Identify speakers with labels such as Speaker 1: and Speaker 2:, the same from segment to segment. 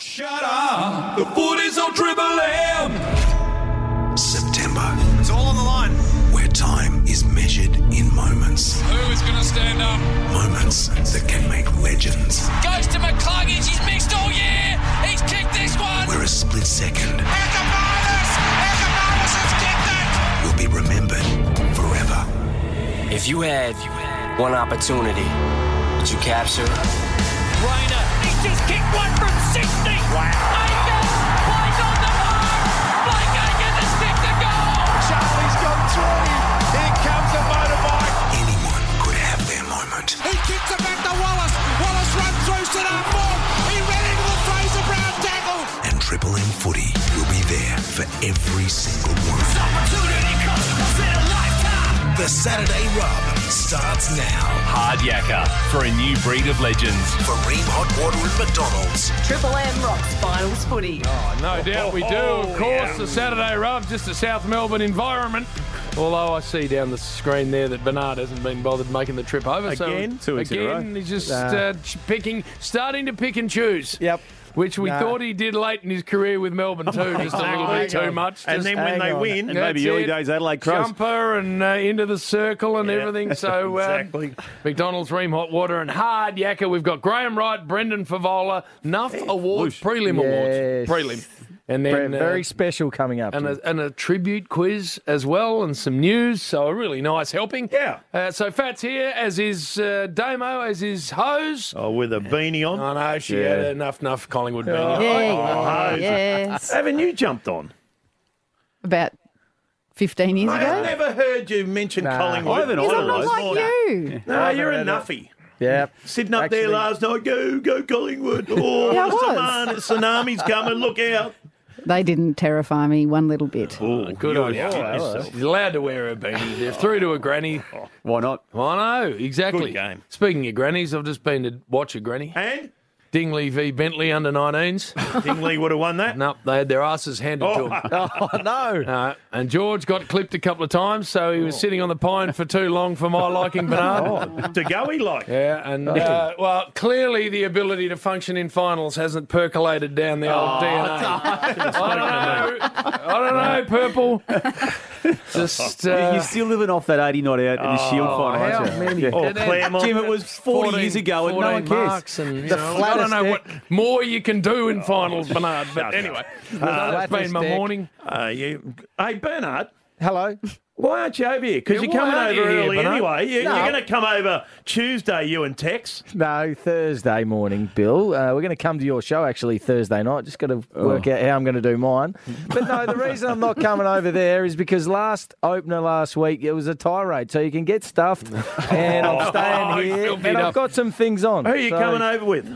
Speaker 1: Shut up. The foot is on Triple M.
Speaker 2: September,
Speaker 3: It's all on the line.
Speaker 2: where time is measured in moments.
Speaker 1: Who is going to stand up?
Speaker 2: Moments that can make legends.
Speaker 4: goes to McCluggage. He's mixed all year. He's kicked this one.
Speaker 2: Where a split second
Speaker 3: Economist! Economist has kicked it!
Speaker 2: will be remembered forever.
Speaker 5: If you had one opportunity, would you capture it?
Speaker 4: He's just kicked one from 60. Wow. Aikens, Blake on the mark. Blake Aikens has kicked a goal.
Speaker 6: Charlie's gone through. Here comes the motorbike.
Speaker 2: Anyone could have their moment.
Speaker 3: He kicks it back to Wallace. Wallace runs through Siddharth Moore. He ran into the Fraser Brown tackle.
Speaker 2: And Triple M Footy will be there for every single one.
Speaker 4: Opportunity comes once in a lifetime.
Speaker 2: The Saturday Rub starts now
Speaker 7: Hard yakka for a new breed of legends.
Speaker 2: for Ream Hot Water and McDonald's.
Speaker 8: Triple M rocks finals footy.
Speaker 6: Oh,
Speaker 9: No doubt we do. Of course, the Saturday rub, just a South Melbourne environment. Although I see down the screen there that Bernard hasn't been bothered making the trip over.
Speaker 6: Again?
Speaker 9: so
Speaker 6: Two weeks in a
Speaker 9: again,
Speaker 6: row.
Speaker 9: he's just
Speaker 6: Nah.
Speaker 9: uh, ch- picking, starting to pick and choose.
Speaker 6: Yep.
Speaker 9: Which we
Speaker 6: Nah.
Speaker 9: thought he did late in his career with Melbourne too, just a little bit
Speaker 6: Hang
Speaker 9: too
Speaker 6: on.
Speaker 9: much.
Speaker 6: And
Speaker 9: Just
Speaker 6: then when
Speaker 9: hang
Speaker 6: they
Speaker 9: on.
Speaker 6: win- And
Speaker 9: That's
Speaker 6: maybe early
Speaker 9: it.
Speaker 6: days Adelaide Crows.
Speaker 9: jumper and uh, into the circle and everything. So um,
Speaker 6: exactly.
Speaker 9: McDonald's Ream Hot Water and Hard Yakka. We've got Graham Wright, Brendan Favola, Nuff Awards, Prelim
Speaker 10: Yes.
Speaker 9: Awards, Prelim, and then
Speaker 10: Brett,
Speaker 9: uh,
Speaker 10: very special coming up.
Speaker 9: and a, and a tribute quiz as well, and some news. So a really nice helping.
Speaker 6: Yeah.
Speaker 9: Uh, so Fats here, as is uh, Damo, as is Hose.
Speaker 6: Oh, with a beanie on.
Speaker 9: I know she
Speaker 6: Yeah. Oh,
Speaker 9: had enough, enough Collingwood. beanie.
Speaker 8: Yeah,
Speaker 6: hose.
Speaker 8: yes.
Speaker 6: Haven't you jumped on?
Speaker 8: About 15 years
Speaker 6: I have
Speaker 8: ago.
Speaker 6: never heard you mention
Speaker 10: Nah.
Speaker 6: Collingwood.
Speaker 10: I
Speaker 6: haven't
Speaker 8: Because I'm not like you.
Speaker 6: No, you're a nuffy.
Speaker 10: yeah,
Speaker 6: Sitting up there
Speaker 10: Actually-
Speaker 6: last night, go, go Collingwood. Oh,
Speaker 8: Yeah, I
Speaker 6: tsunan- tsunami's coming, look out.
Speaker 8: They didn't terrify me one little bit.
Speaker 6: Oh,
Speaker 9: Good on you. She's allowed to wear her beanie. They're through to a granny.
Speaker 6: Why not?
Speaker 9: I know, exactly.
Speaker 6: Good game.
Speaker 9: Speaking of grannies, I've just been to watch a granny.
Speaker 6: And
Speaker 9: Dingley v Bentley under 19s.
Speaker 6: Dingley would have won that.
Speaker 9: nope, they had their asses handed to them.
Speaker 10: oh no,
Speaker 9: Uh, and George got clipped a couple of times, so he
Speaker 6: Oh.
Speaker 9: was sitting on the pine for too long for my liking, Bernard.
Speaker 6: To go, he like.
Speaker 9: Yeah, and uh, well, clearly the ability to function in finals hasn't percolated down the
Speaker 10: Oh,
Speaker 9: old DNA. I don't know. I don't know, purple. Just uh,
Speaker 10: you're still living off that 80 not out in the Shield final,
Speaker 9: how
Speaker 10: aren't you?
Speaker 9: many?
Speaker 10: Yeah.
Speaker 6: Oh,
Speaker 9: And then-
Speaker 6: Claremont.
Speaker 10: Jim, it was 40 years
Speaker 9: 14
Speaker 10: ago and no one
Speaker 9: 14
Speaker 10: cares.
Speaker 9: marks and,
Speaker 10: The
Speaker 9: you know, I don't
Speaker 10: flattest
Speaker 9: know what
Speaker 10: deck.
Speaker 9: more you can do in finals, Bernard. But
Speaker 6: Shut up.
Speaker 9: anyway, uh, that's been
Speaker 10: flattest
Speaker 9: my
Speaker 10: deck.
Speaker 9: morning.
Speaker 6: Uh, you, hey, Bernard,
Speaker 10: Hello,
Speaker 6: why aren't you over here? Because
Speaker 9: Yeah,
Speaker 6: you're
Speaker 9: why
Speaker 6: coming over
Speaker 9: aren't you here,
Speaker 6: early
Speaker 9: Bernard?
Speaker 6: anyway. You,
Speaker 10: No.
Speaker 6: You're going to come over Tuesday, you and Tex.
Speaker 10: no Thursday morning, Bill. Uh, we're going to come to your show actually Thursday night. Just got to
Speaker 6: Oh.
Speaker 10: work out how I'm going to do mine. But no, the reason I'm not coming over there is because last opener last week it was a tirade, so you can get stuffed, and I'm
Speaker 9: Oh,
Speaker 10: staying
Speaker 9: he's
Speaker 10: here,
Speaker 9: filthy
Speaker 10: and
Speaker 9: enough.
Speaker 10: I've got some things on.
Speaker 6: Who are you
Speaker 10: So,
Speaker 6: coming over with?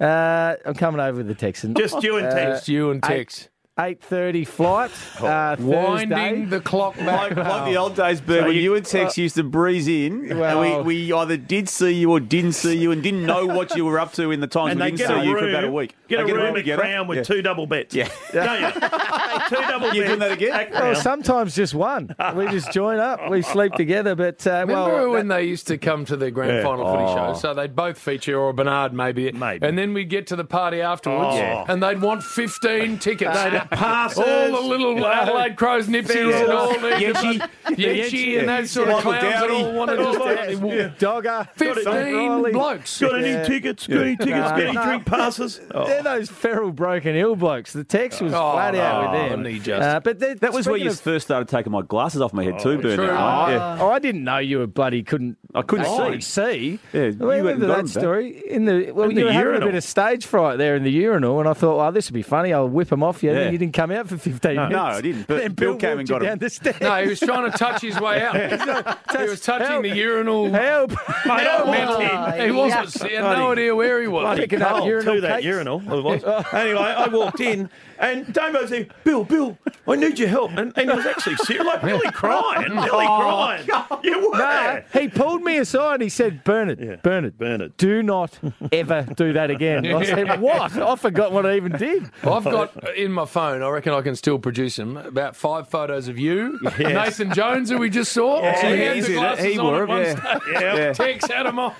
Speaker 10: Uh, I'm coming over with the Texans. Uh,
Speaker 6: Just you and Tex.
Speaker 9: It's you and Tex.
Speaker 10: 8.30 flight uh, Thursday.
Speaker 9: Winding the clock back.
Speaker 7: Like the old days, Bert, when you, and Tex used to breeze in,
Speaker 10: Uh, Well-
Speaker 7: and we, we either did see you or didn't see you and didn't know what you were up to in the times
Speaker 6: and
Speaker 7: we
Speaker 6: they
Speaker 7: didn't
Speaker 6: get
Speaker 7: see
Speaker 6: a
Speaker 7: you
Speaker 6: room,
Speaker 7: for about a week.
Speaker 6: Get,
Speaker 7: They
Speaker 6: a room
Speaker 7: together.
Speaker 6: at Crown with
Speaker 7: Yeah.
Speaker 6: two double bets.
Speaker 7: Yeah.
Speaker 6: Don't you? two double
Speaker 7: You
Speaker 6: bets.
Speaker 7: doing that again?
Speaker 6: at
Speaker 10: Well,
Speaker 6: Crown.
Speaker 10: sometimes just one. We just join up. We sleep together. But uh,
Speaker 9: Remember
Speaker 10: well,
Speaker 9: when they used to come to the grand
Speaker 6: Yeah. Oh.
Speaker 9: final footy show? So they'd both feature, or Bernard maybe,
Speaker 6: Maybe.
Speaker 9: and then we'd get to the party afterwards,
Speaker 6: Oh. Yeah.
Speaker 9: and they'd want fifteen tickets.
Speaker 6: passes.
Speaker 9: all the little Adelaide Crows, Nipsey, and all these,
Speaker 6: Yechi.
Speaker 9: Yechi, and those sort of
Speaker 7: Michael
Speaker 9: clowns that all
Speaker 7: Dowdy.
Speaker 9: want to just
Speaker 6: Oh, Yeah.
Speaker 10: Dogger, Tom
Speaker 9: fifteen
Speaker 10: Riley,
Speaker 9: blokes.
Speaker 6: Got any tickets? Got any tickets? Got any
Speaker 10: No.
Speaker 6: drink passes?
Speaker 10: They're those feral broken ill blokes. The text was
Speaker 9: Oh,
Speaker 10: flat out
Speaker 9: no,
Speaker 10: with them.
Speaker 9: knee just-
Speaker 10: Uh, but that
Speaker 7: That was where you first started taking my glasses off my head too, Bert.
Speaker 9: true.
Speaker 7: Yeah.
Speaker 10: Oh, I didn't know you were bloody couldn't.
Speaker 7: I couldn't
Speaker 10: actually
Speaker 7: see.
Speaker 10: see.
Speaker 7: Yeah, you
Speaker 10: well, I
Speaker 7: hadn't
Speaker 10: remember
Speaker 7: got
Speaker 10: that
Speaker 7: them back.
Speaker 10: story in the well,
Speaker 6: In
Speaker 10: you
Speaker 6: the
Speaker 10: were having a
Speaker 6: urinal.
Speaker 10: bit of stage fright there in the urinal, and I thought, well, this would be funny. I'll whip them off you. And
Speaker 7: Yeah.
Speaker 10: then you didn't come out for fifteen minutes.
Speaker 7: no, I didn't, but
Speaker 10: then
Speaker 7: Bill
Speaker 10: Bill,
Speaker 7: came and
Speaker 10: walked
Speaker 7: got
Speaker 10: you down
Speaker 7: 'em.
Speaker 10: the stairs.
Speaker 9: No, he was trying to touch his way out. he was touching
Speaker 10: Help.
Speaker 9: the urinal.
Speaker 10: Help!
Speaker 6: I don't want
Speaker 9: He-
Speaker 6: it.
Speaker 9: He wasn't. He had no idea where he was.
Speaker 6: Ah, Bloody
Speaker 10: Picking up
Speaker 6: cold
Speaker 10: urinal
Speaker 6: to that
Speaker 10: cakes.
Speaker 6: urinal. it was. anyway, I walked in and Damo said, Bill, Bill, I need
Speaker 10: Oh,
Speaker 6: your help. And, and he was actually serious, like really crying, really crying. You were.
Speaker 10: He pulled me aside. He said, Bernard, Bernard, Bernard, do not ever do that again. I said, what? I forgot what I even did.
Speaker 9: I've got in my phone, I reckon I can still produce them, about five photos of you.
Speaker 10: Yes.
Speaker 9: Nathan Jones, who we just saw.
Speaker 10: Yeah,
Speaker 9: he
Speaker 10: he-
Speaker 9: had
Speaker 10: he's
Speaker 9: the
Speaker 10: in it.
Speaker 9: glasses
Speaker 10: He
Speaker 9: on
Speaker 10: wore
Speaker 9: at
Speaker 10: 'em,
Speaker 9: one
Speaker 10: yeah.
Speaker 9: stage.
Speaker 7: Yeah.
Speaker 9: Tex had them on.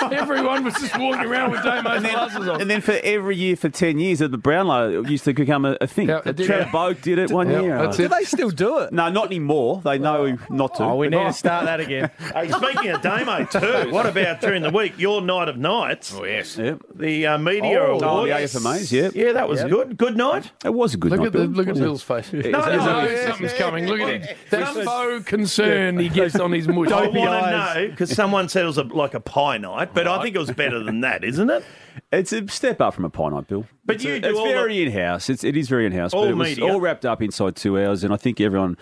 Speaker 9: Everyone was just walking around with Damo's glasses on.
Speaker 7: And then for every year for 10 years, the Brownlow used to become a, a thing.
Speaker 9: Yeah, it did,
Speaker 7: Trevor
Speaker 9: yeah.
Speaker 7: Bogue did it one
Speaker 9: Yeah,
Speaker 7: year.
Speaker 9: that's
Speaker 10: Do
Speaker 9: it.
Speaker 10: they still do it?
Speaker 7: No, not anymore. They know not to.
Speaker 10: Oh, we need to start that again.
Speaker 6: Hey, speaking of Damo too, what about during the week? Your night of nights,
Speaker 9: Oh, yes.
Speaker 7: Yep.
Speaker 6: the uh, media
Speaker 10: Oh,
Speaker 6: award.
Speaker 7: Oh, the AFMAs, yep.
Speaker 6: Yeah, that was good. Good night.
Speaker 7: It was a good
Speaker 9: Look
Speaker 7: night,
Speaker 9: at, the,
Speaker 7: Bill.
Speaker 9: look at Bill's face. No,
Speaker 6: no,
Speaker 9: something's coming. Look at it. That faux concern he gets on his mush.
Speaker 6: I want to know because someone said it was a, like a pie night, but I think it was better than that, isn't it?
Speaker 7: It's a step up from a pie night, Bill.
Speaker 6: But
Speaker 7: it's
Speaker 6: you
Speaker 7: a,
Speaker 6: do
Speaker 7: it's
Speaker 6: all
Speaker 7: very in house. It's it is very in house.
Speaker 6: All
Speaker 7: but it was
Speaker 6: media.
Speaker 7: all wrapped up inside two hours, and I think everyone,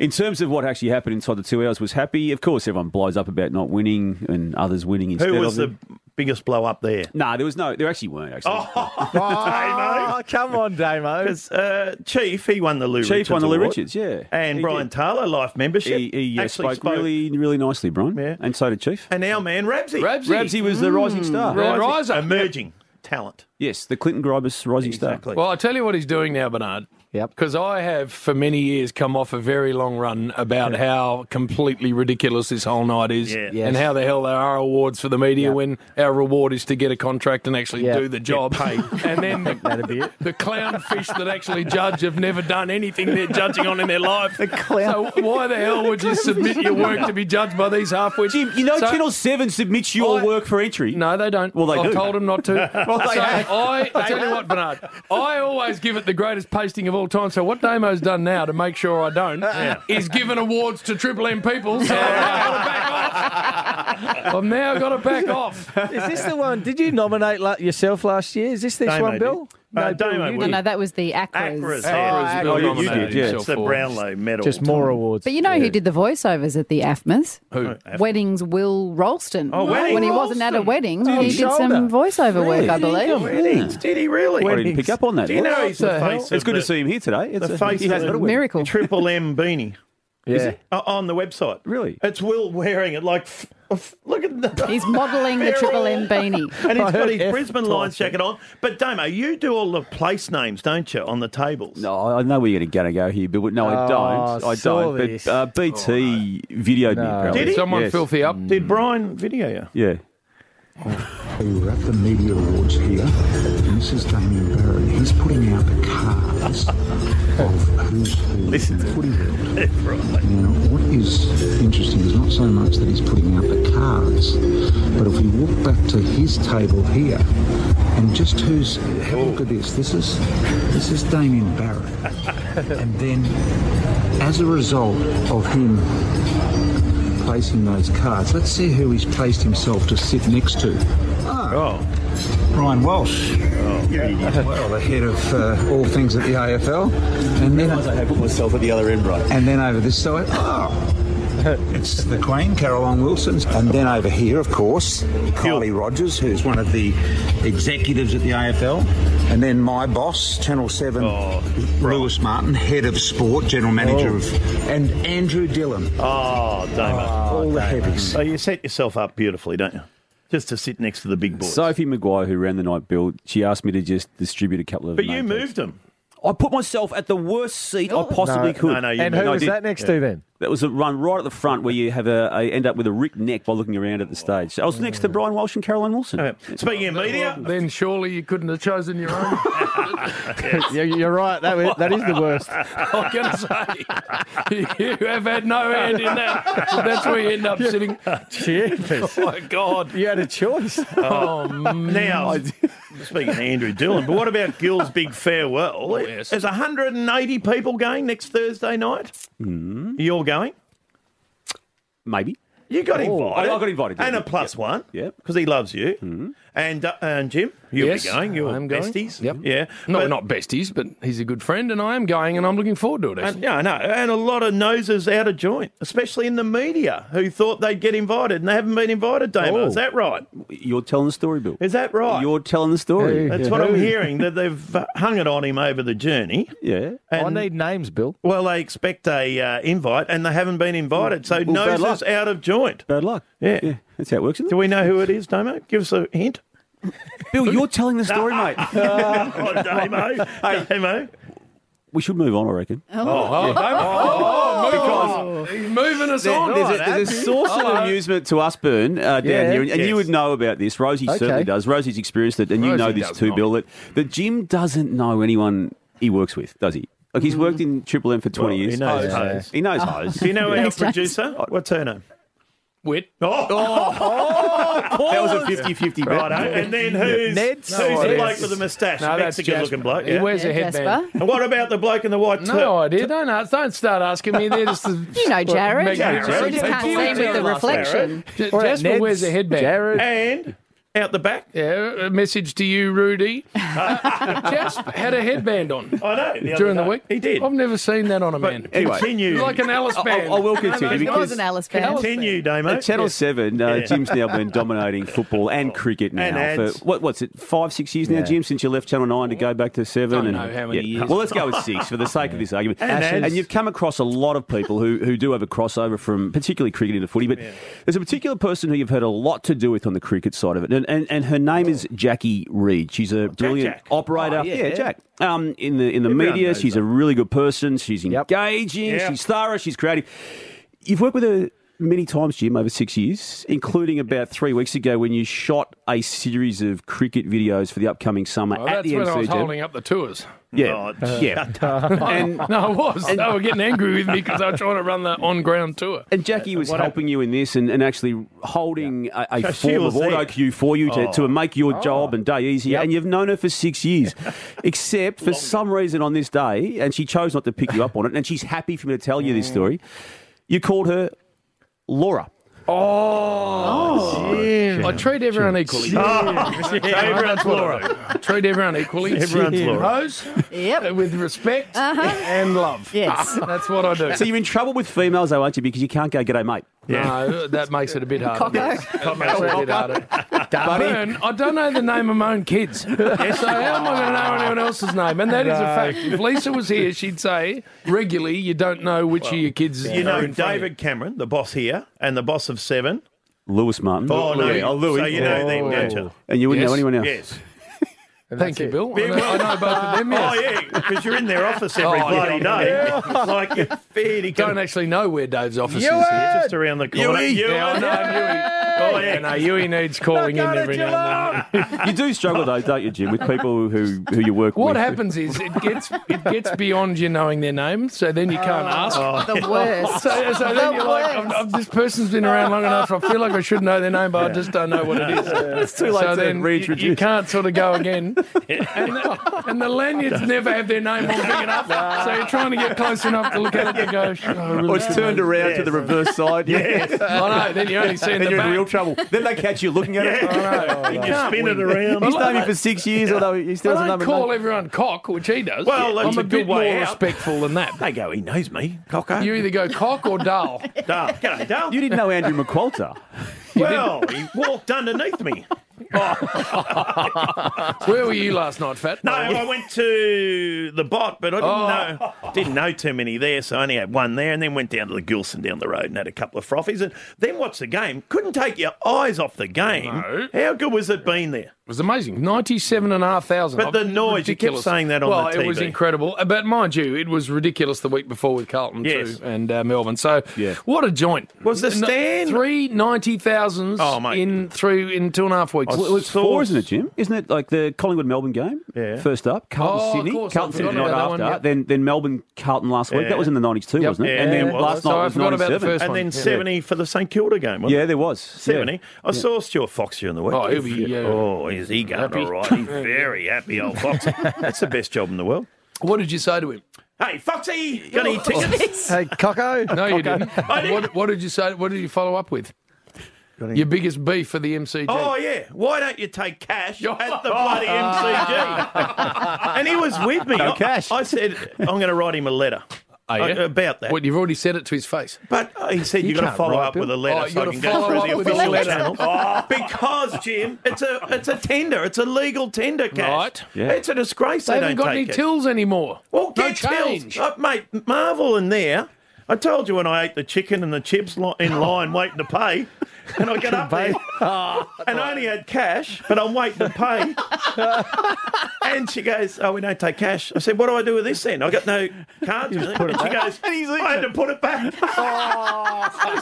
Speaker 7: in terms of what actually happened inside the two hours, was happy. Of course, everyone blows up about not winning and others winning instead
Speaker 6: Who was
Speaker 7: of
Speaker 6: the
Speaker 7: them.
Speaker 6: biggest blow up there?
Speaker 7: Nah, there was no. There actually weren't actually.
Speaker 10: Oh, come on, Damo.
Speaker 6: Because uh, Chief, he won the Lou
Speaker 7: Chief
Speaker 6: Richards
Speaker 7: won the Lou
Speaker 6: Award.
Speaker 7: Richards, yeah,
Speaker 6: and
Speaker 7: He
Speaker 6: Brian
Speaker 7: did.
Speaker 6: Taylor, life membership.
Speaker 7: He, he uh,
Speaker 6: actually
Speaker 7: spoke, really, really nicely, Brian.
Speaker 6: Yeah.
Speaker 7: and so did Chief.
Speaker 6: And our man Ramsey,
Speaker 9: Rabsy.
Speaker 7: Ramsey was the rising star.
Speaker 9: Right. Mm, Riser.
Speaker 6: emerging talent.
Speaker 7: Yes, the Clinton Gribus rising
Speaker 6: Exactly.
Speaker 9: Well, I tell you what he's doing now, Bernard.
Speaker 10: Yep.
Speaker 9: Because I have, for many years, come off a very long run about how completely ridiculous this whole night is,
Speaker 6: Yeah.
Speaker 10: Yes.
Speaker 9: and how the hell there are awards for the media
Speaker 10: Yep.
Speaker 9: when our reward is to get a contract and actually
Speaker 10: Yep.
Speaker 9: do the job.
Speaker 6: paid.
Speaker 9: and then the,
Speaker 10: That'd be it.
Speaker 9: the clownfish that actually judge have never done anything they're judging on in their life. The
Speaker 10: clown-
Speaker 9: So why the hell would you submit your work to be judged by these halfwits?
Speaker 7: star. Jim, you know
Speaker 9: So-
Speaker 7: Channel Seven submits your
Speaker 9: I-
Speaker 7: work for entry.
Speaker 9: no, they don't.
Speaker 7: Well, they
Speaker 9: I've
Speaker 7: do.
Speaker 9: told them not to. well,
Speaker 7: they
Speaker 9: so
Speaker 7: have.
Speaker 9: I, I tell you what, Bernard. I always give it the greatest pasting of all time. So what Damo's done now to make sure I don't is given awards to Triple M people. So I've now got to back off. I've now got to back off.
Speaker 10: Is this the one? Did you nominate la- yourself last year? Is this this
Speaker 6: Damo
Speaker 10: one,
Speaker 6: did.
Speaker 10: Bill?
Speaker 6: Uh,
Speaker 10: Bill,
Speaker 6: Damo
Speaker 10: you
Speaker 6: would.
Speaker 10: did.
Speaker 8: No, no, that was the actors.
Speaker 6: Acras.
Speaker 9: Acras, Bill
Speaker 7: Oh, you- you
Speaker 9: nominated
Speaker 7: did, yeah.
Speaker 9: himself
Speaker 6: It's the
Speaker 9: for-
Speaker 6: Brownlow medal.
Speaker 10: Just more awards.
Speaker 8: But you know who did the voiceovers at the AFMAs?
Speaker 9: Who?
Speaker 8: Weddings Will Rolston.
Speaker 6: Oh, Weddings
Speaker 8: When he wasn't at a
Speaker 6: Ralston.
Speaker 8: wedding,
Speaker 10: Oh,
Speaker 8: he did
Speaker 10: shoulder.
Speaker 8: some voiceover work, I believe.
Speaker 6: Weddings. Did he really?
Speaker 7: I didn't pick up on that.
Speaker 6: Do you know he's the,
Speaker 9: the hell?
Speaker 6: face?
Speaker 7: It's
Speaker 6: of
Speaker 7: good
Speaker 6: the,
Speaker 7: to see him here today. It's
Speaker 6: The
Speaker 7: a-
Speaker 6: face
Speaker 7: he has
Speaker 6: of
Speaker 7: got a
Speaker 6: the
Speaker 7: win.
Speaker 8: Miracle.
Speaker 6: Triple M beanie
Speaker 10: Yeah.
Speaker 6: uh, on the website.
Speaker 7: Really?
Speaker 6: It's Will wearing it. Like, f- f- look at the.
Speaker 8: He's modelling the Triple M beanie.
Speaker 6: And he's got
Speaker 10: heard
Speaker 6: his
Speaker 10: F
Speaker 6: Brisbane
Speaker 10: twice,
Speaker 6: Lions jacket on. But Damo, you do all the place names, don't you, on the tables?
Speaker 7: No, I know where you're going to go here, but no, I don't.
Speaker 10: Oh,
Speaker 7: I
Speaker 10: saw
Speaker 7: don't.
Speaker 10: this.
Speaker 7: But uh, BT videoed me. Apparently.
Speaker 6: Did he?
Speaker 9: Someone
Speaker 7: Yes.
Speaker 9: filthy up.
Speaker 6: Did Brian video you?
Speaker 7: Yeah.
Speaker 2: We're at the media awards here, and this is Damien Barron. He's putting out the cards of who's who in the footy world. Now, what is interesting is not so much that he's putting out the cards, but if we walk back to his table here, and just who's have a look at this. This is this is Damien Barron, and then as a result of him placing those cards, let's see who he's placed himself to sit next to. Ah, Oh. Brian Walsh, Oh. well, the head of uh, all things at the AFL, and then I put myself at the other end, right? And then over this side, oh, it's the Queen, Caroline Wilson, and then over here, of course, Kylie Rogers, who's one of the executives at the AFL, and then my boss, Channel Seven, Lewis Martin, head of sport, general manager of, and Andrew Dillon,
Speaker 6: Oh, Damo.
Speaker 2: all the heavies.
Speaker 6: So you set yourself up beautifully, don't you? Just to sit next to the big boys.
Speaker 7: Sophie Maguire, who ran the night, Bill, she asked me to just distribute a couple of.
Speaker 6: but you
Speaker 7: name tags.
Speaker 6: moved them.
Speaker 7: I put myself at the worst seat I possibly could.
Speaker 6: No, no, you
Speaker 10: And who
Speaker 7: No, I
Speaker 10: was
Speaker 7: did.
Speaker 10: that next to then?
Speaker 7: That was a run right at the front where you have a, a end up with a rick neck by looking around at the stage. So I was next to Brian Walsh and Caroline Wilson.
Speaker 6: Uh, Speaking of media,
Speaker 9: Then surely you couldn't have chosen your own.
Speaker 10: Yeah, You're right. That, was- that is the worst.
Speaker 9: I'm going to say, you have had no hand in that. So that's where you end up sitting.
Speaker 10: Jeepers.
Speaker 9: Oh, my God. Oh,
Speaker 10: You had a choice.
Speaker 7: Oh,
Speaker 6: now, speaking of Andrew Dillon, but what about Gill's big farewell?
Speaker 9: Oh,
Speaker 7: Oh,
Speaker 9: yes.
Speaker 6: There's 180 people going next Thursday night.
Speaker 7: Hmm.
Speaker 6: You're going?
Speaker 7: Maybe.
Speaker 6: You got invited.
Speaker 7: Oh, I- I got invited,
Speaker 6: And a
Speaker 7: yeah.
Speaker 6: plus one.
Speaker 7: Yep.
Speaker 10: Hmm.
Speaker 6: Because he loves you. And, uh, and Jim, you'll
Speaker 9: Yes,
Speaker 6: be going. You're
Speaker 9: I'm going.
Speaker 6: besties.
Speaker 9: Yep.
Speaker 6: Yeah.
Speaker 9: No, not besties, but he's a good friend, and I am going, and I'm looking forward to it.
Speaker 6: And,
Speaker 9: Actually.
Speaker 6: yeah, I know. And a lot of noses out of joint, especially in the media, who thought they'd get invited and they haven't been invited,
Speaker 7: Oh.
Speaker 6: Damo. Is that right?
Speaker 7: You're telling the story, Bill.
Speaker 6: Is that right?
Speaker 7: You're telling the story.
Speaker 6: That's what I'm hearing, that they've uh, hung it on him over the journey.
Speaker 7: Yeah.
Speaker 6: And,
Speaker 10: I need names, Bill.
Speaker 6: well, they expect a uh, invite and they haven't been invited. So
Speaker 7: Well, bad
Speaker 6: noses
Speaker 7: luck.
Speaker 6: out of joint.
Speaker 7: Bad luck.
Speaker 6: Yeah.
Speaker 7: Yeah. That's how it works, isn't
Speaker 6: Do
Speaker 7: it?
Speaker 6: we know who it is, Damo? Give us a hint.
Speaker 7: Bill, you're telling the story, mate.
Speaker 6: Oh, Damo. Damo.
Speaker 7: We should move on, I reckon.
Speaker 6: Oh.
Speaker 9: Oh, He's moving us on.
Speaker 7: There's, a, there's a source of amusement to us, Burn, uh, down
Speaker 10: Yeah.
Speaker 7: here, and, and you
Speaker 6: Yes.
Speaker 7: would know about this. Rosie
Speaker 10: Okay.
Speaker 7: certainly does. Rosie's experienced it, and you
Speaker 9: Rosie
Speaker 7: know this
Speaker 9: does
Speaker 7: too,
Speaker 9: not.
Speaker 7: Bill. That, that Jim doesn't know anyone he works with, does he? Like he's worked in Triple M for twenty
Speaker 6: Mm. Well,
Speaker 7: years.
Speaker 6: he knows
Speaker 10: Yeah.
Speaker 6: hoes.
Speaker 7: He knows hoes.
Speaker 6: Do you know our
Speaker 8: Thanks, Damo.
Speaker 6: producer? What's her name?
Speaker 9: Wit. Oh,
Speaker 6: Oh,
Speaker 7: That was a 50-50 bet.
Speaker 6: righto. And then who's,
Speaker 10: Ned?
Speaker 6: who's
Speaker 10: No,
Speaker 6: the
Speaker 10: it
Speaker 6: bloke
Speaker 10: is.
Speaker 6: with the moustache?
Speaker 9: No, that's
Speaker 6: Mexican looking
Speaker 9: Jasper.
Speaker 6: bloke.
Speaker 9: He
Speaker 6: Yeah.
Speaker 9: wears a headband.
Speaker 8: Jasper.
Speaker 6: And what about the bloke in the white
Speaker 9: No
Speaker 6: tux?
Speaker 9: idea. Don't ask- don't start asking me. They're just
Speaker 8: You know Jared.
Speaker 9: Jared.
Speaker 8: We just
Speaker 9: Jared.
Speaker 8: can't see him with the
Speaker 9: Jared.
Speaker 8: reflection.
Speaker 9: J-
Speaker 10: Or at
Speaker 9: Jasper
Speaker 10: Ned's,
Speaker 9: wears a headband.
Speaker 10: Jared.
Speaker 6: And out the back.
Speaker 9: Yeah, a message to you, Rudy. Uh, Jasper had a headband on
Speaker 6: I know. The other
Speaker 9: during the
Speaker 6: day.
Speaker 9: week.
Speaker 6: He did.
Speaker 9: I've never seen that on a man.
Speaker 7: Anyway.
Speaker 6: Continue.
Speaker 9: like an Alice
Speaker 7: I,
Speaker 9: band.
Speaker 7: I will continue
Speaker 8: It was
Speaker 7: because
Speaker 8: an Alice fan.
Speaker 6: Continue, Damo.
Speaker 7: at Channel Seven, uh,
Speaker 6: Yeah. Oh.
Speaker 7: Jim's now been dominating football and cricket now
Speaker 6: And ads.
Speaker 7: for what, what's it five six years now, Jim, since you left Channel Nine to go back to seven.
Speaker 9: Don't
Speaker 7: and
Speaker 9: know how many years.
Speaker 7: Well, let's go with six for the sake of this argument.
Speaker 6: And ads.
Speaker 7: and you've come across a lot of people who who do have a crossover from particularly cricket into footy, but there's a particular person who you've heard a lot to do with on the cricket side of it, and and, and her name is Jackie Reed. She's a brilliant
Speaker 6: Oh, Jack.
Speaker 7: operator.
Speaker 10: Oh, yeah.
Speaker 7: Jack. Um, in the in the
Speaker 6: Everyone
Speaker 7: media,
Speaker 6: knows
Speaker 7: she's a really good person. She's
Speaker 10: Yep.
Speaker 7: engaging.
Speaker 6: Yep.
Speaker 7: She's thorough. She's creative. You've worked with her many times, Jim, over six years, including about three weeks ago when you shot a series of cricket videos for the upcoming summer
Speaker 9: Oh,
Speaker 7: at
Speaker 9: that's
Speaker 7: the
Speaker 9: when I was
Speaker 7: MCG.
Speaker 9: holding Uh, up the tours.
Speaker 7: yeah,
Speaker 6: Oh,
Speaker 7: yeah. and,
Speaker 9: No, I was. They were getting angry with me because I was trying to run the on-ground tour.
Speaker 7: and Jackie was helping you in this and, and actually holding a, a
Speaker 6: So she
Speaker 7: form
Speaker 6: was
Speaker 7: of auto
Speaker 6: there.
Speaker 7: cue for you to,
Speaker 9: Oh.
Speaker 7: to make your job and day easier.
Speaker 10: Yep.
Speaker 7: And you've known her for six years, except for some reason on this day, and she chose not to pick you up on it. And she's happy for me to tell you
Speaker 9: Mm.
Speaker 7: this story. You called her Laura.
Speaker 9: Oh, I treat everyone equally.
Speaker 6: Oh. Yeah, everyone's
Speaker 9: That's what
Speaker 6: Laura.
Speaker 9: I do. I treat everyone equally.
Speaker 6: Everyone's Laura.
Speaker 9: Rose, Uh,
Speaker 8: Yep.
Speaker 9: with respect
Speaker 6: Uh-huh.
Speaker 9: and love.
Speaker 8: Yes.
Speaker 9: That's what I do.
Speaker 7: So you're in trouble with females, though, aren't you? Because you can't go, g'day, mate.
Speaker 9: No, that makes it a bit harder.
Speaker 8: Cocker.
Speaker 9: That makes it a bit harder. Burn, I don't know the name of my own kids. So how am I going to know anyone else's name? And that is a fact. If Lisa was here, she'd say regularly, you don't know which of your kids
Speaker 6: You
Speaker 9: are
Speaker 6: know,
Speaker 9: in front of
Speaker 6: David Cameron, the boss here, and the boss of Seven.
Speaker 7: Lewis Martin.
Speaker 6: Oh, Louis. So you know them, don't you?
Speaker 7: And you wouldn't
Speaker 9: Yes.
Speaker 7: know anyone else.
Speaker 6: Yes.
Speaker 9: Thank you, Bill. I know, I know both of them. Yes.
Speaker 6: Oh, yeah, because you're in their office every
Speaker 9: Oh,
Speaker 6: bloody day.
Speaker 9: yeah.
Speaker 6: Like, you're fairly
Speaker 9: Don't
Speaker 6: good.
Speaker 9: actually know where Dave's office is.
Speaker 6: Just around the corner.
Speaker 7: Yui.
Speaker 6: Yui.
Speaker 9: Yeah, I know Yui. Oh, yeah, no, Yui needs calling in every now and then.
Speaker 7: You do struggle, though, don't you, Jim, with people who, who you work
Speaker 9: What
Speaker 7: with?
Speaker 9: happens is it gets it gets beyond you knowing their name, so then you can't ask.
Speaker 8: The worst.
Speaker 9: So, so then you're like, I'm, I'm, this person's been around long enough. I feel like I should know their name, but I just don't know what it is. It's
Speaker 7: too late
Speaker 9: so
Speaker 7: to
Speaker 9: then you- you,
Speaker 7: reintroduce.
Speaker 9: can't sort of go again. And, the, and the lanyards never have their name on big enough, so you're trying to get close enough to look at it and go. "Oh, I really
Speaker 7: Or it's
Speaker 9: should
Speaker 7: turned
Speaker 9: know."
Speaker 7: around to the reverse side. Yeah.
Speaker 9: I know. Then you only see in
Speaker 7: Then
Speaker 9: the
Speaker 7: you're in
Speaker 9: back.
Speaker 7: real trouble. Then they catch you looking at it.
Speaker 9: I know.
Speaker 6: You spin it around.
Speaker 7: uh, He's known you for six years, although he still
Speaker 9: I
Speaker 7: doesn't know
Speaker 9: don't
Speaker 7: my
Speaker 9: call
Speaker 7: name.
Speaker 9: everyone cock, which he does.
Speaker 6: Well, that's
Speaker 9: I'm a,
Speaker 6: a good
Speaker 9: bit more
Speaker 6: way out.
Speaker 9: respectful than that.
Speaker 6: They go, he knows me. Cocker.
Speaker 9: You either go cock or dull.
Speaker 6: Dale. G'day, Dale.
Speaker 7: You didn't know Andrew McQualter.
Speaker 6: well, he walked underneath me.
Speaker 9: Where were you last night, Fat?
Speaker 6: No, I went to the bot, but I didn't
Speaker 9: Oh.
Speaker 6: know didn't know too many there, so I only had one there, and then went down to the Gilson down the road and had a couple of frothies, and then watched the game. Couldn't take your eyes off the game.
Speaker 9: No.
Speaker 6: How good was it being there?
Speaker 9: It was amazing. 97,500.
Speaker 6: But the noise, you kept saying that on
Speaker 9: well,
Speaker 6: the
Speaker 9: it was
Speaker 6: TV.
Speaker 9: incredible. Uh, But mind you, it was ridiculous the week before with Carlton
Speaker 6: Yes.
Speaker 9: too and uh, Melbourne. So
Speaker 7: Yeah.
Speaker 9: what a joint.
Speaker 6: Was the
Speaker 9: N-
Speaker 6: stand-
Speaker 9: Three 90,000s
Speaker 6: Oh, mate.
Speaker 9: in, three, in two and a half weeks.
Speaker 6: Oh,
Speaker 7: Well, it was
Speaker 6: Source.
Speaker 7: four, isn't it, Jim? Isn't it like the Collingwood Melbourne game?
Speaker 6: Yeah.
Speaker 7: First up, Carlton
Speaker 9: Oh, of
Speaker 7: Sydney.
Speaker 9: course, I
Speaker 7: Carlton Sydney
Speaker 9: forgot
Speaker 7: the night
Speaker 9: about
Speaker 7: after.
Speaker 9: that one, yep.
Speaker 7: Then then Melbourne Carlton last week.
Speaker 6: Yeah.
Speaker 7: That was in the nineties too,
Speaker 9: Yep.
Speaker 7: wasn't it?
Speaker 9: Yeah,
Speaker 7: and then
Speaker 6: it was.
Speaker 7: last night
Speaker 9: Sorry, I
Speaker 7: was
Speaker 9: forgot
Speaker 7: ninety
Speaker 9: about the
Speaker 7: seven.
Speaker 9: first
Speaker 6: And
Speaker 9: one.
Speaker 6: then
Speaker 9: Yeah.
Speaker 6: 70 for the St Kilda game. wasn't
Speaker 7: Yeah,
Speaker 6: it?
Speaker 7: there was Yeah.
Speaker 6: 70. I saw Stuart Fox during the week.
Speaker 9: Oh, he'll be, yeah.
Speaker 6: Oh, is he going
Speaker 9: Happy.
Speaker 6: all right? He's very happy, old Fox. That's the best job in the world.
Speaker 9: what did you say to him? Oh,
Speaker 6: Hey, Foxy, got any tickets?
Speaker 10: Hey, Coco.
Speaker 9: No, you didn't.
Speaker 6: didn't.
Speaker 9: What, what did you say? What did you follow up with?
Speaker 6: Got any-
Speaker 9: Your biggest beef for the MCG.
Speaker 6: Oh yeah, why don't you take cash at the bloody
Speaker 9: Oh,
Speaker 6: MCG? and he was with me.
Speaker 9: No
Speaker 6: I,
Speaker 9: cash.
Speaker 6: I said I'm going to write him a letter.
Speaker 9: Oh, yeah?
Speaker 6: uh, about that.
Speaker 9: What, you've already said it to his face.
Speaker 6: But uh, he said
Speaker 9: You
Speaker 6: you have got
Speaker 9: can't
Speaker 6: to follow
Speaker 9: write,
Speaker 6: up
Speaker 9: Bill.
Speaker 6: with a letter
Speaker 9: Oh, you
Speaker 6: so I
Speaker 9: gotta
Speaker 6: can
Speaker 9: follow
Speaker 6: go through
Speaker 9: up
Speaker 6: the
Speaker 9: with a
Speaker 6: official
Speaker 9: letter. Oh.
Speaker 6: channels. because Jim, it's a it's a tender. It's a legal tender cash.
Speaker 9: Right. Yeah.
Speaker 6: It's a disgrace.
Speaker 9: They
Speaker 6: They,
Speaker 9: haven't
Speaker 6: don't
Speaker 9: got
Speaker 6: take
Speaker 9: any
Speaker 6: it.
Speaker 9: tills anymore.
Speaker 6: Well,
Speaker 9: No
Speaker 6: get tills.
Speaker 9: change.
Speaker 6: Uh, mate, Marvel in there. I told you when I ate the chicken and the chips li- in line waiting to pay, and I got up there
Speaker 9: Ah.
Speaker 6: and I only had cash, but I'm waiting to pay. and she goes, "Oh, we don't take cash." I said, "What do I do with this then? I got no cards." with it." And she goes, "I had to put it back."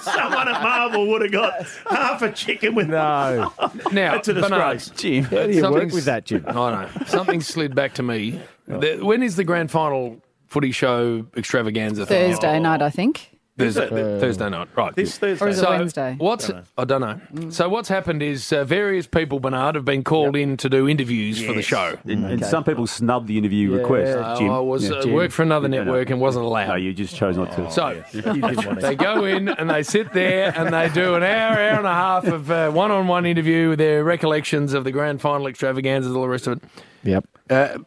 Speaker 6: Someone at Marvel would have got half a chicken with
Speaker 10: no.
Speaker 9: Now,
Speaker 6: That's a
Speaker 9: Bernard,
Speaker 6: disgrace.
Speaker 10: Jim, how do you work
Speaker 9: something's-
Speaker 10: with that, Jim?
Speaker 9: I know. Something slid back to me. The- When is the grand final footy show extravaganza? thing?
Speaker 8: Thursday night, I think.
Speaker 9: Thursday,
Speaker 6: Is
Speaker 10: Uh,
Speaker 6: it?
Speaker 9: Thursday night, right?
Speaker 6: This Thursday.
Speaker 8: Or is it Wednesday? Mm.
Speaker 9: What's I don't know. So what's happened is uh, various people, Bernard, have been called in to do interviews for the show.
Speaker 7: And, and some people snub the interview request.
Speaker 9: So
Speaker 7: Jim.
Speaker 9: I was
Speaker 7: Yeah.
Speaker 9: uh, worked for another
Speaker 7: No, no.
Speaker 9: network and wasn't allowed.
Speaker 7: No, you just chose not to.
Speaker 9: so they go in and they sit there and they do an hour, hour and a half of uh, one-on-one interview, with their recollections of the grand final extravaganza, and all the rest of it.
Speaker 10: Yep.
Speaker 9: Uh,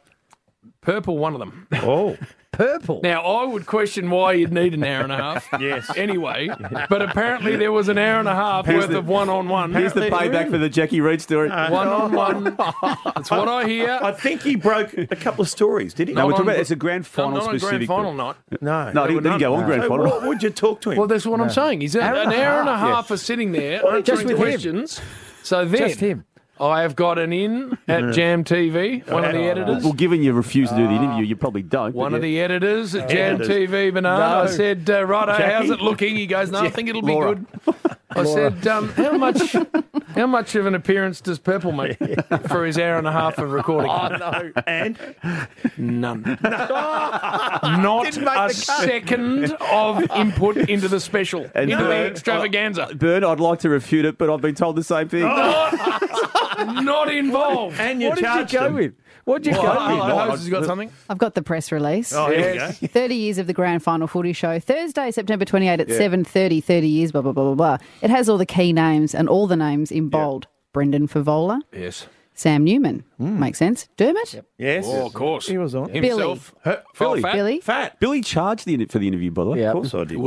Speaker 9: Purple, one of them.
Speaker 6: Oh,
Speaker 10: Purple.
Speaker 9: Now, I would question why you'd need an hour and a half.
Speaker 6: Yes.
Speaker 9: Anyway, but apparently there was an hour and a half
Speaker 7: Here's
Speaker 9: worth
Speaker 7: the-
Speaker 9: of one on one.
Speaker 7: Here's the payback for the Jackie Reed story.
Speaker 6: Uh,
Speaker 9: One on one. That's what I hear.
Speaker 6: I think he broke a couple of stories, did he?
Speaker 7: no, we're talking
Speaker 9: on-
Speaker 7: about it's a grand
Speaker 9: Not
Speaker 7: final
Speaker 9: on grand
Speaker 7: specific.
Speaker 9: final night.
Speaker 6: no,
Speaker 7: No, he
Speaker 6: there were
Speaker 7: didn't go
Speaker 6: none.
Speaker 7: on grand
Speaker 6: So
Speaker 7: final.
Speaker 6: What would you talk to him?
Speaker 9: Well, that's what I'm saying. He's
Speaker 10: Hour and
Speaker 9: an
Speaker 10: a
Speaker 9: hour and a
Speaker 10: half, yeah.
Speaker 9: half are sitting there answering
Speaker 10: with him.
Speaker 9: questions. So then,
Speaker 10: Just him.
Speaker 9: I have got an in at Jam TV. One of the editors.
Speaker 7: Well, given you refuse to do the interview, you probably don't.
Speaker 9: One
Speaker 7: but
Speaker 9: of
Speaker 7: yeah.
Speaker 9: the editors
Speaker 6: Uh,
Speaker 9: at Jam TV, Banana. I said, uh, righto, how's it looking? He goes, no, I think it'll be
Speaker 10: Laura.
Speaker 9: good. I said, um, how much how much of an appearance does Purple make for his hour and a half of recording?
Speaker 10: no.
Speaker 6: and
Speaker 9: None. Not a second of input into the special,
Speaker 7: And
Speaker 9: into
Speaker 7: uh,
Speaker 9: the
Speaker 7: Bern-
Speaker 9: extravaganza. Oh.
Speaker 7: Bern, I'd like to refute it, but I've been told the same thing.
Speaker 9: Not involved.
Speaker 6: and you
Speaker 10: What did
Speaker 6: charged
Speaker 10: you go
Speaker 6: him.
Speaker 10: with? What did you go with?
Speaker 9: has got something.
Speaker 8: I've got the press release.
Speaker 6: Oh, here we go.
Speaker 8: 30 years of the grand final footy show thursday september 28 at 7.30 30 years blah blah blah blah blah it has all the key names and all the names in bold brendan favola
Speaker 9: Yes.
Speaker 8: sam newman makes sense dermot
Speaker 6: Yes.
Speaker 9: Oh, of course. He was
Speaker 10: on.
Speaker 9: Himself. Her,
Speaker 7: Billy.
Speaker 9: Fat.
Speaker 8: billy
Speaker 6: Fat.
Speaker 7: Billy charged the for the interview, by the way.
Speaker 10: Yeah.
Speaker 6: Of course I did.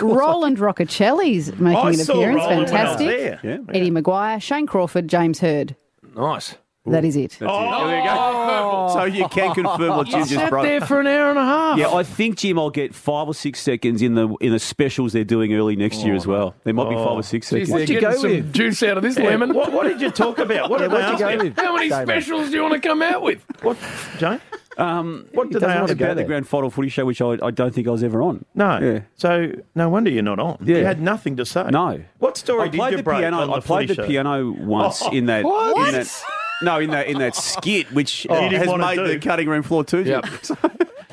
Speaker 8: roland roccocelli's making
Speaker 6: I
Speaker 8: an
Speaker 6: saw
Speaker 8: appearance
Speaker 6: Roland when I was
Speaker 8: fantastic
Speaker 6: there.
Speaker 7: Yeah.
Speaker 8: eddie maguire shane crawford james heard
Speaker 9: Nice.
Speaker 8: that is it
Speaker 6: Oh, there you
Speaker 9: Oh,
Speaker 7: So you can confirm what Jim just
Speaker 9: sat
Speaker 7: broke.
Speaker 9: there for an hour and a half.
Speaker 7: Yeah, I think Jim, I'll get five or six seconds in the in the specials they're doing early next year as well. There might be five or six
Speaker 9: Jeez,
Speaker 7: seconds.
Speaker 9: they're
Speaker 10: you
Speaker 9: getting
Speaker 10: go
Speaker 9: some
Speaker 10: with?
Speaker 9: juice out of this lemon.
Speaker 6: What, what did you talk about? What did they
Speaker 10: What'd you
Speaker 6: ask
Speaker 10: go
Speaker 6: you?
Speaker 10: with?
Speaker 9: How many
Speaker 10: Damon?
Speaker 9: specials do you want to come out with?
Speaker 6: What, Jane?
Speaker 7: Um,
Speaker 6: What did they
Speaker 10: doesn't
Speaker 6: ask
Speaker 10: want to
Speaker 6: you?
Speaker 10: go
Speaker 7: about the
Speaker 10: there.
Speaker 7: grand final footy show, which I, I don't think I was ever on.
Speaker 6: No.
Speaker 7: Yeah.
Speaker 6: So no wonder you're not on.
Speaker 7: Yeah.
Speaker 6: You had nothing to say.
Speaker 7: No.
Speaker 6: What story
Speaker 7: I played
Speaker 6: did you
Speaker 7: the
Speaker 6: break
Speaker 7: piano.
Speaker 6: on the
Speaker 7: I played
Speaker 6: footy
Speaker 7: the
Speaker 6: show?
Speaker 7: piano once in that.
Speaker 8: What?
Speaker 7: In that no, in that in that skit, which
Speaker 6: Oh. you didn't
Speaker 7: has
Speaker 6: wanna
Speaker 7: made
Speaker 6: do.
Speaker 7: the cutting room floor too. Jim.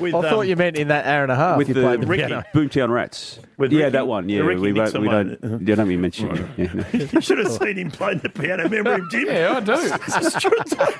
Speaker 9: Yep.
Speaker 6: With,
Speaker 10: I thought
Speaker 6: um,
Speaker 10: you meant in that hour and a half
Speaker 7: With
Speaker 10: you
Speaker 7: the,
Speaker 10: played the
Speaker 7: Ricky-
Speaker 10: piano.
Speaker 7: Boomtown Rats.
Speaker 6: With
Speaker 7: yeah,
Speaker 6: Ricky-
Speaker 7: that one. Yeah,
Speaker 6: the Ricky
Speaker 7: we, won't-
Speaker 6: Nixon
Speaker 7: we
Speaker 6: one.
Speaker 7: don't. Yeah, don't even mention it. Yeah, no.
Speaker 6: You should have seen him playing the piano. Remember him, Jim?
Speaker 9: Yeah, I do.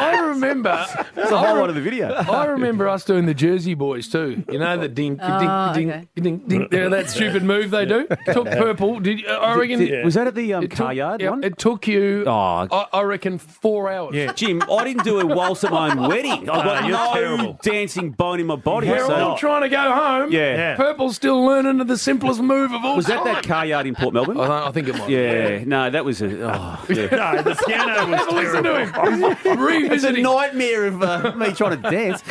Speaker 9: I remember.
Speaker 7: That's the highlight of the video.
Speaker 9: I remember us doing the Jersey Boys too. You know the ding,
Speaker 8: Oh,
Speaker 9: ding, ding,
Speaker 8: okay.
Speaker 9: ding, ding, ding. That stupid move they do. Took purple. Did I reckon?
Speaker 7: Did- Was that at the um,
Speaker 9: it
Speaker 7: car
Speaker 9: took,
Speaker 7: yard
Speaker 9: yeah,
Speaker 7: one?
Speaker 9: It took you.
Speaker 7: Oh.
Speaker 9: I, I reckon four hours.
Speaker 7: Yeah. Jim, I didn't do it whilst at my own wedding. I've got
Speaker 6: Oh, you're
Speaker 7: no
Speaker 6: terrible.
Speaker 7: dancing bone in my body.
Speaker 9: We're
Speaker 7: so-
Speaker 9: all trying to go home.
Speaker 7: yeah.
Speaker 6: Yeah.
Speaker 9: Purple's still learning the simplest move of all
Speaker 7: Was that
Speaker 9: time.
Speaker 7: that car yard in Port Melbourne?
Speaker 9: I, don't- I think it might.
Speaker 7: yeah. No, that was a. Oh, yeah.
Speaker 6: No, the piano was
Speaker 9: Have a listen
Speaker 6: terrible.
Speaker 9: to him. He's Revisiting.
Speaker 7: nightmare of uh, me trying to dance.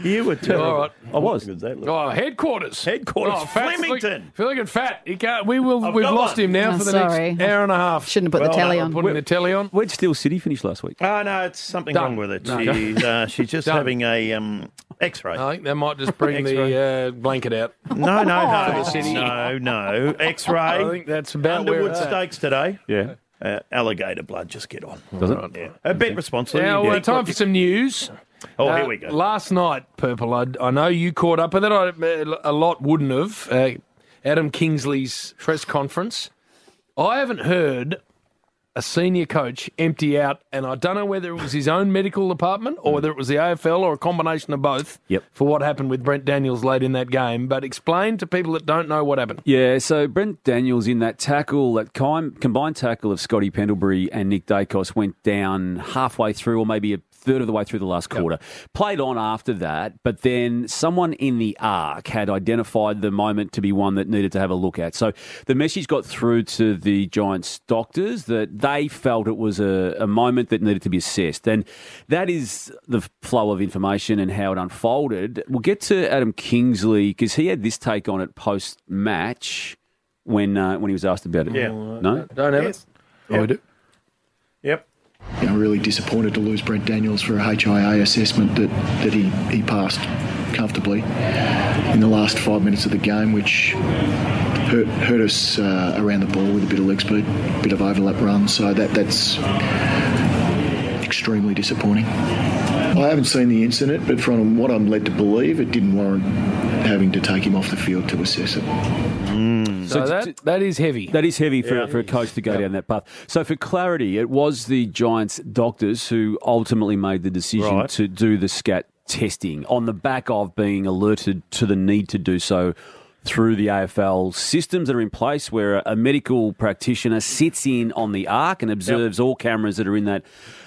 Speaker 6: You were terrible.
Speaker 9: All right.
Speaker 7: I was.
Speaker 6: Good, that looked-
Speaker 9: Oh, headquarters.
Speaker 6: Headquarters,
Speaker 9: Oh, Fat's look-
Speaker 6: Flemington.
Speaker 9: Feeling fat. He can't, we will.
Speaker 6: I've
Speaker 9: we've
Speaker 6: got
Speaker 9: lost
Speaker 6: one.
Speaker 9: him now
Speaker 8: Oh,
Speaker 9: for the
Speaker 8: sorry.
Speaker 9: next hour and a half.
Speaker 8: shouldn't have put
Speaker 6: Well,
Speaker 8: the telly
Speaker 6: that
Speaker 8: on
Speaker 9: Putting the telly on.
Speaker 7: Where'd Steel City finish last week?
Speaker 6: Oh, no, it's something
Speaker 9: Done.
Speaker 6: wrong with it.
Speaker 9: No.
Speaker 6: She's, uh, she's just
Speaker 9: Done.
Speaker 6: having a um, X-ray.
Speaker 9: I think they might just bring the uh, blanket out.
Speaker 6: No, no, no,
Speaker 9: the city.
Speaker 6: no, no.
Speaker 9: I
Speaker 6: X-ray.
Speaker 9: think that's about where
Speaker 6: Underwood
Speaker 9: it's at.
Speaker 6: stakes today.
Speaker 7: Yeah.
Speaker 6: Uh, alligator blood. Just get on.
Speaker 7: Does it?
Speaker 6: Yeah. A bit responsibly.
Speaker 9: Now,
Speaker 6: Yeah.
Speaker 9: uh, time for some news.
Speaker 6: oh,
Speaker 9: Uh,
Speaker 6: here we go.
Speaker 9: Last night, Purple, I, I know you caught up with it. I, a lot wouldn't have. Uh, Adam Kingsley's press conference. I haven't heard a senior coach empty out, and I don't know whether it was his own medical department or whether it was the AFL or a combination of both
Speaker 7: Yep.
Speaker 9: for what happened with Brent Daniels late in that game. But explain to people that don't know what happened.
Speaker 7: Yeah, so Brent Daniels in that tackle, that com- combined tackle of Scotty Pendlebury and Nick Dacos went down halfway through, or maybe a third of the way through the last quarter. Played on after that, but then someone in the arc had identified the moment to be one that needed to have a look at. So the message got through to the Giants doctors that they felt it was a, a moment that needed to be assessed. And that is the flow of information and how it unfolded. We'll get to Adam Kingsley because he had this take on it post match when uh, when he was asked about it.
Speaker 6: Yeah.
Speaker 9: Uh,
Speaker 7: No?
Speaker 10: Don't have it.
Speaker 9: I do.
Speaker 6: Yep.
Speaker 11: you know, really disappointed to lose Brent Daniels for a HIA assessment that, that he, he passed comfortably in the last five minutes of the game, which hurt, hurt us uh, around the ball with a bit of leg speed, bit of overlap run. So that that's extremely disappointing. I haven't seen the incident, but from what I'm led to believe, it didn't warrant having to take him off the field to assess it.
Speaker 9: So,
Speaker 11: Mm.
Speaker 7: d-
Speaker 9: that,
Speaker 7: d-
Speaker 9: that is heavy.
Speaker 7: That is heavy for, for a coach to go down that path. So, for clarity, it was the Giants doctors who ultimately made the decision
Speaker 6: Right.
Speaker 7: to do the scat testing on the back of being alerted to the need to do so through the AFL systems that are in place where a medical practitioner sits in on the arc and observes all cameras that are in that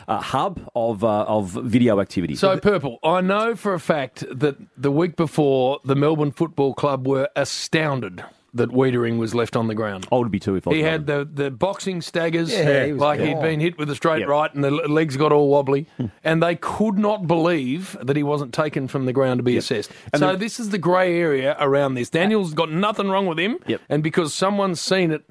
Speaker 7: uh, hub of, uh, of video activity.
Speaker 9: So, Purple, I know for a fact that the week before, the Melbourne Football Club were astounded that Wiedering was left on the ground.
Speaker 7: I would be too if I was
Speaker 9: He had
Speaker 7: Melbourne.
Speaker 9: the, the boxing staggers,
Speaker 10: Yeah, he was
Speaker 9: like he'd
Speaker 10: gone.
Speaker 9: been hit with a straight
Speaker 7: Yep.
Speaker 9: right and the l- legs got all wobbly. and they could not believe that he wasn't taken from the ground to be assessed. so this is the grey area around this. Daniel's got nothing wrong with him.
Speaker 7: Yep.
Speaker 9: And because someone's seen it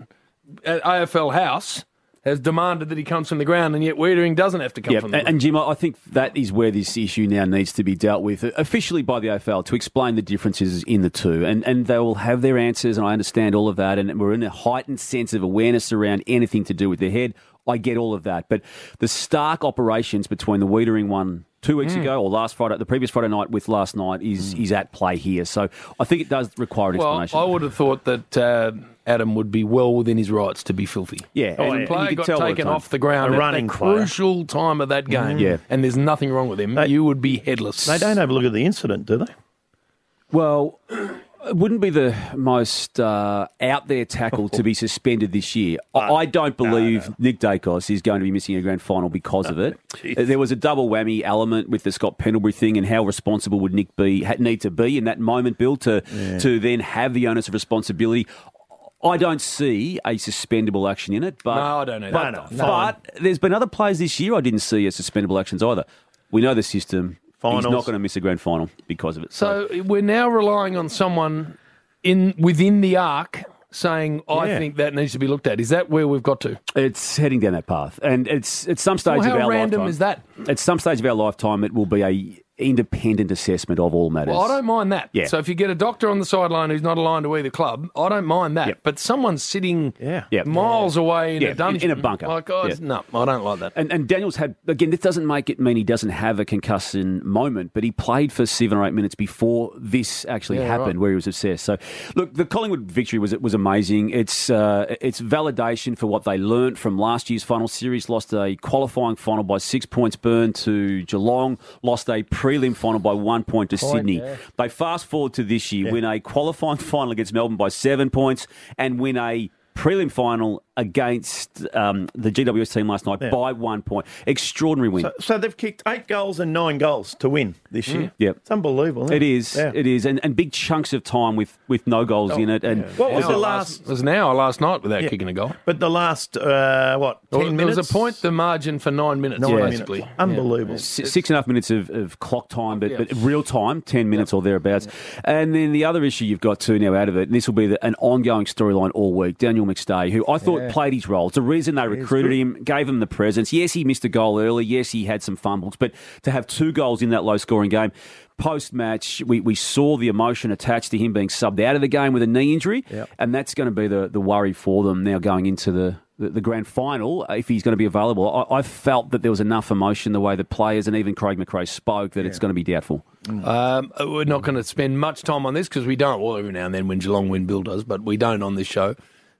Speaker 9: at AFL House, has demanded that he comes from the ground, and yet Wiedering doesn't have to come
Speaker 7: Yeah,
Speaker 9: from
Speaker 7: and,
Speaker 9: the ground.
Speaker 7: and Jim, I I think that is where this issue now needs to be dealt with uh, officially by the AFL to explain the differences in the two, and and they will have their answers, and I understand all of that, and we're in a heightened sense of awareness around anything to do with the head. I get all of that, but the stark operations between the Wiedering one two
Speaker 9: Hmm.
Speaker 7: weeks ago or last Friday, the previous Friday night with last night is is at play here. So I think it does require an
Speaker 9: Well,
Speaker 7: explanation.
Speaker 9: I would have thought that uh, Adam would be well within his rights to be filthy.
Speaker 7: Yeah,
Speaker 9: and,
Speaker 7: oh,
Speaker 9: the
Speaker 7: yeah.
Speaker 9: player
Speaker 7: You could
Speaker 9: got
Speaker 7: tell all the
Speaker 9: taken
Speaker 7: time.
Speaker 9: off the ground
Speaker 6: A
Speaker 9: at
Speaker 6: running
Speaker 9: a
Speaker 6: player.
Speaker 9: crucial time of that game.
Speaker 7: Yeah.
Speaker 9: and there's nothing wrong with him.
Speaker 6: They-
Speaker 9: you would be headless.
Speaker 6: They don't have a look at the incident, do they?
Speaker 7: Well, it wouldn't be the most uh, out there tackle to be suspended this year.
Speaker 9: Ah,
Speaker 7: I I don't believe Nick Dacos is going to be missing a grand final because of it. There was a double whammy element with the Scott Pendlebury thing, and how responsible would Nick be ha- need to be in that moment, Bill, to to then have the onus of responsibility. I don't see a suspendable action in it, but
Speaker 9: No, I don't either.
Speaker 7: But,
Speaker 9: No,
Speaker 6: no.
Speaker 7: but there's been other players this year I didn't see as suspendable actions either. We know the system. He's not
Speaker 6: Finals.
Speaker 7: going to miss a grand final because of it.
Speaker 9: So we're now relying on someone in within the arc saying, "I
Speaker 6: Yeah.
Speaker 9: think that needs to be looked at." Is that where we've got to?
Speaker 7: It's heading down that path, and it's at some stage
Speaker 9: Well,
Speaker 7: of
Speaker 9: how
Speaker 7: our
Speaker 9: random
Speaker 7: lifetime.
Speaker 9: is that?
Speaker 7: At some stage of our lifetime, it will be a independent assessment of all matters.
Speaker 9: Well, I don't mind that.
Speaker 7: Yeah.
Speaker 9: So if you get a doctor on the sideline who's not aligned to either club, I don't mind that.
Speaker 7: Yep.
Speaker 9: But someone sitting
Speaker 6: Yeah.
Speaker 7: Yep.
Speaker 9: miles away in
Speaker 7: Yeah,
Speaker 9: a
Speaker 7: in-
Speaker 9: dungeon
Speaker 7: in a bunker.
Speaker 9: like, oh, it's- no, I don't like that.
Speaker 7: And, and Daniels had again. This doesn't make it mean he doesn't have a concussion moment, but he played for seven or eight minutes before this actually
Speaker 9: Yeah,
Speaker 7: happened,
Speaker 9: right.
Speaker 7: where he was obsessed. So, look, the Collingwood victory was was amazing. It's uh, it's validation for what they learnt from last year's final series. Lost a qualifying final by six points, burn to Geelong. Lost a prelim final by one point to Sydney. They fast forward to this year, win a qualifying final against Melbourne by seven points, and win a prelim final against um, the GWS team last night by one point. Extraordinary win.
Speaker 6: So they've kicked eight goals and nine goals to win this
Speaker 9: Hmm.
Speaker 6: year.
Speaker 7: Yep.
Speaker 6: It's unbelievable. isn't
Speaker 7: it is,
Speaker 6: Yeah. Oh,
Speaker 7: it is, and, and big chunks of time with, with no goals in it, and
Speaker 6: What was
Speaker 9: Hour
Speaker 6: the last?
Speaker 9: It was an hour last night without kicking a goal.
Speaker 6: But the last, uh, what, 10
Speaker 9: Well, there
Speaker 6: minutes?
Speaker 9: was a point, the margin for nine minutes,
Speaker 6: Nine minutes.
Speaker 9: basically.
Speaker 6: Unbelievable.
Speaker 7: si- six and a half minutes of, of clock time, but,
Speaker 9: Yeah.
Speaker 7: but real time, 10 minutes or thereabouts. And then the other issue you've got too now out of it, and this will be the, an ongoing storyline all week Daniel McStay, who I thought played his role. It's the reason they recruited him, gave him the presence. Yes, he missed a goal early. Yes, he had some fumbles, but to have two goals in that low scoring game. Post match, we, we saw the emotion attached to him being subbed out of the game with a knee injury, and that's going to be the, the worry for them now going into the, the, the grand final if he's going to be available. I, I felt that there was enough emotion the way the players and even Craig McRae spoke that it's going to be doubtful.
Speaker 9: Um, we're not going to spend much time on this because we don't. Well, every now and then when Geelong win, Bill does, but we don't on this show.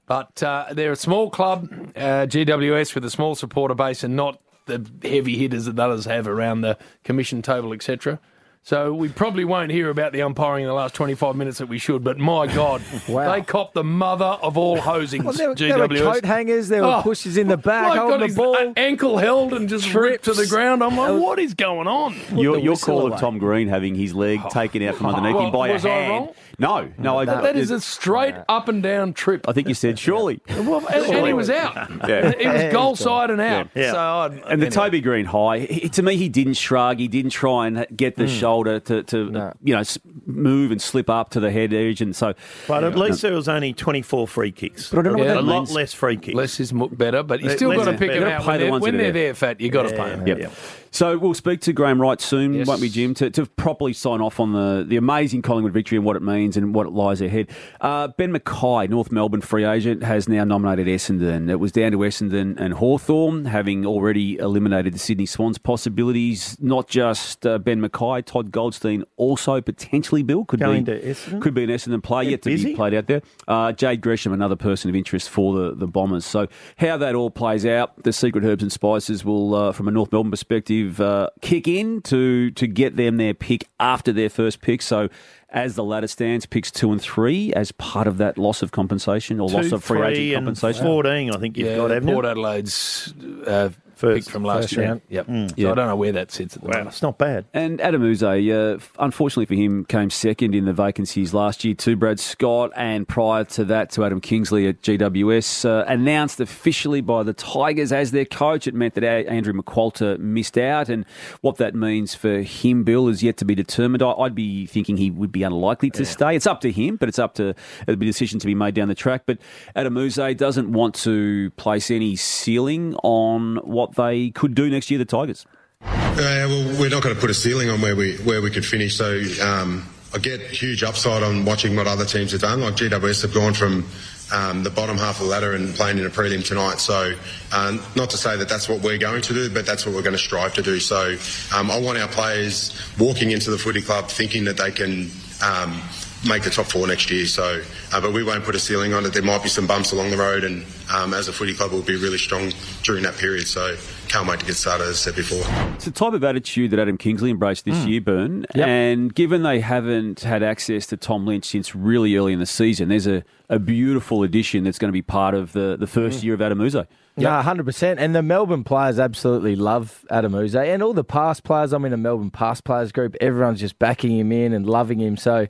Speaker 9: But uh, they're a small club, uh, GWS, with a small supporter base and not the heavy hitters that others have around the commission table, etc. So we probably won't hear about the umpiring in the last 25 minutes that we should, but my God, they copped the mother of all hosings,
Speaker 10: Well, there, were-
Speaker 9: GWS.
Speaker 10: there were coat hangers, there were
Speaker 9: Oh,
Speaker 10: pushes in the back,
Speaker 9: my God,
Speaker 10: holding the
Speaker 9: his
Speaker 10: ball.
Speaker 9: Ankle held and just ripped to the
Speaker 10: Trips.
Speaker 9: ground. I'm like, what is going on?
Speaker 12: Your, your call of Tom Green having his leg
Speaker 6: Oh.
Speaker 12: taken out from underneath him
Speaker 9: Well,
Speaker 12: by
Speaker 9: was
Speaker 12: a
Speaker 9: I
Speaker 12: hand.
Speaker 9: wrong?
Speaker 12: No, no, I
Speaker 9: that is a straight up and down trip.
Speaker 12: I think you said surely.
Speaker 9: Well, and, and he was out.
Speaker 12: Yeah.
Speaker 9: He was goal side and out.
Speaker 7: Yeah.
Speaker 9: So I'd,
Speaker 7: and the Toby Green high, he, to me, he didn't shrug. He didn't try and get the
Speaker 6: Mm.
Speaker 7: shoulder to, to you know s- move and slip up to the head edge, and so.
Speaker 6: But at
Speaker 7: Yeah.
Speaker 6: least there was only 24 free kicks.
Speaker 7: But I don't know what
Speaker 6: a
Speaker 7: that
Speaker 6: lot
Speaker 7: means.
Speaker 6: less free kicks.
Speaker 9: Less is much better, but you still got to pick them out when they're, when they're there, Fat. You got to pay them.
Speaker 7: Yep. So we'll speak to Graham Wright soon, won't we, Jim, to, to properly sign off on the, the amazing Collingwood victory and what it means and what it lies ahead. Uh, ben Mackay, North Melbourne free agent, has now nominated Essendon. It was down to Essendon and Hawthorn, having already eliminated the Sydney Swans possibilities. Not just uh, Ben Mackay, Todd Goldstein also potentially, Bill, could
Speaker 6: Going
Speaker 7: be
Speaker 6: to Essendon?
Speaker 7: could be an Essendon player yet to
Speaker 6: busy?
Speaker 7: be played out there. Uh, Jade Gresham, another person of interest for the, the Bombers. So, how that all plays out, the secret herbs and spices will, uh, from a North Melbourne perspective, uh, kick in to to get them their pick after their first pick. So, as the ladder stands, picks two and three as part of that loss of compensation or
Speaker 6: Two,
Speaker 7: loss of free
Speaker 6: three,
Speaker 7: agent
Speaker 6: and
Speaker 7: compensation.
Speaker 6: 14, I think you've
Speaker 9: Yeah,
Speaker 6: got, haven't you?
Speaker 9: Port Adelaide's uh, pick from last
Speaker 7: first
Speaker 9: year.
Speaker 7: round.
Speaker 9: Yep.
Speaker 7: Mm.
Speaker 9: So
Speaker 7: Yeah.
Speaker 9: I don't know where that sits at the moment.
Speaker 6: It's not bad.
Speaker 7: And Adam Uze, uh, f- unfortunately for him, came second in the vacancies last year to Brad Scott, and prior to that to Adam Kingsley at GWS. Uh, announced officially by the Tigers as their coach, it meant that A- Andrew McQualter missed out, and what that means for him, Bill, is yet to be determined. I- I'd be thinking he would be unlikely to stay. It's up to him, but it's up to it'll be a decision to be made down the track. But Adam Uze doesn't want to place any ceiling on what they could do next year, the Tigers.
Speaker 13: Yeah, well, we're not going to put a ceiling on where we where we could finish. So um, I get huge upside on watching what other teams have done. Like GWS have gone from um, the bottom half of the ladder and playing in a prelim tonight. So um, not to say that that's what we're going to do, but that's what we're going to strive to do. So um, I want our players walking into the footy club thinking that they can. Um, Make the top four next year, so uh, but we won't put a ceiling on it. There might be some bumps along the road, and um, as a footy club, we'll be really strong during that period. So can't wait to get started, as I said before.
Speaker 7: It's the type of attitude that Adam Kingsley embraced this
Speaker 10: Mm.
Speaker 7: year, Burn. And given they haven't had access to Tom Lynch since really early in the season, there's a, a beautiful addition that's going to be part of the, the
Speaker 10: Mm.
Speaker 7: first year of Adam Uzo.
Speaker 10: No, hundred percent. And the Melbourne players absolutely love Adam Uze and all the past players. I'm in a Melbourne past players group. Everyone's just backing him in and loving him. So,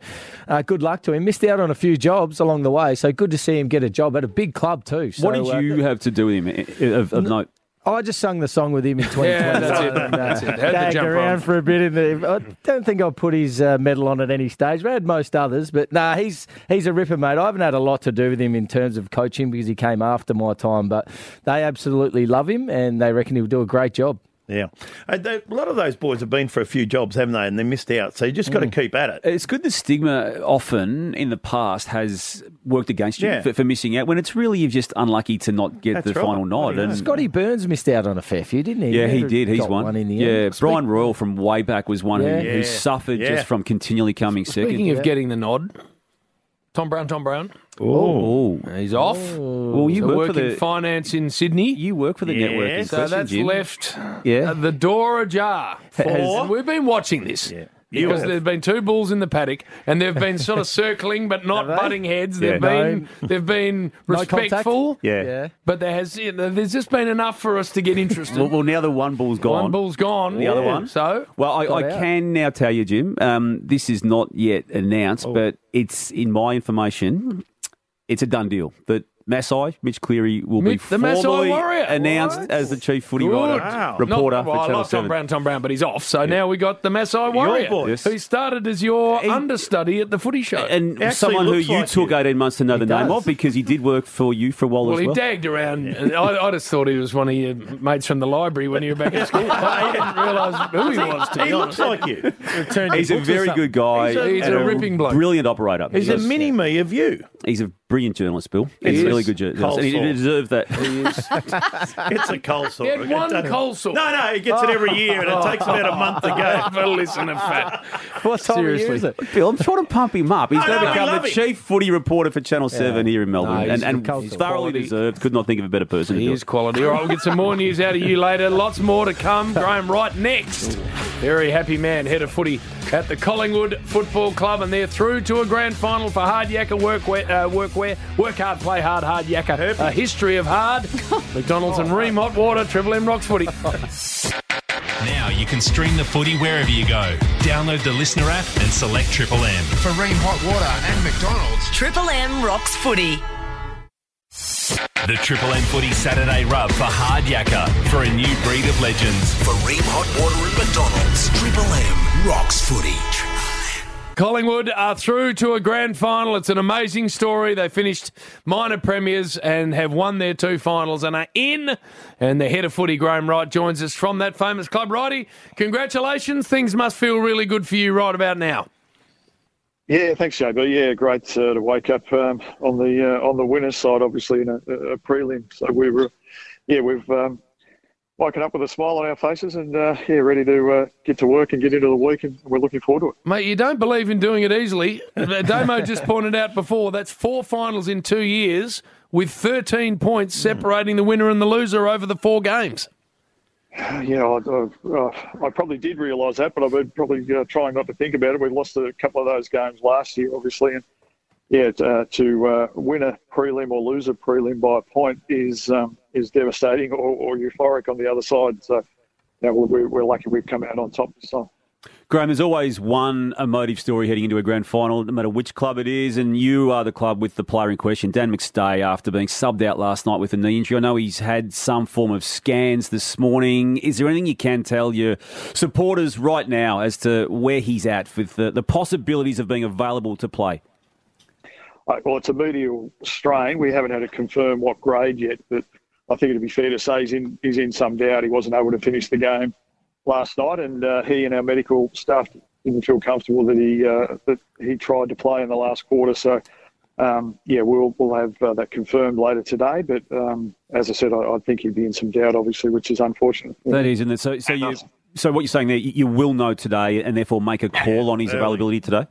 Speaker 10: uh, good luck to him. Missed out on a few jobs along the way. So good to see him get a job at a big club too. So,
Speaker 7: what did
Speaker 10: uh,
Speaker 7: you have to do with him eh, of, of note?
Speaker 10: I just sung the song with him in 2020.
Speaker 7: that's it.
Speaker 10: And, uh,
Speaker 7: That's it. Had the
Speaker 10: Gagged
Speaker 7: jump
Speaker 10: around
Speaker 7: on.
Speaker 10: for a bit. In the, I don't think I put his uh, medal on at any stage. We had most others, but nah, he's he's a ripper, mate. I haven't had a lot to do with him in terms of coaching because he came after my time, but they absolutely love him and they reckon he'll do a great job.
Speaker 6: Yeah. Uh, they- A lot of those boys have been for a few jobs, haven't they? And they missed out. So you just got to keep at it.
Speaker 7: Mm. It's good the stigma often in the past has worked against you
Speaker 6: Yeah.
Speaker 7: for, for missing out when it's really you're just unlucky to not get the final nod. And
Speaker 10: Scotty Burns missed out on a fair few, didn't he?
Speaker 7: Yeah, he
Speaker 10: Never
Speaker 7: did. He's
Speaker 10: got
Speaker 7: won.
Speaker 10: in the
Speaker 7: yeah,
Speaker 10: end.
Speaker 7: Brian Royal from way back was one
Speaker 10: Yeah.
Speaker 7: who,
Speaker 10: Yeah.
Speaker 7: who suffered
Speaker 10: Yeah.
Speaker 7: just from continually coming second.
Speaker 9: Speaking of getting the nod, Tom Brown, Tom Brown.
Speaker 7: Oh,
Speaker 9: he's off.
Speaker 7: Well, you
Speaker 9: So
Speaker 7: work,
Speaker 9: work
Speaker 7: for the
Speaker 9: in finance in Sydney.
Speaker 7: You work for the network in
Speaker 9: So
Speaker 7: question,
Speaker 9: that's
Speaker 7: Jim.
Speaker 9: left.
Speaker 7: Yeah.
Speaker 9: uh, the door ajar.
Speaker 7: Has-
Speaker 9: And we've been watching this.
Speaker 7: You
Speaker 9: Because
Speaker 7: have.
Speaker 9: there've been two bulls in the paddock, and they've been sort of circling, but not butting heads.
Speaker 7: Yeah.
Speaker 9: They've been they've been
Speaker 7: No contact?
Speaker 9: respectful.
Speaker 7: Yeah. Yeah.
Speaker 9: But there has you know, there's just been enough for us to get interested.
Speaker 7: Well, well, now the one bull's gone.
Speaker 9: One bull's gone.
Speaker 7: The other
Speaker 9: Yeah.
Speaker 7: one.
Speaker 9: So
Speaker 7: Well, I,
Speaker 9: Got
Speaker 7: I
Speaker 9: out.
Speaker 7: can now tell you, Jim. Um, this is not yet
Speaker 10: Oh.
Speaker 7: announced, but it's in my information. It's a done deal that Maasai Mitch Cleary will
Speaker 9: Mitch-
Speaker 7: be
Speaker 9: the Maasai
Speaker 7: formally
Speaker 9: Warrior.
Speaker 7: announced as the chief footy writer reporter
Speaker 9: Not- well,
Speaker 7: for
Speaker 9: I
Speaker 7: Channel
Speaker 9: love Tom
Speaker 7: Seven.
Speaker 9: Brown, Tom Brown, but he's off. So now we got the Maasai Warrior,
Speaker 7: boy. Yes.
Speaker 9: who started as your understudy at the footy show.
Speaker 7: And someone who you took 18 months to know the name
Speaker 9: does.
Speaker 7: of because he did work for you for a while
Speaker 9: Well,
Speaker 7: as
Speaker 9: he
Speaker 7: well.
Speaker 9: dagged around. and I, I just thought he was one of your mates from the library when you were back at school. I didn't realise who he was. To
Speaker 6: He looks like you.
Speaker 7: He's a very good guy.
Speaker 9: He's a, he's
Speaker 7: and
Speaker 9: a ripping bloke.
Speaker 7: Brilliant operator.
Speaker 6: He's a mini me of you.
Speaker 7: He's a brilliant journalist, Bill.
Speaker 6: He is.
Speaker 7: really good jersey.
Speaker 6: Cold
Speaker 7: And he
Speaker 6: sore.
Speaker 7: deserved that.
Speaker 6: it's a cold sore.
Speaker 9: He had
Speaker 6: It
Speaker 9: one
Speaker 6: doesn't-
Speaker 9: cold sore.
Speaker 6: No, no, he gets it every year, and it takes about a month to go.
Speaker 9: But listen to fat.
Speaker 10: What
Speaker 6: time of year
Speaker 7: Seriously.
Speaker 6: is
Speaker 7: it? Bill, I'm trying to pump him up. He's
Speaker 6: I know,
Speaker 7: going to
Speaker 6: we
Speaker 7: become
Speaker 6: love
Speaker 7: the
Speaker 6: him.
Speaker 7: chief footy reporter for Channel 7 here in
Speaker 9: No,
Speaker 7: Melbourne
Speaker 9: he's
Speaker 7: and, and
Speaker 9: a- he's
Speaker 7: thoroughly
Speaker 9: quality.
Speaker 7: deserved. Could not think of a better person.
Speaker 9: He
Speaker 7: to do
Speaker 9: is
Speaker 7: it.
Speaker 9: quality. All right, we'll get some more news out of you later. Lots more to come. Graham Wright next. Very happy man, head of footy at the Collingwood Football Club, and they're through to a grand final for hard yakka workwear. Uh, workwear, work hard, play hard, hard yakka. A history of hard. McDonald's and Ream hot water. Triple M rocks footy.
Speaker 14: Now you can stream the footy wherever you go. Download the Listener app and select Triple M.
Speaker 15: For Ream Hot Water and McDonald's. Triple M rocks footy.
Speaker 14: The Triple M Footy Saturday Rub for Hard Yakka for a new breed of legends. For Ream Hot Water and McDonald's, Triple M rocks footy.
Speaker 9: Collingwood are through to a grand final. It's an amazing story. They finished minor premiers and have won their two finals and are in. And the head of footy, Graham Wright, joins us from that famous club. Righty, congratulations. Things must feel really good for you right about now.
Speaker 16: Yeah, thanks, Jago. Yeah, great uh, to wake up um, on the uh, on the winner's side, obviously in a, a prelim. So we were, yeah, we've um, woken up with a smile on our faces and uh, yeah, ready to uh, get to work and get into the week, and we're looking forward to it.
Speaker 9: Mate, you don't believe in doing it easily. Uh, Damo just pointed out before that's four finals in two years with 13 points separating the winner and the loser over the four games.
Speaker 16: Yeah, I, uh, I, I probably did realise that, but I've been probably uh, trying not to think about it. We lost a couple of those games last year, obviously, and yeah, t- uh, to uh, win a prelim or lose a prelim by a point is um, is devastating or, or euphoric on the other side. So, yeah, we're, we're lucky we've come out on top this time.
Speaker 7: Graham, there's always one emotive story heading into a grand final, no matter which club it is, and you are the club with the player in question, Dan McStay, after being subbed out last night with a knee injury. I know he's had some form of scans this morning. Is there anything you can tell your supporters right now as to where he's at with the, the possibilities of being available to play?
Speaker 16: Uh, well, it's a medial strain. We haven't had to confirm what grade yet, but I think it'd be fair to say he's in he's in some doubt. He wasn't able to finish the game last night, and uh, he and our medical staff didn't feel comfortable that he uh, that he tried to play in the last quarter. So, um, yeah, we'll we'll have uh, that confirmed later today. But um, as I said, I, I think he'd be in some doubt, obviously, which is unfortunate.
Speaker 7: That is, isn't it? So, so you, so what you're saying there, you you will know today, and therefore make a call on his
Speaker 16: Early.
Speaker 7: availability today.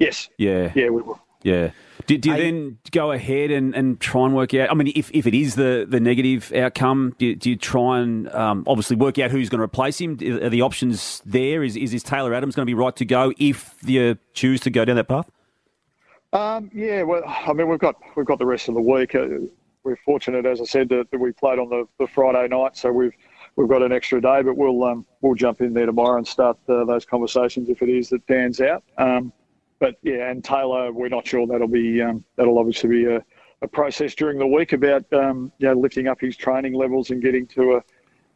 Speaker 16: Yes.
Speaker 7: Yeah.
Speaker 16: Yeah, we will.
Speaker 7: Yeah. Do, do you then go ahead and, and try and work out? I mean, if, if it is the, the negative outcome, do you, do you try and um, obviously work out who's going to replace him? Are the options there? Is, is this Taylor Adams going to be right to go if you choose to go down that path?
Speaker 16: Um, yeah, well, I mean, we've got we've got the rest of the week. Uh, we're fortunate, as I said, that, that we played on the, the Friday night, so we've we've got an extra day. But we'll um, we'll jump in there tomorrow and start uh, those conversations if it is that Dan's out. Um, but yeah, and Taylor, we're not sure that'll be um, that'll obviously be a, a process during the week about um, you know lifting up his training levels and getting to a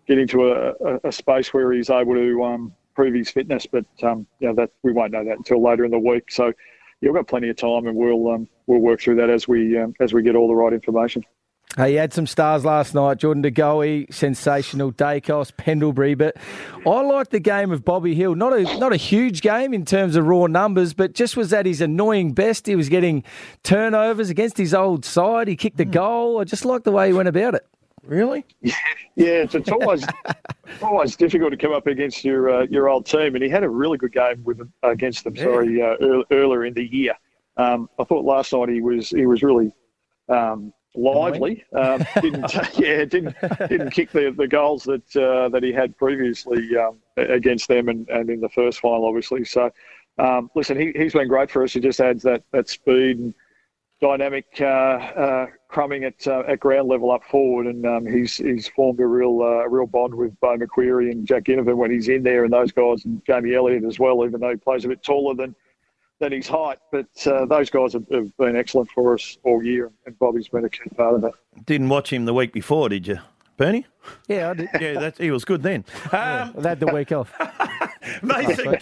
Speaker 16: getting to a, a, a space where he's able to um, prove his fitness. But um, you know, that we won't know that until later in the week. So yeah, we've got plenty of time, and we'll um, we'll work through that as we um, as we get all the right information.
Speaker 10: Hey, you had some stars last night. Jordan De Goey, sensational. Dacos, Pendlebury. But I like the game of Bobby Hill. Not a not a huge game in terms of raw numbers, but just was at his annoying best. He was getting turnovers against his old side. He kicked a goal. I just like the way he went about it. Hmm. Really?
Speaker 16: Yeah, it's, it's always it's always difficult to come up against your uh, your old team, and he had a really good game with them- against them. Sorry, uh, ear- earlier in the year, um, I thought last night he was he was really um, lively. Um, didn't yeah didn't didn't kick the, the goals that uh, that he had previously um, a- against them, and, and in the first final, obviously. So, um, listen, he, he's been great for us. He just adds that that speed and dynamic uh, uh, crumbing at uh, at ground level up forward, and um, he's he's formed a real uh, a real bond with Bo McQuarrie and Jack Ginnivan when he's in there, and those guys, and Jamie Elliott as well, even though he plays a bit taller than than his height. But uh, those guys have, have been excellent for us all year, and Bobby's been a key part of that.
Speaker 6: Didn't watch him the week before, did you, Bernie?
Speaker 10: Yeah, I did.
Speaker 6: Yeah, that's, he was good then. Um,
Speaker 10: I had the week off.
Speaker 9: Oh.
Speaker 6: Mason,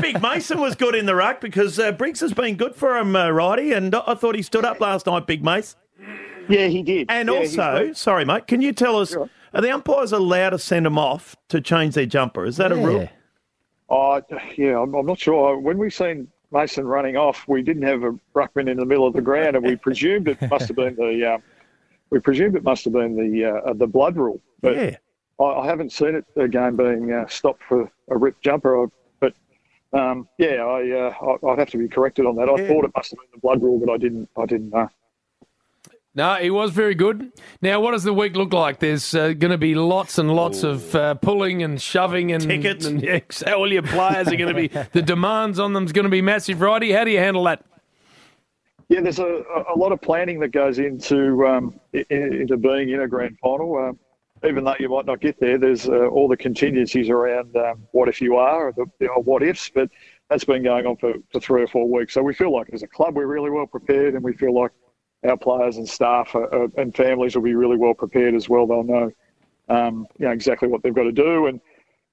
Speaker 6: Big Mason was good in the ruck because uh, Briggs has been good for him, uh, Righty, and I I thought he stood up last night, Big Mace.
Speaker 16: Yeah, he did.
Speaker 6: And
Speaker 16: Yeah, he's
Speaker 6: also,
Speaker 16: good.
Speaker 6: sorry, mate, can you tell us are the umpires allowed to send them off to change their jumper? Is that a rule?
Speaker 16: Uh, yeah, I'm, I'm not sure. When we seen Mason running off, we didn't have a ruckman in the middle of the ground, and we presumed it must have been the uh, we presumed it must have been the uh, the blood rule, but
Speaker 6: Yeah.
Speaker 16: I, I haven't seen it a game being uh, stopped for a rip jumper. I, but um, yeah, I, uh, I I'd have to be corrected on that. I
Speaker 9: Yeah.
Speaker 16: thought it must have been the blood rule, but I didn't I didn't know.
Speaker 9: No, he was very good. Now, what does the week look like? There's uh, going to be lots and lots of uh, pulling and shoving and
Speaker 6: Tickets.
Speaker 9: And, yeah, all your players are going to be the demands on them's going to be massive, righty. How do you handle that?
Speaker 16: Yeah, there's a, a lot of planning that goes into um, i- i- into being in a grand final. Um, even though you might not get there, there's uh, all the contingencies around um, what if you are, or the, the old what ifs, but that's been going on for, for three or four weeks. So we feel like as a club we're really well prepared, and we feel like our players and staff are, are, and families will be really well prepared as well. They'll know, um, you know exactly what they've got to do, and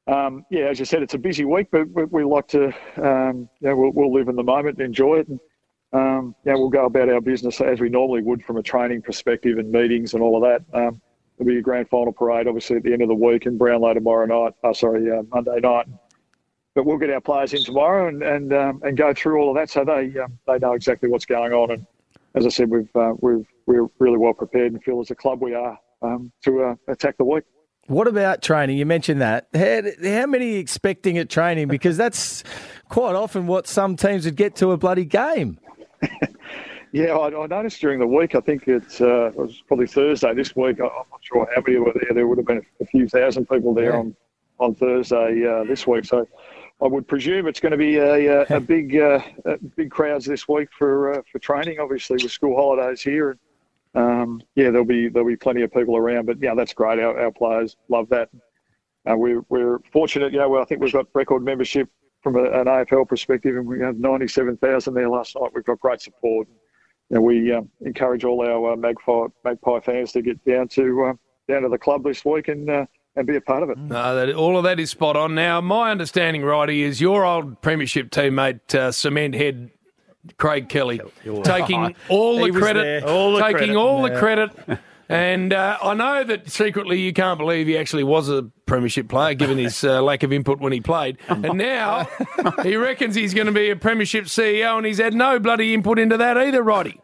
Speaker 16: um, yeah, as you said, it's a busy week, but we, we like to, um, you know, we'll, we'll live in the moment, and enjoy it, and um, yeah, we'll go about our business as we normally would from a training perspective and meetings and all of that. Um, there'll be a grand final parade, obviously, at the end of the week in Brownlow tomorrow night. Oh, sorry, uh, Monday night. But we'll get our players in tomorrow and and, um, and go through all of that so they um, they know exactly what's going on. And as I said, we've uh, we've we're really well prepared and feel as a club we are um, to uh, attack the week.
Speaker 10: What about training? You mentioned that. How, how many are you expecting at training? Because that's quite often what some teams would get to a bloody game.
Speaker 16: Yeah, I, I noticed during the week. I think it's uh, it was probably Thursday this week. I, I'm not sure how many were there. There would have been a few thousand people there on on Thursday uh, this week. So I would presume it's going to be a, uh, a big uh, uh, big crowds this week for uh, for training. Obviously, with school holidays here. Um, yeah, there'll be there'll be plenty of people around. But yeah, that's great. Our, our players love that. Uh, we're, we're fortunate, you know. Well, I think we've got record membership from a, an AFL perspective, and we had 97,000 there last night. We've got great support. And we um, encourage all our uh, Magpie, Magpie fans to get down to uh, down to the club this week and uh, and be a part of it.
Speaker 9: No, that, all of that is spot on. Now, my understanding, righty, is your old premiership teammate, uh, cement head Craig Kelly, taking all
Speaker 6: He
Speaker 9: the
Speaker 6: was
Speaker 9: credit,
Speaker 6: there. All the
Speaker 9: taking
Speaker 6: credit.
Speaker 9: all the
Speaker 6: Yeah.
Speaker 9: credit. And uh, I know that secretly you can't believe he actually was a premiership player, given his uh, lack of input when he played. And now he reckons he's going to be a premiership CEO, and he's had no bloody input into that either, righty.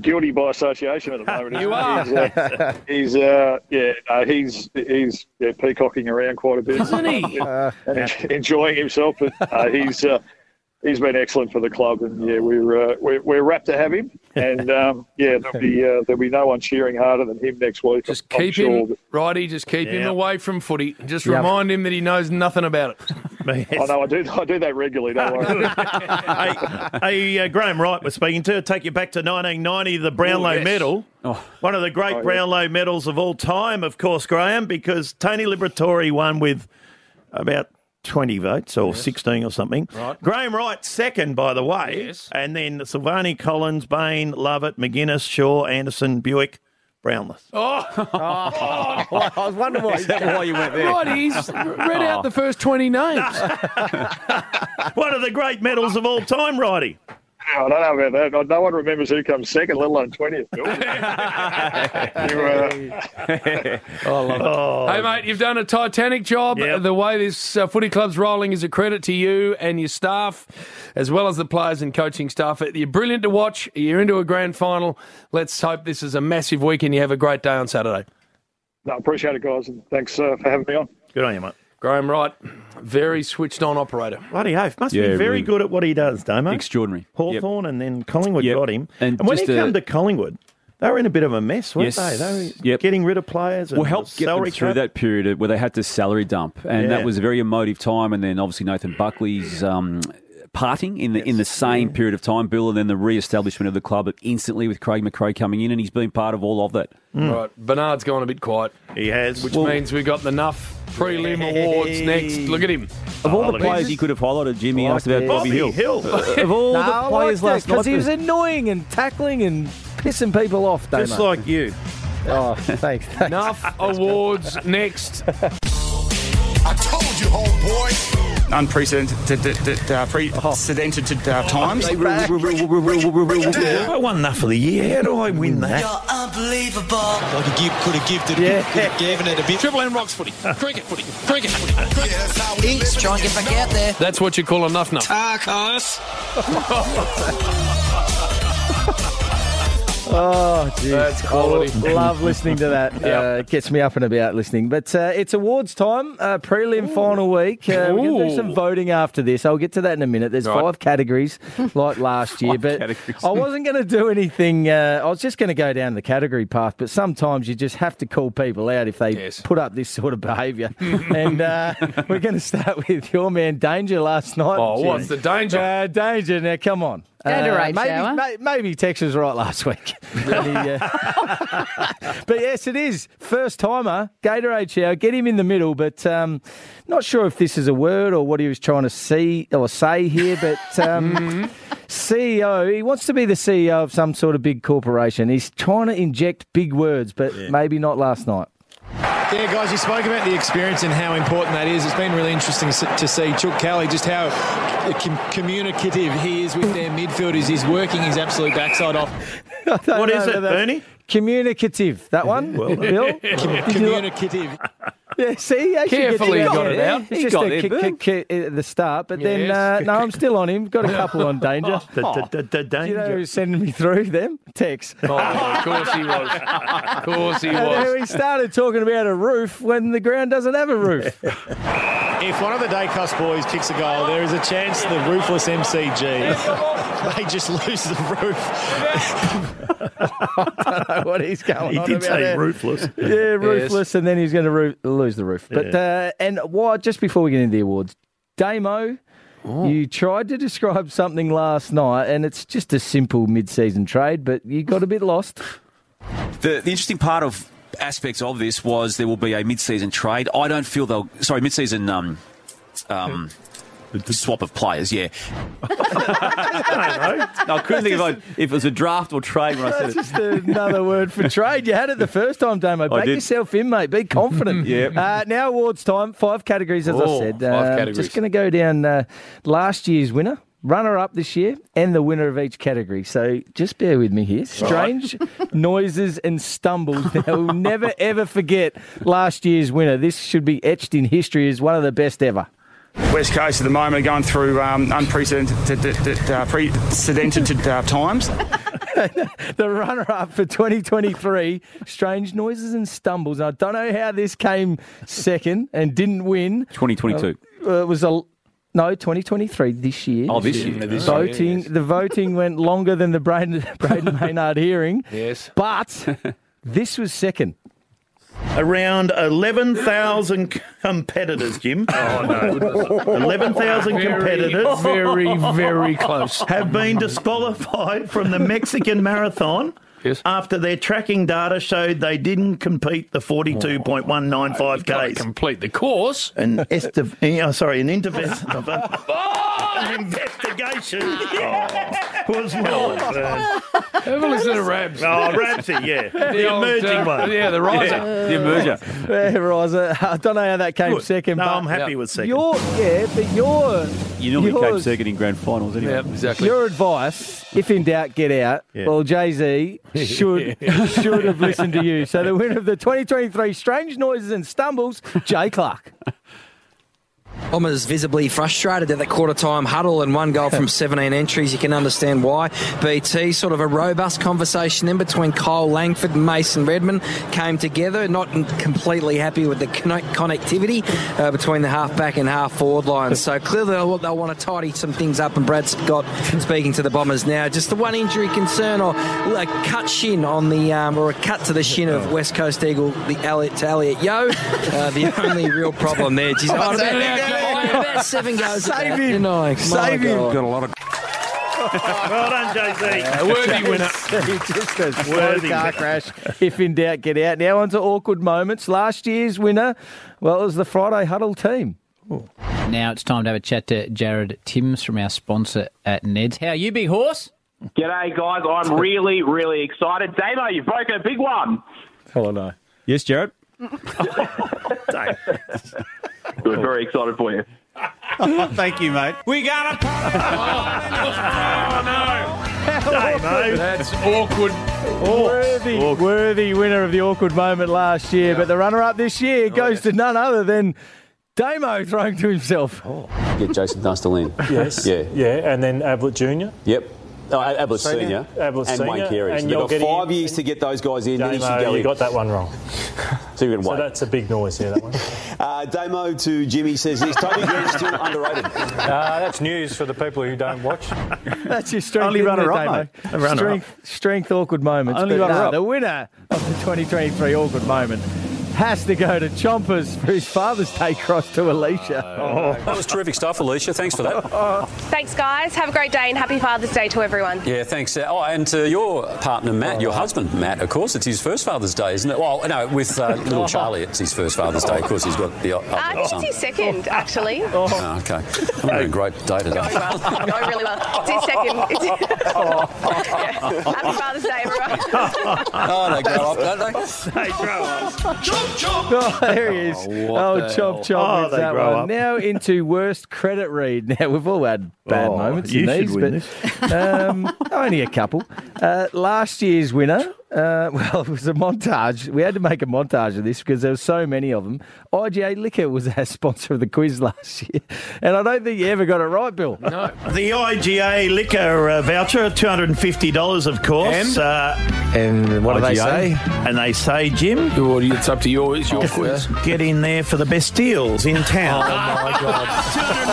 Speaker 16: Guilty by association at the moment.
Speaker 9: You are.
Speaker 16: He's, uh, he's uh, yeah, no, he's he's yeah, peacocking around quite a bit,
Speaker 9: Isn't he?
Speaker 16: and enjoying himself. But uh, he's uh, he's been excellent for the club, and yeah, we're uh, we're, we're rapt to have him. And um, yeah, there'll be uh, there'll be no one cheering harder than him next week. Just I'm
Speaker 9: Keep
Speaker 16: sure
Speaker 9: him, righty, just keep him
Speaker 16: Yeah.
Speaker 9: away from footy. Just
Speaker 16: Yeah.
Speaker 9: remind him that he knows nothing about it.
Speaker 16: I know I do. I do that regularly. Don't worry.
Speaker 6: hey, uh, Graham Wright was speaking to. Take you back to 1990, the Brownlow
Speaker 9: Oh, yes. Oh,
Speaker 6: Medal. One of the great
Speaker 9: yeah.
Speaker 6: Brownlow medals of all time, of course, Graham, because Tony Liberatore won with about 20 votes or 16 or something.
Speaker 9: Right.
Speaker 6: Graham Wright second, by the way. Yes. And then Silvani, Collins, Bain, Lovett, McGuinness, Shaw, Anderson, Buick, Brownless.
Speaker 9: Oh,
Speaker 10: I was wondering why.
Speaker 6: Is that why you went there? Oh.
Speaker 9: Right, he's read out the first 20 names.
Speaker 6: One of the great medals of all time, Righty.
Speaker 16: I don't know about that. No one remembers who comes second, let alone twentieth. uh,
Speaker 6: Oh.
Speaker 9: hey, mate, you've done a titanic job. The way this uh, footy club's rolling is a credit to you and your staff, as well as the players and coaching staff. Uh, You're brilliant to watch. You're into a grand final. Let's hope this is a massive week and you have a great day on Saturday.
Speaker 16: No, appreciate it, guys, and thanks uh, for having me on.
Speaker 6: Good on you, mate.
Speaker 9: Graham Wright, very switched on operator.
Speaker 6: Bloody oath. Must be
Speaker 9: Yeah,
Speaker 6: very
Speaker 9: really.
Speaker 6: good at what he does, Damo.
Speaker 7: Extraordinary.
Speaker 6: Hawthorn and then Collingwood got him.
Speaker 7: And
Speaker 6: And, when he
Speaker 7: just, uh,
Speaker 6: came to Collingwood, they were in a bit of a mess, weren't
Speaker 7: Yes.
Speaker 6: they? They were
Speaker 7: Yep.
Speaker 6: getting rid of players. And
Speaker 7: Well, helped get them
Speaker 6: salary
Speaker 7: through
Speaker 6: cap.
Speaker 7: that period where they had to salary dump, and
Speaker 6: Yeah.
Speaker 7: that was a very emotive time. And then obviously Nathan Buckley's um, parting in the in the same period of time, Bill, and then the re-establishment of the club instantly with Craig McRae coming in, and he's been part of all of that.
Speaker 9: Right, Bernard's gone a bit quiet.
Speaker 6: He has.
Speaker 9: Which means we've got the Nuff prelim awards next. Look at him.
Speaker 7: Of all the players you could have highlighted, Jimmy asked about Bobby Hill. Uh, of all
Speaker 10: No,
Speaker 7: the players
Speaker 10: I
Speaker 7: last night,
Speaker 10: because he was
Speaker 7: Bill.
Speaker 10: annoying and tackling and pissing people off. Damo.
Speaker 7: Just like
Speaker 6: you.
Speaker 10: Oh, thanks. thanks.
Speaker 9: Nuff awards next.
Speaker 17: I told you, homeboy. Unprecedented uh, precedented uh, times.
Speaker 6: I won that for the year. How do I win
Speaker 10: Eh?
Speaker 6: that?
Speaker 17: unbelievable.
Speaker 10: Oh,
Speaker 6: I could give, could have gifted
Speaker 17: Giving it a bit. Triple M rocks footy. Cricket footy. Cricket footy.
Speaker 15: Inks, try and get back out there.
Speaker 9: That's what you call a Nuff Nuff.
Speaker 15: Tarkos.
Speaker 10: Oh, geez.
Speaker 9: That's quality.
Speaker 10: I love listening to that. Uh, it gets me up and about listening. But uh, it's awards time, uh, prelim final week. Uh, we're going to do
Speaker 9: Ooh.
Speaker 10: some voting after this. I'll get to that in a minute. There's
Speaker 9: Right.
Speaker 10: five categories like last year. But I wasn't going to do anything. Uh, I was just going to go down the category path. But sometimes you just have to call people out if they put up this sort of behaviour. and uh, we're going to start with your man, Danger, last night.
Speaker 9: Oh, what's
Speaker 10: Jimmy.
Speaker 9: the danger?
Speaker 10: Uh, danger. Now, come on. Uh,
Speaker 9: Gatorade
Speaker 10: maybe,
Speaker 9: shower.
Speaker 10: may- maybe Tex was right last week. But he, uh, but yes, it is. First timer, Gatorade shower. Get him in the middle, but um, not sure if this is a word or what he was trying to see or say here. But um, CEO, he wants to be the CEO of some sort of big corporation. He's trying to inject big words, but maybe not last night.
Speaker 18: Yeah, guys, you spoke about the experience and how important that is. It's been really interesting s- to see Chuck Kelly just how uh, com- communicative he is with their midfielders. He's working his absolute backside off.
Speaker 10: What
Speaker 18: is it, Bernie?
Speaker 10: Communicative. That one, Bill.
Speaker 18: Com-
Speaker 10: Did you-
Speaker 18: communicative.
Speaker 10: Yeah, see, he actually gets
Speaker 18: Carefully got it
Speaker 10: there.
Speaker 18: out.
Speaker 10: It's
Speaker 18: He
Speaker 10: just
Speaker 18: got
Speaker 10: a
Speaker 18: there,
Speaker 10: kick,
Speaker 18: Bill.
Speaker 10: kick, kick at the start, but then
Speaker 18: Yes.
Speaker 10: uh, no, I'm still on him. Got a couple on danger.
Speaker 6: The- the- the- the
Speaker 10: Oh. Do you know
Speaker 6: danger.
Speaker 10: who's sending me through them? Tex.
Speaker 9: of course he was. Of course he
Speaker 10: And
Speaker 9: was.
Speaker 10: then we started talking about a roof when the ground doesn't have a roof.
Speaker 18: If one of the Dacos boys kicks a goal, there is a chance the ruthless MCG may just lose the roof.
Speaker 10: I don't know what he's going
Speaker 18: He
Speaker 10: on
Speaker 18: did
Speaker 10: about
Speaker 18: say
Speaker 10: there.
Speaker 18: ruthless.
Speaker 10: Yeah, ruthless, and then he's going to roo- lose the roof. But uh, and why? Just before we get into the awards, Damo, you tried to describe something last night, and it's just a simple mid-season trade, but you got a bit lost.
Speaker 19: The, the interesting part of aspects of this was there will be a mid-season trade. I don't feel they'll sorry mid-season um, um, swap of players. Yeah,
Speaker 12: I couldn't think if, I, if it was a draft or trade when I
Speaker 10: That's
Speaker 12: said it.
Speaker 10: just another word for trade. You had it the first time, Damo. Back
Speaker 12: did.
Speaker 10: yourself in, mate. Be confident.
Speaker 12: Yep.
Speaker 10: Uh, now awards time. Five categories, as I
Speaker 12: Oh,
Speaker 10: said.
Speaker 12: five
Speaker 10: Um,
Speaker 12: categories.
Speaker 10: Just going to go down uh, last year's winner, runner-up this year, and the winner of each category. So just bear with me here. Strange noises and stumbles. Now, we'll never ever forget last year's winner. This should be etched in history as one of the best ever.
Speaker 20: West Coast at the moment are going through um, unprecedented uh, precedented, uh, times.
Speaker 10: the runner-up for 2023, Strange Noises and Stumbles. I don't know how this came second and didn't win.
Speaker 7: 2022.
Speaker 10: Uh, it was a no 2023 this year.
Speaker 7: Oh, this year. This year,
Speaker 10: voting the voting went longer than the Braden, Braden Maynard hearing. Yes, but this was second.
Speaker 6: Around 11,000 competitors, Jim. Oh,
Speaker 9: no.
Speaker 6: 11,000
Speaker 9: Very,
Speaker 6: competitors.
Speaker 9: very, very close.
Speaker 6: Have been disqualified from the Mexican marathon. After their tracking data showed they didn't complete the
Speaker 9: Oh.
Speaker 6: 42.195 Ks.
Speaker 9: Complete the course.
Speaker 6: An esti- oh, sorry, an intervention. of a- an investigation Oh, was launched. uh,
Speaker 9: Have a listen to Rabs.
Speaker 6: Oh, Ramsey, yeah. The,
Speaker 9: old,
Speaker 6: emerging
Speaker 9: uh,
Speaker 6: one.
Speaker 9: Yeah, the riser.
Speaker 6: Yeah. The emerger.
Speaker 10: Yeah, Riser. Uh, I don't know how that came
Speaker 6: Good.
Speaker 10: second.
Speaker 6: No,
Speaker 10: but
Speaker 6: I'm happy with second.
Speaker 10: Your yeah, but your
Speaker 12: You normally came
Speaker 10: yours-
Speaker 12: second in grand finals anyway.
Speaker 10: Your advice, if in doubt, get out. Well, Jay Z should should have listened to you. So the winner of the 2023 Strange Noises and Stumbles, Jay Clark.
Speaker 21: Bombers visibly frustrated at the quarter time huddle and one goal from 17 entries. You can understand why. BT, sort of a robust conversation in between Kyle Langford and Mason Redmond came together. Not completely happy with the conne- connectivity uh, between the half back and half forward lines. So clearly they'll, they'll want to tidy some things up. And Brad Scott speaking to the Bombers now. Just the one injury concern or a cut shin on the, um, or a cut to the shin of West Coast Eagle the Elliot, to Elliot Yo. Uh, the only real problem Oh, there. Geez,
Speaker 4: What's
Speaker 10: Oh,
Speaker 21: I'm about-
Speaker 4: that?
Speaker 21: I'm about seven goes.
Speaker 4: Save
Speaker 21: at that,
Speaker 4: him.
Speaker 21: didn't I? My
Speaker 4: Save him.
Speaker 21: God.
Speaker 4: Got
Speaker 21: a lot of
Speaker 6: well done, Jay Z.
Speaker 10: Just a slow
Speaker 6: Worthy
Speaker 10: car
Speaker 6: winner.
Speaker 10: crash. If in doubt, get out. Now on to awkward moments. Last year's winner, well, it was the Friday Huddle team.
Speaker 22: Now it's time to have a chat to Jared Timms from our sponsor at Ned's. How are you, big horse?
Speaker 23: G'day, guys. I'm really, really excited. Damo, you've broken a big one.
Speaker 10: Oh, no.
Speaker 12: Yes, Jared.
Speaker 23: We're very excited for you.
Speaker 12: Thank you, mate.
Speaker 23: We got a
Speaker 6: Damo.
Speaker 9: That's awkward.
Speaker 10: Oh. Worthy, worthy winner of the awkward moment last year, but the runner-up this year goes to none other than Damo throwing to himself.
Speaker 24: Get Jason Dunstall in.
Speaker 25: Yes.
Speaker 24: Yeah.
Speaker 25: Yeah, and then Ablett Jr.
Speaker 24: Yep.
Speaker 1: No, Abler Oh, Senior,
Speaker 3: Senior. Abler
Speaker 1: and Wayne
Speaker 3: Senior,
Speaker 1: Carey.
Speaker 3: and
Speaker 1: You've
Speaker 3: you're
Speaker 1: got
Speaker 3: getting-
Speaker 1: five years to get those guys in. then you should
Speaker 3: Damo,
Speaker 1: go
Speaker 3: you
Speaker 1: in.
Speaker 3: got that one wrong.
Speaker 1: So you can
Speaker 3: So
Speaker 1: wait.
Speaker 3: that's a big noise here, that one.
Speaker 1: Uh, Damo to Jimmy says this. Tony Green's still underrated.
Speaker 3: Uh, that's news for the people who don't watch.
Speaker 10: That's your strength.
Speaker 3: Only
Speaker 10: isn't it,
Speaker 3: runner-up,
Speaker 10: Damo?
Speaker 3: mate. A runner-up.
Speaker 10: strength, strength, awkward moments.
Speaker 3: Only
Speaker 10: but nah,
Speaker 3: runner-up.
Speaker 10: The winner of the 2023 awkward moment has to go to Chompers for his Father's Day cross to Alicia.
Speaker 7: Oh,
Speaker 3: That was terrific stuff, Alicia. Thanks for that.
Speaker 5: Thanks, guys. Have a great day and happy Father's Day to everyone.
Speaker 3: Yeah, thanks. Uh, Oh, and to your partner, Matt, your husband, Matt, of course, it's his first Father's Day, isn't it? Well, no, with uh, little Charlie, it's his first Father's Day. Of course, he's got the o-
Speaker 7: Oh,
Speaker 5: Uh,
Speaker 3: other
Speaker 5: it's
Speaker 3: son.
Speaker 5: his second, actually.
Speaker 3: Oh, okay. I'm having a great day today.
Speaker 5: Going really well. It's his second. It's Yeah. Happy Father's Day, everyone.
Speaker 3: oh, they grow up, don't they?
Speaker 10: Oh, there he is.
Speaker 3: Oh, what
Speaker 10: Oh,
Speaker 3: the
Speaker 10: chop,
Speaker 3: hell.
Speaker 10: chop.
Speaker 3: Oh,
Speaker 10: wins
Speaker 3: they
Speaker 10: that
Speaker 3: grow
Speaker 10: one.
Speaker 3: up.
Speaker 10: Now into worst credit read. Now, we've all had bad
Speaker 3: Oh,
Speaker 10: moments
Speaker 3: you should
Speaker 10: in these,
Speaker 3: win
Speaker 10: but um, only a couple. Uh, last year's winner, uh, well, it was a montage. We had to make a montage of this because there were so many of them. IGA Liquor was our sponsor of the quiz last year, and I don't think you ever got it right, Bill. No.
Speaker 6: The IGA liquor uh, voucher, two hundred and fifty dollars, of course.
Speaker 10: And?
Speaker 6: uh,
Speaker 10: and
Speaker 9: what do they IGA? say?
Speaker 6: And they say, Jim,
Speaker 9: it's up to you. It's your quiz. Oh,
Speaker 6: Get in there for the best deals in town.
Speaker 9: my God.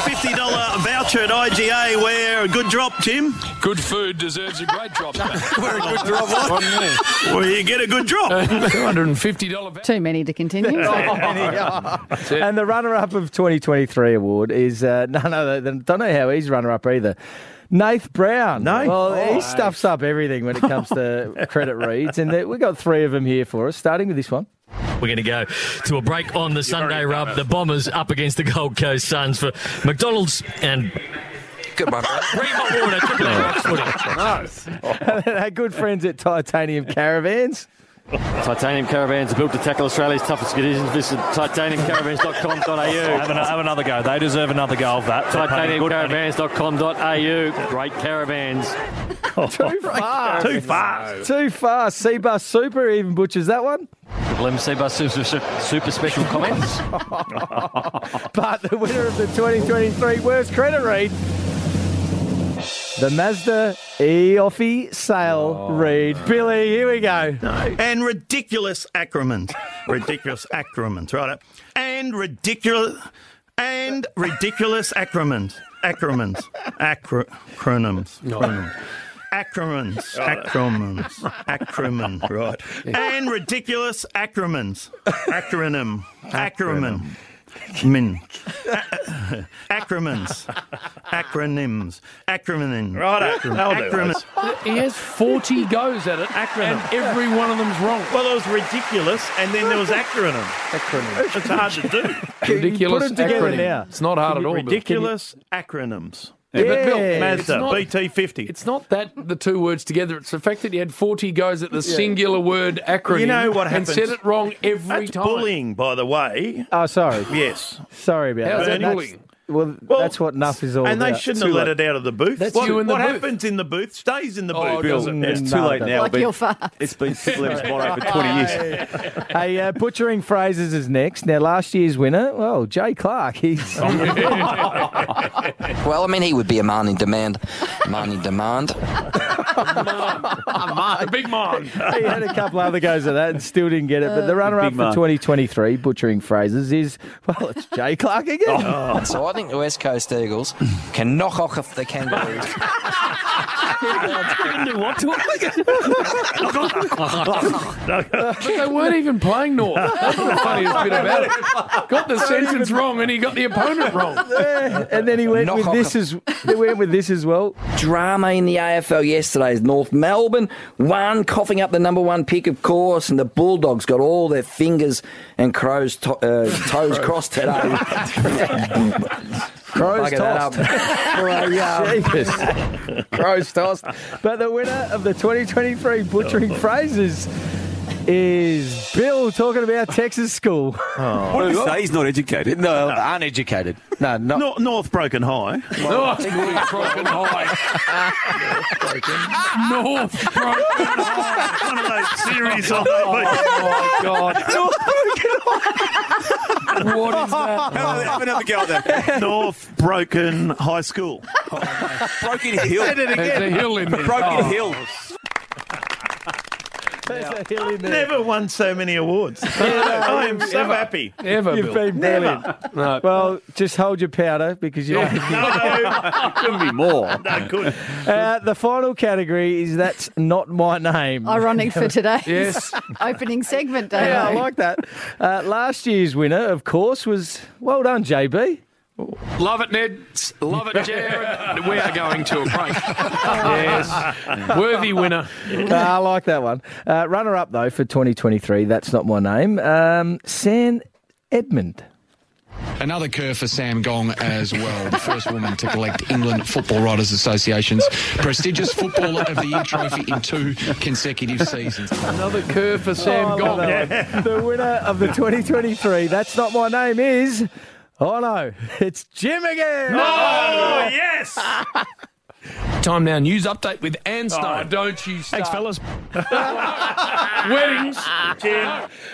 Speaker 6: $250 voucher at IGA where a good drop, Jim.
Speaker 9: Good food deserves a great drop.
Speaker 3: Where a
Speaker 9: good
Speaker 3: drop was.
Speaker 6: Well, you get a good drop.
Speaker 9: $250.
Speaker 8: Too many to continue.
Speaker 10: and the runner-up of 2023 award is uh, no, no. they Don't know how he's runner-up either. Nath Brown. No, well, he stuffs up everything when it comes to credit reads, and we have got three of them here for us. Starting with this one.
Speaker 24: We're going to go to a break on the Sunday rub. The Bombers up against the Gold Coast Suns for McDonald's and. Goodbye. Warner, Triple M Rocks footy.
Speaker 10: Our good friends at Titanium Caravans.
Speaker 25: Titanium Caravans are built to tackle Australia's toughest conditions. Visit titaniumcaravans.com.au.
Speaker 26: Have, an, have another go. They deserve another go of that. They're paying good money.
Speaker 25: Titaniumcaravans.com.au. Great caravans.
Speaker 26: Oh,
Speaker 10: Too far.
Speaker 25: Too far.
Speaker 10: Too far. Seabus Super even butchers that one.
Speaker 25: Triple M Seabus super, super, super special comments.
Speaker 10: But the winner of the 2023 worst credit read. The Mazda e-offy sale read. Billy, here we go.
Speaker 6: And ridiculous acromans. Ridiculous acromans, right? And ridiculous. And ridiculous acromans. Acromans. Acro- acronyms. Acronyms. Acromans. Acromans. Acromen, right. And ridiculous acromans. Acronym. Acromen. Min. A- acromans. Acronyms. Acronym.
Speaker 9: Right,
Speaker 6: Acronym. Acronym.
Speaker 9: He has 40 goes at it, and every one of them's wrong.
Speaker 6: Well, it was ridiculous, and then there was acronym.
Speaker 9: Acronym.
Speaker 6: It's hard to do.
Speaker 9: Ridiculous
Speaker 6: Put 'em together
Speaker 9: acronym.
Speaker 6: now.
Speaker 9: It's not hard at all, Bill.
Speaker 6: Ridiculous acronyms.
Speaker 9: Yeah, but Bill, it's
Speaker 6: Mazda,
Speaker 9: not-
Speaker 6: BT50.
Speaker 9: It's not that the two words together. It's the fact that he had 40 goes at the singular word acronym.
Speaker 6: You know what
Speaker 9: And
Speaker 6: happens?
Speaker 9: said it wrong every
Speaker 6: That's
Speaker 9: time.
Speaker 6: bullying, by the way.
Speaker 10: Oh, sorry.
Speaker 6: Yes.
Speaker 10: Sorry about
Speaker 6: How's
Speaker 10: that.
Speaker 6: that
Speaker 10: That's-
Speaker 6: bullying?
Speaker 10: Well, that's what Nuff is all
Speaker 6: And they
Speaker 10: about.
Speaker 6: shouldn't
Speaker 10: Too
Speaker 6: have let
Speaker 10: late.
Speaker 6: it out of the booth.
Speaker 10: That's
Speaker 6: what
Speaker 10: you in the
Speaker 6: what
Speaker 10: booth.
Speaker 6: happens in the booth stays in the
Speaker 10: Oh,
Speaker 6: booth.
Speaker 10: Bill,
Speaker 6: doesn't it?
Speaker 10: it's too late now, Like Bill. your
Speaker 6: It's been Triple
Speaker 10: M's
Speaker 6: motto
Speaker 10: for 20 years. Hey, uh, butchering phrases is next. Now, last year's winner, well, Jay Clark. He's
Speaker 21: Well, I mean, he would be a man in demand. Man in demand.
Speaker 9: A big man.
Speaker 10: he had a couple other goes at that and still didn't get it. But the runner-up
Speaker 21: Big
Speaker 10: for
Speaker 21: man.
Speaker 10: 2023 butchering phrases is well, it's Jay Clark again.
Speaker 21: So I think the West Coast Eagles can knock off the Kangaroos.
Speaker 9: but they weren't even playing North. That's the funniest bit about it. Got the sentence wrong and he got the opponent wrong.
Speaker 10: Yeah, and then he went
Speaker 21: Knock
Speaker 10: with
Speaker 21: off
Speaker 10: this as he went with this as well.
Speaker 21: Drama in the AFL yesterday is North Melbourne one coughing up the number one pick, of course, and the Bulldogs got all their fingers and crows to- uh, toes crossed today.
Speaker 10: Crows
Speaker 21: Bugger that
Speaker 10: tossed.
Speaker 21: up.
Speaker 10: Jesus. Crows tossed. But the winner of the 2023 butchering phrases is Bill talking about Texas school.
Speaker 12: What did he say? He's not educated.
Speaker 10: No, uneducated. No, not.
Speaker 6: North, Broken High.
Speaker 9: North Broken High. North Broken High.
Speaker 6: One of those series on
Speaker 9: Oh, my God.
Speaker 6: North Broken High.
Speaker 9: What is that?
Speaker 6: Have another go then. North Broken High School.
Speaker 19: Broken Hill.
Speaker 6: He said it again.
Speaker 9: There's a hill in there.
Speaker 19: Broken
Speaker 6: Oh.
Speaker 19: Hill.
Speaker 6: Never won so many awards. I am so
Speaker 10: Ever.
Speaker 6: happy.
Speaker 9: Ever,
Speaker 10: You've been
Speaker 6: Never.
Speaker 10: brilliant. Well, just hold your powder because you're.
Speaker 12: Couldn't be more.
Speaker 6: No, good.
Speaker 10: Uh, the final category is that's not my name.
Speaker 8: Ironic for today's
Speaker 10: Yes.
Speaker 8: opening segment, Dave.
Speaker 10: Yeah, I like that. Uh, last year's winner, of course, was well done, JB.
Speaker 9: Love it, Ned. Love it, Jared. We are going to a break. yes. Worthy winner.
Speaker 10: Uh, I like that one. Uh, runner up though for 2023. That's not my name. Um, San Edmund.
Speaker 2: Another curve for Sam Gong as well, the first woman to collect England Football Writers Association's prestigious Footballer of the Year trophy in two consecutive seasons.
Speaker 9: Another curve for
Speaker 10: Oh,
Speaker 9: Sam
Speaker 10: I love
Speaker 9: Gong.
Speaker 10: that one. The winner of the 2023. That's not my name is. Oh no, it's Jim again.
Speaker 9: No!
Speaker 6: yes.
Speaker 9: Time now, news update with Ann Stone. Oh, don't you start. Thanks, fellas. weddings.
Speaker 6: Jim.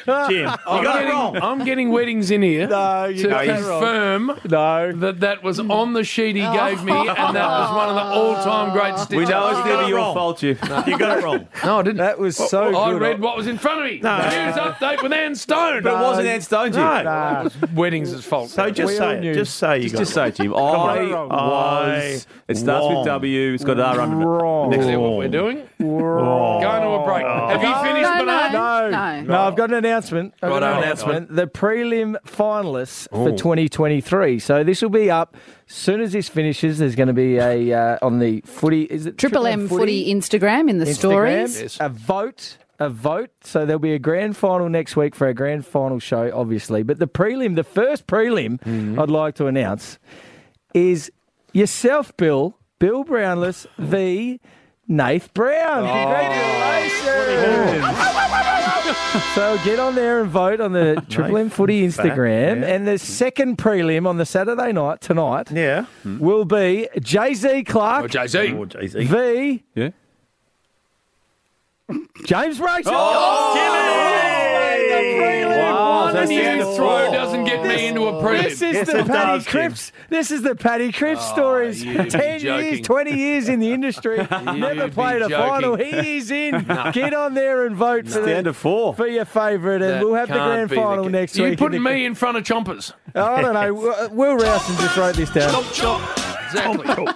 Speaker 6: Jim, you got it
Speaker 9: I'm getting,
Speaker 6: wrong.
Speaker 9: I'm getting weddings in here no,
Speaker 10: you
Speaker 9: to
Speaker 10: got it wrong.
Speaker 9: confirm
Speaker 10: no.
Speaker 9: that that was on the sheet he gave me, and that was one of the all-time great stitches.
Speaker 12: We know it's
Speaker 9: You
Speaker 12: never
Speaker 9: got it
Speaker 12: your
Speaker 9: wrong.
Speaker 12: fault, you.
Speaker 6: You got it wrong.
Speaker 9: No, I didn't.
Speaker 10: That was so
Speaker 9: I
Speaker 10: good.
Speaker 9: read what was in front of me. News update with Ann Stone.
Speaker 12: But it wasn't Ann Stone, Jim.
Speaker 6: No.
Speaker 9: It was weddings' is fault.
Speaker 6: So just
Speaker 9: We all
Speaker 6: say it.
Speaker 9: knew.
Speaker 6: Just say you
Speaker 12: Just,
Speaker 6: got
Speaker 12: just
Speaker 6: it
Speaker 12: say,
Speaker 6: wrong.
Speaker 12: Jim. I
Speaker 6: on.
Speaker 12: was.
Speaker 6: I
Speaker 12: It starts
Speaker 6: wrong.
Speaker 12: with W. It's got an R under it.
Speaker 9: Is that what we're doing? Going to a break.
Speaker 10: Oh.
Speaker 9: Have you finished,
Speaker 8: no,
Speaker 9: Bernard?
Speaker 8: no,
Speaker 10: No, I've got an announcement. I've got
Speaker 9: Righto,
Speaker 10: an announcement. The prelim finalists for 2023. So this will be up as soon as this finishes. There's going to be a uh, on the footy. Is it
Speaker 8: Triple M footy Instagram in the
Speaker 10: Instagram,
Speaker 8: stories.
Speaker 10: A vote. A vote. So there'll be a grand final next week for our grand final show, obviously. But the prelim, the first prelim
Speaker 8: Mm-hmm.
Speaker 10: I'd like to announce is yourself, Bill, Bill Brownless, the Nath Brown.
Speaker 8: Oh.
Speaker 10: Congratulations. So get on there and vote on the Triple M Footy Instagram. And the second prelim on the Saturday night, tonight,
Speaker 6: yeah,
Speaker 10: will be Jay Z Clark.
Speaker 9: Oh, Jay-Z.
Speaker 6: Oh, Jay-Z.
Speaker 10: V.
Speaker 12: Yeah.
Speaker 10: James Brayshaw.
Speaker 12: Oh,
Speaker 9: Oh, One
Speaker 10: Oh, that's the end
Speaker 9: new
Speaker 10: of
Speaker 9: throw
Speaker 10: all.
Speaker 9: doesn't get me into a prelim.
Speaker 10: This is
Speaker 6: Yes,
Speaker 10: the
Speaker 6: it
Speaker 10: Paddy
Speaker 6: does, Jim.
Speaker 10: Cripps. This is the Paddy Cripps stories.
Speaker 9: you'd be
Speaker 10: Ten years,
Speaker 9: joking.
Speaker 10: twenty years in the industry, never
Speaker 9: be
Speaker 10: played a
Speaker 9: joking.
Speaker 10: final. He is in. Get on there and vote for,
Speaker 12: The end
Speaker 10: the,
Speaker 12: of four.
Speaker 10: for your favourite, and
Speaker 9: That
Speaker 10: we'll have the
Speaker 9: can't
Speaker 10: grand
Speaker 9: be the
Speaker 10: final
Speaker 9: ca-
Speaker 10: next
Speaker 9: You're
Speaker 10: week. Oh,
Speaker 9: putting
Speaker 10: in the-
Speaker 9: me in front of Chompers.
Speaker 10: I don't know. Will- Will Rowson just wrote this down.
Speaker 9: Exactly.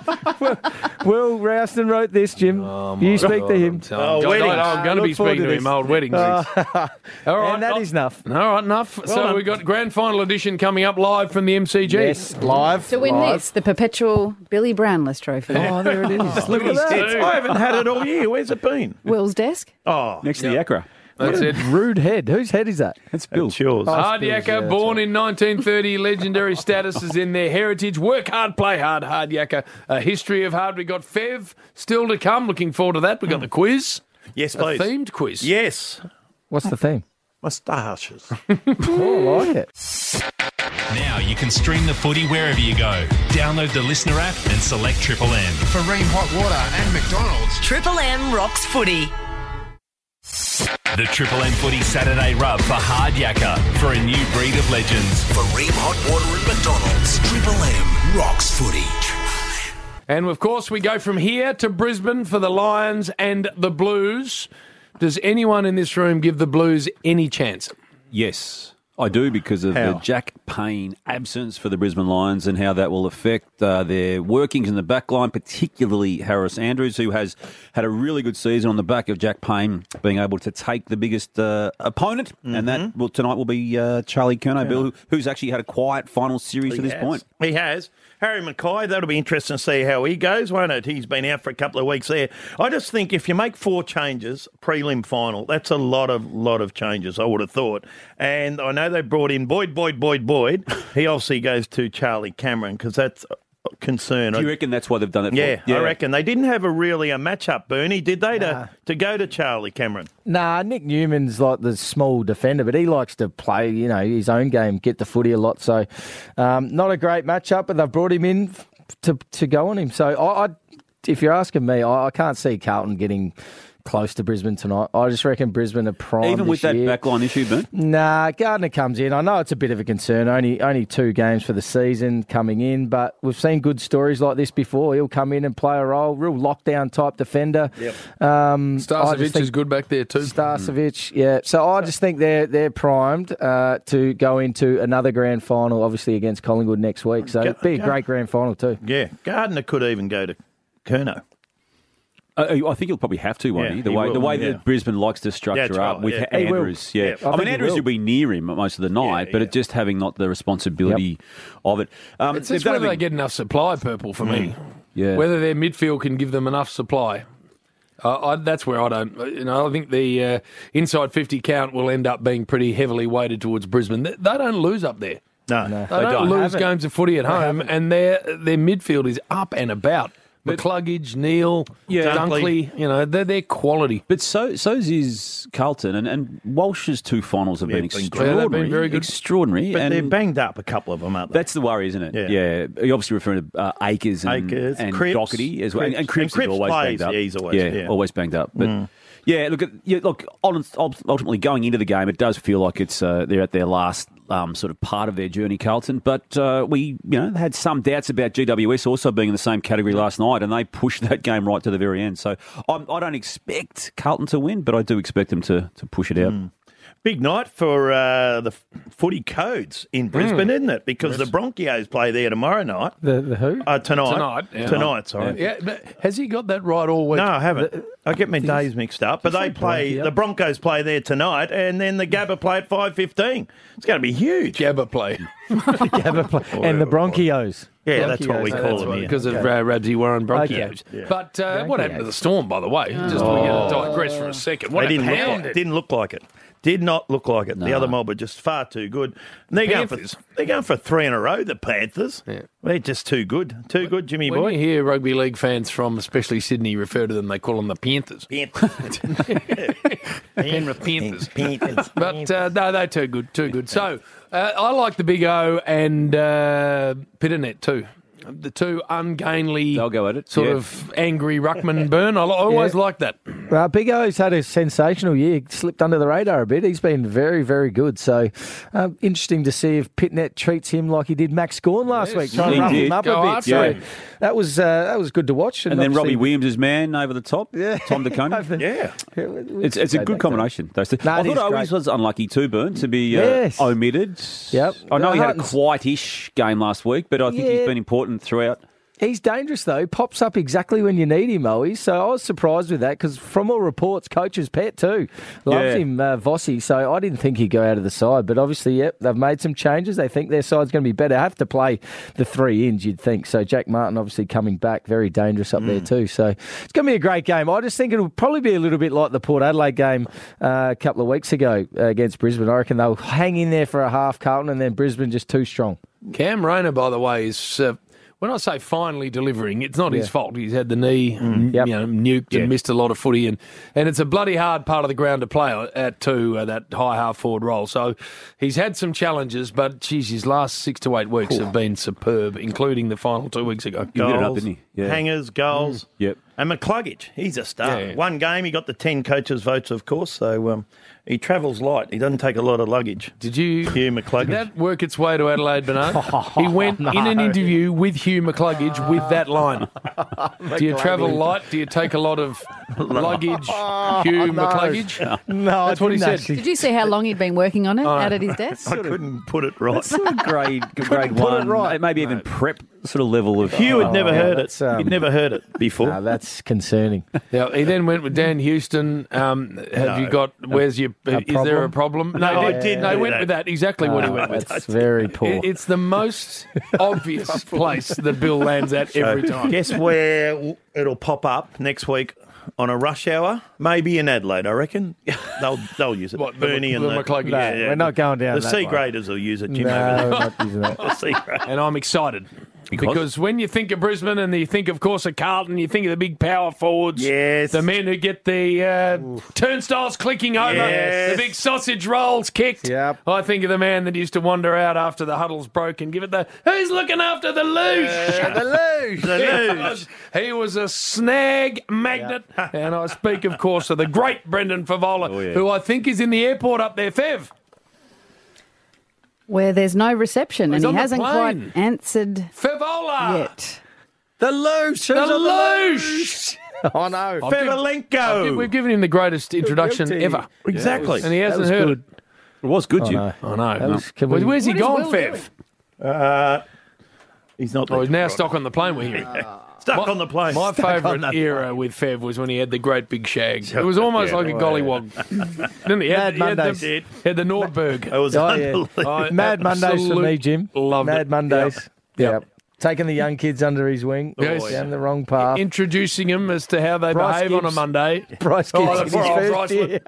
Speaker 10: Will Rowson wrote this, Jim. you speak to him.
Speaker 9: Oh, I'm,
Speaker 6: Oh, weddings.
Speaker 9: going to
Speaker 10: Look
Speaker 9: be
Speaker 10: forward
Speaker 9: speaking
Speaker 10: to
Speaker 9: to him.
Speaker 10: this. Uh,
Speaker 9: Old weddings. All right.
Speaker 10: and that is enough.
Speaker 9: All right, enough. so
Speaker 6: done.
Speaker 9: we've got grand final edition coming up live from the MCG.
Speaker 10: Yes, live.
Speaker 8: To win
Speaker 10: live.
Speaker 8: this, the perpetual Billy Brownless trophy.
Speaker 10: Oh, there it is. Look at
Speaker 9: Goodies
Speaker 10: that.
Speaker 9: too.
Speaker 6: I haven't had it all year. Where's it been?
Speaker 8: Will's desk.
Speaker 6: Oh,
Speaker 12: Next to the Accra.
Speaker 9: That's it.
Speaker 10: Rude head. Whose head is that?
Speaker 12: That's Bill.
Speaker 6: it's yours.
Speaker 9: Hard Yakka, born in 1930, legendary status is in their heritage. Work hard, play hard, Hard Yakka. A history of hard. we got Fev still to come. Looking forward to that. we got the quiz,
Speaker 6: yes,
Speaker 9: a
Speaker 6: please.
Speaker 9: themed quiz.
Speaker 6: Yes,
Speaker 10: What's the theme?
Speaker 6: moustaches.
Speaker 10: Oh, I like it.
Speaker 11: Now you can stream the footy wherever you go. Download the listener app and select Triple M.
Speaker 15: For Ream Hot Water and McDonald's.
Speaker 13: Triple M rocks footy.
Speaker 11: The Triple M Footy Saturday Rub for Hard Yakka for a new breed of legends.
Speaker 14: For Ream Hot Water and McDonald's, Triple M rocks footy.
Speaker 9: And of course, we go from here to Brisbane for the Lions and the Blues. Does anyone in this room give the Blues any chance?
Speaker 12: Yes, I do because of
Speaker 6: How?
Speaker 12: the Jack Payne absence for the Brisbane Lions and how that will affect uh, their workings in the back line, particularly Harris Andrews, who has had a really good season on the back of Jack Payne being able to take the biggest uh, opponent,
Speaker 10: Mm-hmm.
Speaker 12: and that will, tonight will be uh, Charlie Kerno, Bill, who, who's actually had a quiet final series
Speaker 10: Oh,
Speaker 12: to this
Speaker 6: has.
Speaker 12: point.
Speaker 6: He has. Harry Mackay, that'll be interesting to see how he goes, won't it? He's been out for a couple of weeks there. I just think if you make four changes, prelim final, that's a lot of lot of changes, I would have thought. And I know they brought in Boyd, Boyd, Boyd, Boyd. he obviously goes to Charlie Cameron because that's a concern.
Speaker 12: Do you
Speaker 6: I-
Speaker 12: reckon that's why they've done it? for-
Speaker 6: yeah, I reckon they didn't have a really a match up, Bernie, did they, to, to go to Charlie Cameron?
Speaker 10: Nah, Nick Newman's like the small defender, but he likes to play, you know, his own game, get the footy a lot. So, um, not a great matchup, but they've brought him in f- to to go on him. So, I, I if you're asking me, I, I can't see Carlton getting close to Brisbane tonight. I just reckon Brisbane are prime.
Speaker 7: Even with
Speaker 10: this
Speaker 7: that
Speaker 10: year.
Speaker 7: backline issue, Ben?
Speaker 10: Nah, Gardner comes in. I know it's a bit of a concern. Only only two games for the season coming in, but we've seen good stories like this before. He'll come in and play a role, real lockdown type defender. Yep. Um, I just
Speaker 9: Starcevic
Speaker 10: think-
Speaker 9: is good back there too. Hmm.
Speaker 10: Starcevic, yeah. So I just think they're they're primed uh, to go into another grand final, obviously against Collingwood next week. So it'd be a
Speaker 6: go-
Speaker 10: great grand final too.
Speaker 6: Yeah, Gardner could even go to Kerno.
Speaker 7: Uh, I think he'll probably have to, won't
Speaker 6: Yeah,
Speaker 7: he? The
Speaker 6: he
Speaker 7: way the
Speaker 6: will,
Speaker 7: way
Speaker 6: yeah.
Speaker 7: that Brisbane likes to structure
Speaker 6: that's
Speaker 7: up
Speaker 6: right,
Speaker 7: with
Speaker 6: yeah. He will.
Speaker 7: Andrews,
Speaker 6: Yeah, I
Speaker 7: yeah. I
Speaker 6: think
Speaker 7: mean
Speaker 6: he
Speaker 7: Andrews
Speaker 6: will.
Speaker 7: will. be near him most of the night, but it just having not the responsibility of it. Um,
Speaker 9: It's just
Speaker 7: they've done
Speaker 9: whether
Speaker 7: a
Speaker 9: they
Speaker 7: big-
Speaker 9: get enough supply, purple, for me.
Speaker 7: Yeah.
Speaker 9: Whether their midfield can give them enough supply. Uh, I, that's where I don't. You know, I think the uh, inside fifty count will end up being pretty heavily weighted towards Brisbane. They, they don't lose up there.
Speaker 6: No, no.
Speaker 9: They, don't, lose
Speaker 6: Haven't.
Speaker 9: games of footy at
Speaker 6: They
Speaker 9: home,
Speaker 6: haven't.
Speaker 9: and their their midfield is up and about. McCluggage, Neil, Dunkley. you know, they're, they're quality.
Speaker 7: But so so's is Carlton and, and Walsh's two finals have
Speaker 6: been
Speaker 7: been
Speaker 6: good.
Speaker 7: extraordinary.
Speaker 6: Yeah, they've been very good.
Speaker 7: Extraordinary.
Speaker 6: But
Speaker 7: and
Speaker 6: they're banged up a couple of them, aren't they?
Speaker 7: That's the worry, isn't it?
Speaker 6: Yeah.
Speaker 7: Yeah. You're obviously referring to uh, Akers and,
Speaker 6: Akers,
Speaker 7: and
Speaker 6: Cripps.
Speaker 7: Doherty as well. And, and Cripps,
Speaker 6: And Cripps
Speaker 7: is always
Speaker 6: plays,
Speaker 7: banged up.
Speaker 6: yeah, he's always- yeah.
Speaker 7: always banged up. But
Speaker 6: Mm.
Speaker 7: yeah, look, at, yeah, look. ul- Ultimately, going into the game, it does feel like it's uh, they're at their last um, sort of part of their journey, Carlton. But uh, we, you know, had some doubts about GWS also being in the same category last night, and they pushed that game right to the very end. So I'm, I don't expect Carlton to win, but I do expect them to to push it out.
Speaker 6: Mm. Big night for uh, the f- footy codes in
Speaker 9: Mm.
Speaker 6: Brisbane, isn't it? Because the Broncos play there tomorrow night.
Speaker 10: The, the who?
Speaker 6: Uh, tonight.
Speaker 9: Mm-hmm. Tonight, yeah.
Speaker 6: Tonight, sorry.
Speaker 9: Yeah, but has he got that right all week?
Speaker 6: No, I haven't. I get my days mixed up. But they play the Broncos play there tonight, and then the Gabba play at five fifteen. It's going to be huge.
Speaker 9: Gabba play.
Speaker 10: and the Bronchios.
Speaker 6: Yeah, that's what we call
Speaker 9: Bronchios, that's
Speaker 6: them
Speaker 9: what-
Speaker 6: here.
Speaker 9: Because of
Speaker 6: Okay.
Speaker 9: uh, Ramsey Warren Bronchios.
Speaker 6: Okay. Yeah.
Speaker 9: But uh, what happened to the storm, by the way? Just
Speaker 6: Oh.
Speaker 9: we're going to digress for a second. What
Speaker 6: they didn't
Speaker 9: a
Speaker 6: look,
Speaker 9: pounding.
Speaker 6: like, didn't look like it. Did not look like it. The
Speaker 9: No.
Speaker 6: other mob were just far too good. And they're going, for,
Speaker 9: Panthers.
Speaker 6: they're going for three in a row. The Panthers. They're just too good. Too good, Jimmy
Speaker 9: When
Speaker 6: boy.
Speaker 9: you hear rugby league fans from especially Sydney refer to them, they call them the Panthers.
Speaker 6: Panthers.
Speaker 9: Penrith Panthers. But uh, no, they're too good. Too good. So uh, I like the Big O and uh, Pitternet too. The two ungainly, They'll
Speaker 7: go at it.
Speaker 9: sort
Speaker 10: yeah.
Speaker 9: of angry ruckman burn. I li- I always
Speaker 10: Yeah.
Speaker 9: like that.
Speaker 10: Uh, Big O's had a sensational year. Slipped under the radar a bit. He's been very, very good. So um, interesting to see if Pitnet treats him like he did Max Gorn last
Speaker 7: Yes,
Speaker 10: week. Trying
Speaker 7: he
Speaker 10: to rough
Speaker 7: did.
Speaker 10: him up
Speaker 7: Go
Speaker 10: a bit.
Speaker 7: after
Speaker 10: So
Speaker 7: him.
Speaker 10: that was uh, that was good to watch.
Speaker 7: And, then Robbie
Speaker 10: obviously-
Speaker 7: Williams is man over the top. Yeah, Tom DeConey.
Speaker 6: yeah,
Speaker 7: It's, it's a good combination. Those two. I
Speaker 10: it is
Speaker 7: thought Owens was unlucky too, Burn, to be uh,
Speaker 10: Yes.
Speaker 7: omitted. Yep. I know he had a quietish game last week, but I think
Speaker 10: Yeah.
Speaker 7: he's been important throughout.
Speaker 10: He's dangerous though. He Pops up exactly when you need him, Owie. So I was surprised with that because from all reports, coach's pet too loves
Speaker 7: Yeah.
Speaker 10: him, uh, Vossi. So I didn't think he'd go out of the side, but obviously, yep, they've made some changes. They think their side's going to be better. Have to play the three ins, you'd think. So Jack Martin obviously coming back, very dangerous up
Speaker 6: Mm.
Speaker 10: there too. So it's going to be a great game. I just think it'll probably be a little bit like the Port Adelaide game uh, a couple of weeks ago uh, against Brisbane. I reckon they'll hang in there for a half, Carlton, and then Brisbane just too strong.
Speaker 9: Cam Rayner, by the way, is uh, when I say finally delivering, it's not his
Speaker 10: Yeah.
Speaker 9: fault. He's had the knee, you know, nuked and missed a lot of footy, and and it's a bloody hard part of the ground to play at too uh, that high half forward role. So he's had some challenges, but geez, his last six to eight weeks have been superb, including the final two weeks ago.
Speaker 6: Goals, Hangers, goals.
Speaker 9: Mm.
Speaker 7: Yep.
Speaker 6: And McCluggage, he's a star.
Speaker 9: Yeah, yeah.
Speaker 6: One game, he got the 10 coaches' votes, of course. So um, he travels light. He doesn't take a lot of luggage.
Speaker 9: Did you?
Speaker 6: Hugh McCluggage.
Speaker 9: Did that work its way to Adelaide, Bernard? he went in an
Speaker 6: no.
Speaker 9: interview with Hugh McCluggage with that line. Do you travel
Speaker 6: McCluggage.
Speaker 9: light? Do you take a lot of luggage,
Speaker 8: Oh,
Speaker 9: Hugh
Speaker 8: no.
Speaker 9: McCluggage?
Speaker 12: Oh,
Speaker 10: No,
Speaker 9: that's what he said.
Speaker 8: Did you see how long he'd been working on it
Speaker 7: Oh.
Speaker 8: out at his desk?
Speaker 6: I couldn't put it right.
Speaker 7: That's sort of grade, grade
Speaker 6: put it
Speaker 7: one,
Speaker 6: right.
Speaker 7: maybe even prep sort of level of.
Speaker 6: Hugh had never heard it.
Speaker 10: that's, um,
Speaker 6: He'd never heard it before.
Speaker 10: that's concerning.
Speaker 9: Yeah, he then went with Dan Houston. Um,
Speaker 6: No.
Speaker 9: have you got? Where's your?
Speaker 10: A
Speaker 9: is there a problem?
Speaker 6: No, I
Speaker 9: he
Speaker 6: didn't
Speaker 9: No, he
Speaker 6: do
Speaker 9: went
Speaker 6: that.
Speaker 9: with that. Ah, Exactly what he went with.
Speaker 10: That's very poor.
Speaker 9: It- It's the most obvious place that Bill lands at every
Speaker 6: So,
Speaker 9: time.
Speaker 6: Guess where w- it'll pop up next week on a rush hour? Maybe in Adelaide, I reckon. They'll they'll use it.
Speaker 9: What, the
Speaker 6: Bernie
Speaker 9: Mc-
Speaker 6: and
Speaker 9: the
Speaker 6: the,
Speaker 9: McCluggage? No,
Speaker 10: we're not going down
Speaker 6: The
Speaker 10: that
Speaker 6: C
Speaker 10: way.
Speaker 6: graders will use it, Jim.
Speaker 10: No,
Speaker 6: over there.
Speaker 10: we're not using that.
Speaker 6: the C graders.
Speaker 9: and I'm excited because?
Speaker 6: Because?
Speaker 9: when you think of Brisbane and you think, of course, of Carlton, you think of the big power forwards,
Speaker 6: Yes.
Speaker 9: the men who get the uh, turnstiles clicking over,
Speaker 6: Yes.
Speaker 9: the big sausage rolls kicked. I think of the man that used to wander out after the huddle's broke and give it the who's looking after the luge.
Speaker 10: the luge.
Speaker 9: The luge. he was a a snag magnet. And I speak, of course, of the great Brendan Favola,
Speaker 6: Oh,
Speaker 9: who I think is in the airport up there, Fev.
Speaker 8: Where there's no reception
Speaker 9: He's
Speaker 8: and
Speaker 9: on
Speaker 8: he
Speaker 9: the
Speaker 8: hasn't
Speaker 9: plane.
Speaker 8: quite answered
Speaker 9: Favola.
Speaker 8: yet.
Speaker 10: The loosh.
Speaker 9: The loosh.
Speaker 10: Oh no,
Speaker 9: I've given- I've gi- We've given him the greatest introduction
Speaker 10: guilty.
Speaker 9: ever.
Speaker 10: Exactly.
Speaker 9: And he
Speaker 10: That
Speaker 9: hasn't
Speaker 10: was
Speaker 9: heard
Speaker 10: good.
Speaker 9: it.
Speaker 7: It was good,
Speaker 10: Oh,
Speaker 7: you.
Speaker 10: no.
Speaker 9: I know.
Speaker 10: That was- can
Speaker 9: Where's-
Speaker 10: we-
Speaker 9: Where's he
Speaker 10: What is
Speaker 9: gone,
Speaker 10: Will
Speaker 9: Fev?
Speaker 6: Uh, he's not.
Speaker 9: Oh, he's now stuck on the plane with him.
Speaker 6: Stuck on the plane.
Speaker 9: My
Speaker 6: Stuck on
Speaker 9: favourite
Speaker 6: the
Speaker 9: era with Fev was when he had the great big shag. It was almost
Speaker 6: Yeah.
Speaker 9: like a
Speaker 6: Oh,
Speaker 9: gollywog. Didn't he? He had,
Speaker 10: Mad
Speaker 9: he had
Speaker 10: Mondays.
Speaker 9: the, he had the Nordberg. It
Speaker 10: Oh, yeah. Mad Mondays for me, Jim.
Speaker 9: Loved
Speaker 10: Mad
Speaker 9: it.
Speaker 10: Mondays. Yeah. Taking the young kids under his wing.
Speaker 9: Yes.
Speaker 10: Down the wrong path.
Speaker 9: Introducing him as to how they
Speaker 10: Bryce
Speaker 9: behave on a
Speaker 10: Gibbs.
Speaker 9: Monday.
Speaker 10: Bryce
Speaker 9: Oh,
Speaker 10: Gibbs
Speaker 9: that's
Speaker 10: in
Speaker 9: right.
Speaker 10: his
Speaker 9: Oh,
Speaker 10: first
Speaker 9: Bryce
Speaker 10: year.
Speaker 9: Wood.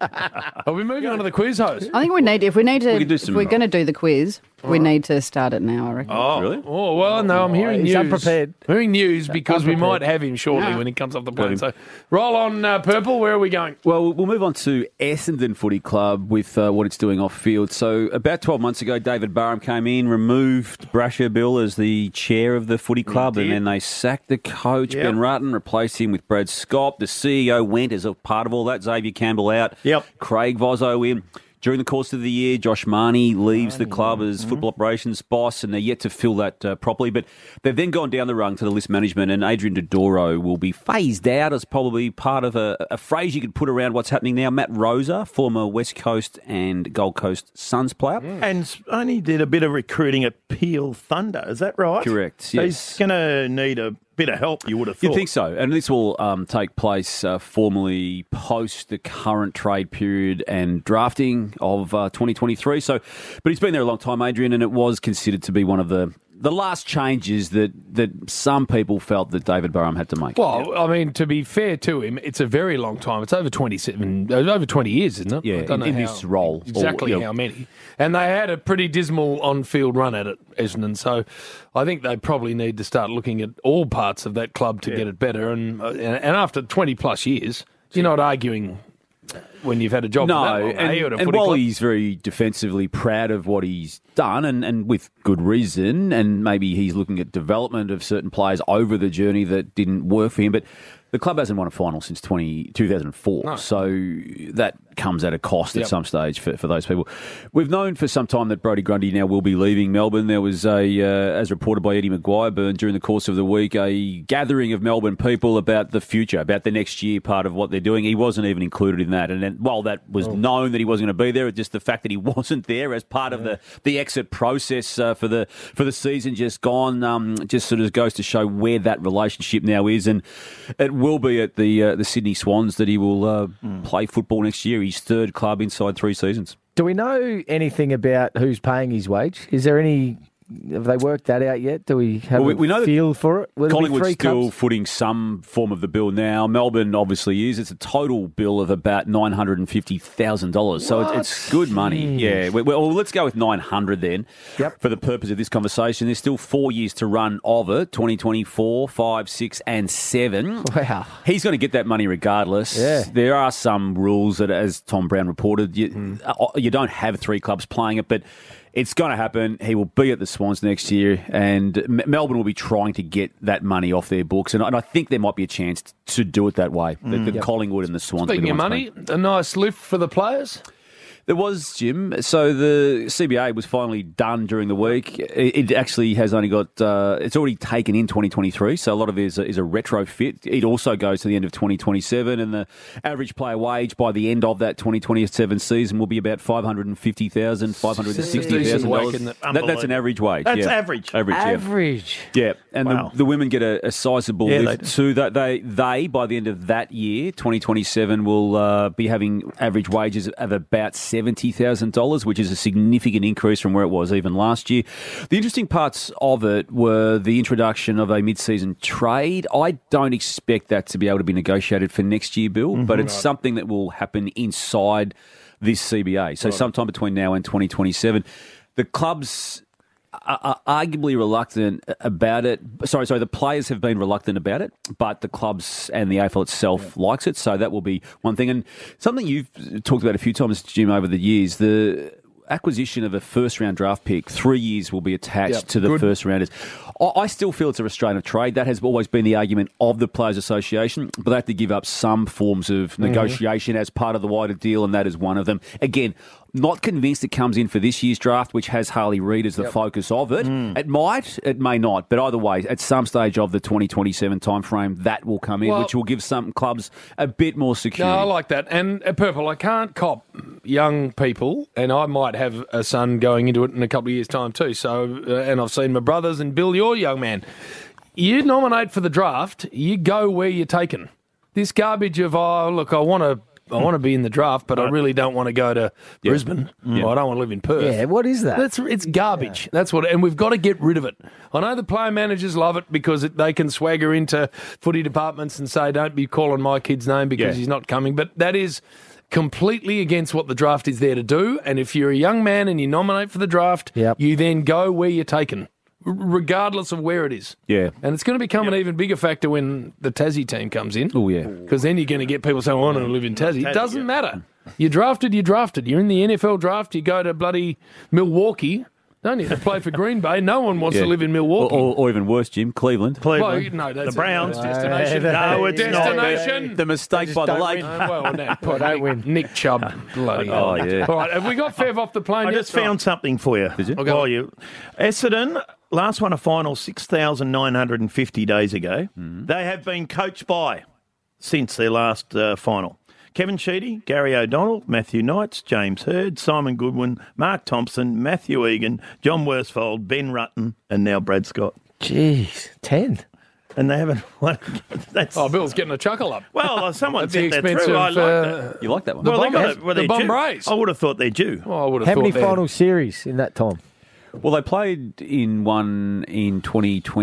Speaker 9: Are we moving on to the quiz host?
Speaker 8: I think we need if we need to
Speaker 9: We could do
Speaker 8: if
Speaker 9: some-
Speaker 8: we're going to do the quiz, we
Speaker 9: Alright.
Speaker 8: need to start it now. I reckon.
Speaker 9: Oh, really? Oh, well, no, I'm hearing
Speaker 8: He's
Speaker 9: news.
Speaker 8: unprepared.
Speaker 9: I'm hearing news because we might
Speaker 8: unprepared.
Speaker 9: have him shortly
Speaker 8: Yeah.
Speaker 9: when he comes off the plane. So roll on, uh, Purple. Where are we going?
Speaker 7: Well, we'll move on to Essendon Footy Club with uh, what it's doing off field. So, about 12 months ago, David Barham came in, removed Brasher Bill as the chair of the footy club, and then they sacked the coach,
Speaker 12: Yep.
Speaker 7: Ben Rutten, replaced him with Brad Scott. The CEO went as a part of all that. Xavier Campbell out. Yep. Craig Vozzo in. During the course of the year, Josh Marnie leaves the club as football operations boss, and they're yet to fill that uh, properly. But they've then gone down the rung to the list management, and Adrian Dodoro will be phased out as probably part of a, a phrase you could put around what's happening now. Matt Rosa, former West Coast and Gold Coast Suns player.
Speaker 6: And s- only did a bit of recruiting at Peel Thunder. Is that right?
Speaker 7: Correct,
Speaker 6: So He's going to need a bit of help. You would have thought.
Speaker 7: You'd think so. And this will um, take place uh, formally post the current trade period and drafting of uh, 2023. So, but he's been there a long time, Adrian, and it was considered to be one of the the last changes that that some people felt that David Burham had to make.
Speaker 9: Well, I mean, to be fair to him, it's a very long time. It's over twenty-seven, uh, over twenty years, isn't it? Yeah,
Speaker 7: in- in this role, or,
Speaker 9: exactly
Speaker 7: you know-
Speaker 9: how many. And they had a pretty dismal on-field run at it, Essendon. So, I think they probably need to start looking at all parts of that club to get it better. And uh, and and after twenty plus years, you're not arguing when you've had a job.
Speaker 7: no,
Speaker 9: for that long,
Speaker 7: and,
Speaker 9: eh, at a
Speaker 7: and
Speaker 9: footy
Speaker 7: while
Speaker 9: club?
Speaker 7: he's very defensively proud of what he's done, and, and with good reason, and maybe he's looking at development of certain players over the journey that didn't work for him, but the club hasn't won a final since 20, 2004, so that comes at a cost
Speaker 12: Yep.
Speaker 7: at some stage for, for those people. We've known for some time that Brody Grundy now will be leaving Melbourne. There was a, uh, as reported by Eddie McGuireburn during the course of the week, a gathering of Melbourne people about the future, about the next year part of what they're doing. He wasn't even included in that. And then, while that was known that he wasn't going to be there, just the fact that he wasn't there as part of the, the exit process uh, for the for the season just gone um, just sort of goes to show where that relationship now is. And it will be at the uh, the Sydney Swans that he will uh,
Speaker 10: Hmm.
Speaker 7: play football next year. His third club inside three seasons.
Speaker 10: Do we know anything about who's paying his wage? Is there any? Have they worked that out yet? Do we have
Speaker 7: Well, we-
Speaker 10: a
Speaker 7: we know that
Speaker 10: feel for it? Will it be
Speaker 7: Collingwood's
Speaker 10: three
Speaker 7: still
Speaker 10: cups?
Speaker 7: footing some form of the bill now. Melbourne obviously is. It's a total bill of about nine hundred and fifty thousand dollars. So it's, it's good money. Yeah. We- Well, let's go with nine hundred then. Yep. For the purpose of this conversation, there's still four years to run of it: 2024, five, six, and seven.
Speaker 10: Wow.
Speaker 7: He's going to get that money regardless.
Speaker 10: Yeah.
Speaker 7: There are some rules that, as Tom Brown reported, you,
Speaker 9: Hmm.
Speaker 7: uh, you don't have three clubs playing it, but it's going to happen. He will be at the Swans next year, and M- Melbourne will be trying to get that money off their books. And, I- and I think there might be a chance to do it that way. that The,
Speaker 9: Mm. Yep.
Speaker 7: Collingwood and the Swans. will be
Speaker 9: Speaking
Speaker 7: the
Speaker 9: of money,
Speaker 7: ones
Speaker 9: a nice lift for the players.
Speaker 7: there was, Jim. So the CBA was finally done during the week. It it actually has only got, uh, it's already taken in 2023. So a lot of it is a, is a retrofit. It also goes to the end of 2027. And the average player wage by the end of that 2027 season will be about $550,000, $560,000.
Speaker 9: Decent wage,
Speaker 7: That, that's an average wage.
Speaker 6: That's
Speaker 7: yeah.
Speaker 6: average.
Speaker 7: Average, yeah. Yeah, and
Speaker 6: Wow.
Speaker 7: the, the women get a, a sizable
Speaker 6: Yeah,
Speaker 7: lift too. That they they by the end of that year, twenty twenty seven, will uh, be having average wages of about seventy thousand dollars, which is a significant increase from where it was even last year. The interesting parts of it were the introduction of a mid season trade. I don't expect that to be able to be negotiated for next year, Bill, but it's
Speaker 12: Right.
Speaker 7: something that will happen inside this CBA. So sometime between now and twenty twenty seven. The clubs are are arguably reluctant about it. Sorry, sorry, the players have been reluctant about it, but the clubs and the AFL itself likes it. So that will be one thing. And something you've talked about a few times, Jim, over the years, the acquisition of a first round draft pick, three years will be attached
Speaker 25: Yep.
Speaker 7: to the
Speaker 25: Good.
Speaker 7: first rounders. I, I still feel it's a restraint of trade. That has always been the argument of the Players Association, but they have to give up some forms
Speaker 9: Mm-hmm.
Speaker 7: of negotiation as part of the wider deal, and that is one of them. Again, not convinced it comes in for this year's draft, which has Harley Reid as the
Speaker 25: Yep.
Speaker 7: focus of it.
Speaker 9: Mm.
Speaker 7: It might, it may not, but either way, at some stage of the 2027 timeframe, that will come in,
Speaker 9: Well-
Speaker 7: which will give some clubs a bit more
Speaker 9: No,
Speaker 7: security.
Speaker 9: I like that. And uh, purple, I can't cop young people, and I might have a son going into it in a couple of years' time too. So, uh, and I've seen my brothers and Bill, your young man. You nominate for the draft, you go where you're taken. This garbage of oh, look, I want to. I want to be in the draft, but I really don't want to go to Brisbane. Or I don't want to live in Perth.
Speaker 10: Yeah, what is that?
Speaker 9: That's it's garbage. That's what, and we've got to get rid of it. I know the player managers love it because it, they can swagger into footy departments and say, "Don't be calling my kid's name because
Speaker 25: Yeah.
Speaker 9: he's not coming." But that is completely against what the draft is there to do. And if you're a young man and you nominate for the draft, you then go where you're taken, r- regardless of where it is.
Speaker 7: Yeah.
Speaker 9: And it's going to become an even bigger factor when the Tassie team comes in. Oh
Speaker 7: yeah,
Speaker 9: because then you're going to get people saying, "I want to live in Tassie."
Speaker 25: Tassie,
Speaker 9: It doesn't matter. You drafted, you drafted. You're in the NFL draft. You go to bloody Milwaukee. Don't you to play for Green Bay? No one wants
Speaker 7: Yeah.
Speaker 9: to live in Milwaukee.
Speaker 7: Or, or, or even worse, Jim, Cleveland.
Speaker 9: Cleveland. Well, no, that's The it. Browns. That's destination. No, it's not. Destination. Oh,
Speaker 7: The mistake by the lake.
Speaker 9: well, no, poor Nick, Nick Chubb. Bloody
Speaker 7: Oh,
Speaker 9: hell.
Speaker 7: yeah.
Speaker 9: All right, have we got Fev off the plane
Speaker 6: I
Speaker 9: yet?
Speaker 6: just found something for you. Did you?
Speaker 9: go.
Speaker 6: While you, Essendon last won a final six thousand nine hundred and fifty days ago.
Speaker 7: Hmm.
Speaker 6: They have been coached by since their last uh, final. Kevin Sheedy, Gary O'Donnell, Matthew Knights, James Hurd, Simon Goodwin, Mark Thompson, Matthew Egan, John Worsfold, Ben Rutten, and now Brad Scott.
Speaker 10: Jeez, ten.
Speaker 6: And they haven't won. That's
Speaker 9: Oh, Bill's getting a chuckle up.
Speaker 6: Well, uh, someone
Speaker 9: At the
Speaker 6: said that
Speaker 9: expense
Speaker 6: through. I
Speaker 9: of,
Speaker 6: like
Speaker 9: uh,
Speaker 6: that.
Speaker 7: You like that one?
Speaker 6: Well, they got
Speaker 10: Bombers.
Speaker 6: it. Well,
Speaker 10: The
Speaker 6: they're
Speaker 10: Bombrays.
Speaker 6: due. I would have thought they're due.
Speaker 9: Well, I would
Speaker 10: How many final series in that time?
Speaker 7: Well, they played in one in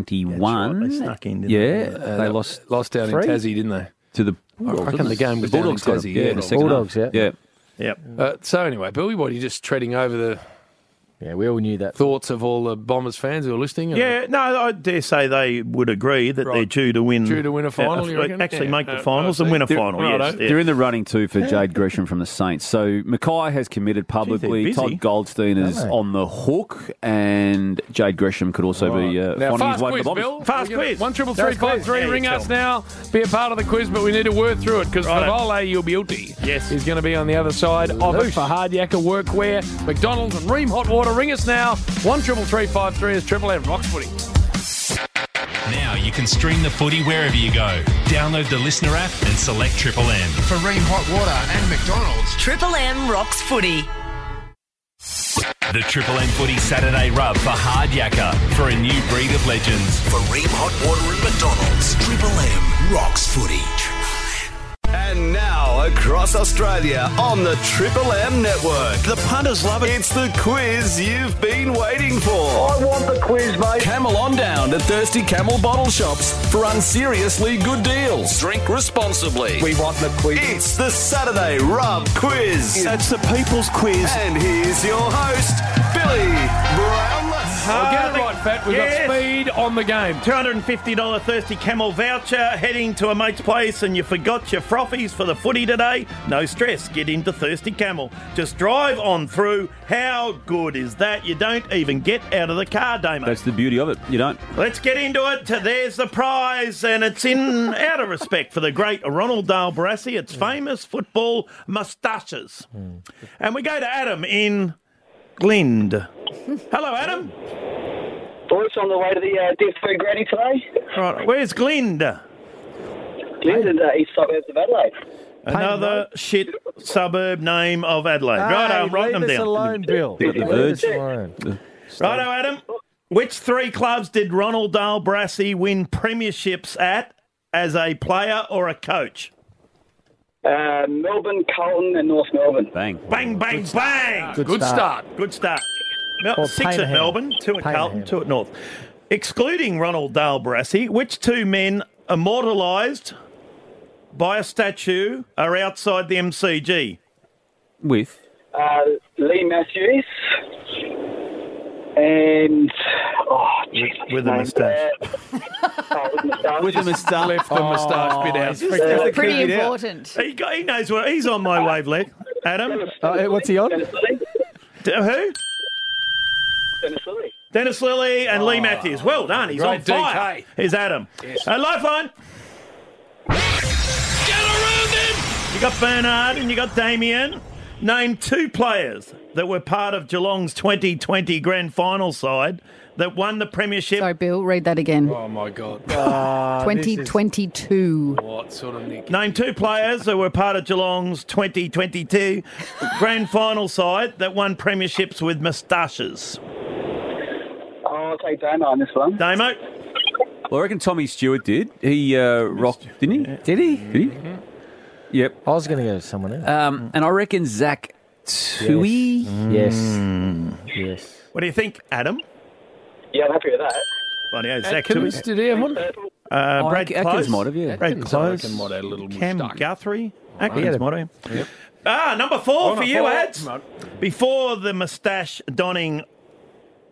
Speaker 7: 2021.
Speaker 6: They snuck in, didn't
Speaker 7: yeah, uh,
Speaker 6: they?
Speaker 7: they lost
Speaker 9: lost down
Speaker 6: Three?
Speaker 9: in Tassie, didn't they?
Speaker 7: to the.
Speaker 9: I reckon the game was
Speaker 7: the
Speaker 9: down in
Speaker 7: Bulldogs got them,
Speaker 9: Tassie.
Speaker 7: yeah, in the second Bulldogs, half. yeah.
Speaker 6: Yep.
Speaker 9: Uh, so anyway, Billy, what are you just treading over the?
Speaker 10: Yeah, we all knew that.
Speaker 9: Thoughts of all the Bombers fans who are listening. and-
Speaker 6: Yeah, no, I dare say they would agree that they're due to win.
Speaker 9: Due to win a
Speaker 6: uh,
Speaker 9: final, you reckon?
Speaker 6: actually,
Speaker 9: Yeah.
Speaker 6: make the
Speaker 9: Uh,
Speaker 6: finals and win a final. Yes, yes.
Speaker 7: They're in the running too for Jade Gresham from the Saints. So Mackay has committed publicly.
Speaker 6: busy.
Speaker 7: Todd Goldstein is
Speaker 6: Aren't they?
Speaker 7: on the hook, and Jade Gresham could also be uh,
Speaker 9: Now,
Speaker 7: finding his
Speaker 9: fast
Speaker 7: way to
Speaker 9: quiz,
Speaker 7: the Bombers.
Speaker 9: Bill.
Speaker 6: Fast
Speaker 9: We'll get it.
Speaker 6: quiz.
Speaker 9: One triple three
Speaker 6: Fast quiz.
Speaker 9: five three.
Speaker 6: Yeah,
Speaker 9: Ring
Speaker 6: you
Speaker 9: us
Speaker 6: tell 'em.
Speaker 9: now. Be a part of the quiz, but we need to work through it because
Speaker 6: Righto.
Speaker 9: Favole Ubilti
Speaker 6: Yes.
Speaker 9: is going to be on the other side of it
Speaker 6: Loosh.
Speaker 9: for Hardyacker Workwear, McDonald's, and Ream Hot Water. Ring us now. One triple three five three is Triple M Rocks Footy.
Speaker 14: Now you can stream the footy wherever you go. Download the Listener app and select Triple M.
Speaker 15: For Ream Hot Water and McDonald's.
Speaker 27: Triple M rocks footy.
Speaker 14: The Triple M Footy Saturday Rub for Hard Yakka for a new breed of legends. For Ream Hot Water and McDonald's, Triple M rocks footy.
Speaker 12: And now, across Australia on the Triple M network. The punters love it. It's the quiz you've been waiting for. I want the quiz, mate. Camel on down at Thirsty Camel Bottle Shops for unseriously good deals. Drink responsibly. We want the quiz. It's the Saturday Rub Quiz.
Speaker 28: That's the people's quiz.
Speaker 12: And here's your host, Billy Brownless.
Speaker 9: Well, get it right, Fat. We've
Speaker 6: Yes.
Speaker 9: got speed on the game.
Speaker 6: $250 Thirsty Camel voucher heading to a mate's place and you forgot your frothies for the footy today? No stress, get into Thirsty Camel. Just drive on through. How good is that? You don't even get out of the car, Damo.
Speaker 7: That's the beauty of it. You don't.
Speaker 6: Let's get into it. There's the prize, and it's in out of respect for the great Ronald Dale Barassi. It's
Speaker 7: Mm.
Speaker 6: famous football moustaches. And we go to Adam in Glynde. Hello, Adam.
Speaker 8: Boys, on the way to the uh, Death Free Granny today.
Speaker 6: Right, where's Glynde?
Speaker 8: Glendon, uh, east suburbs of Adelaide.
Speaker 6: Another shit suburb name of Adelaide.
Speaker 8: Hey,
Speaker 6: right, I'm writing them
Speaker 8: leave us
Speaker 6: down.
Speaker 8: alone, Bill.
Speaker 7: They've got the
Speaker 8: Leave us
Speaker 7: Verge.
Speaker 6: Righto, Adam. Which three clubs did Ronald Dale Brassey win premierships at as a player or a coach?
Speaker 8: Uh, Melbourne, Carlton, and North Melbourne.
Speaker 7: Bang.
Speaker 6: Bang, bang, bang.
Speaker 8: Good Good start.
Speaker 6: Good start. Mel-
Speaker 8: Or
Speaker 6: six at
Speaker 8: Payneham.
Speaker 6: Melbourne, two at
Speaker 8: Payneham.
Speaker 6: Carlton, two at North. Excluding Ronald Dale Barassi, which two men immortalised by a statue are outside the MCG?
Speaker 7: With?
Speaker 8: Uh, Lee Matthews. And. Oh, jeez.
Speaker 6: With a moustache.
Speaker 8: Oh,
Speaker 6: Oh.
Speaker 8: With
Speaker 7: a moustache.
Speaker 9: Left the moustache bit out.
Speaker 8: Pretty
Speaker 6: important. Uh, eh, He, got- he knows what he's on my wavelength, Adam.
Speaker 10: what's he on?
Speaker 6: D- who? Dennis Lilly and Lee Matthews. Well done. He's on
Speaker 9: Great DK.
Speaker 6: fire. Here's Adam.
Speaker 9: Yes.
Speaker 6: Uh, lifeline. Get around him! You got Bernard and you got Damien. Name two players that were part of Geelong's 2020 grand final side that won the premiership.
Speaker 8: Sorry, Bill, read that again.
Speaker 6: Oh my God.
Speaker 8: 2022.
Speaker 6: What sort of Nick? Name two players who were part of Geelong's 2022 grand final side that won premierships with moustaches.
Speaker 20: Oh, I'll take Damo on this one.
Speaker 6: Damo?
Speaker 7: Well, I reckon Tommy Stewart did. He uh, rocked, didn't he? Did he? Did he? Yep.
Speaker 10: Mm-hmm. I was going to go to someone else.
Speaker 7: Um, and I reckon Zach Tui.
Speaker 10: Mm. Yes.
Speaker 7: Yes.
Speaker 6: What do you think, Adam?
Speaker 20: Yeah, I'm happy with that.
Speaker 6: Bloody hell, Zach
Speaker 9: Atkins,
Speaker 6: Tui.
Speaker 9: did he have one?
Speaker 6: Uh,
Speaker 9: Oh,
Speaker 6: Brad
Speaker 9: Atkins
Speaker 6: Close.
Speaker 9: might have, yeah.
Speaker 6: Brad
Speaker 9: Atkins, I
Speaker 6: Close.
Speaker 9: reckon, might have a little
Speaker 6: Cam
Speaker 9: moustache.
Speaker 6: Guthrie.
Speaker 9: right.
Speaker 6: Atkins
Speaker 9: He had a-
Speaker 6: might have. Ah, number four
Speaker 9: Oh,
Speaker 6: for
Speaker 9: no,
Speaker 6: you,
Speaker 9: four.
Speaker 6: Ads.
Speaker 9: No.
Speaker 6: Before the moustache donning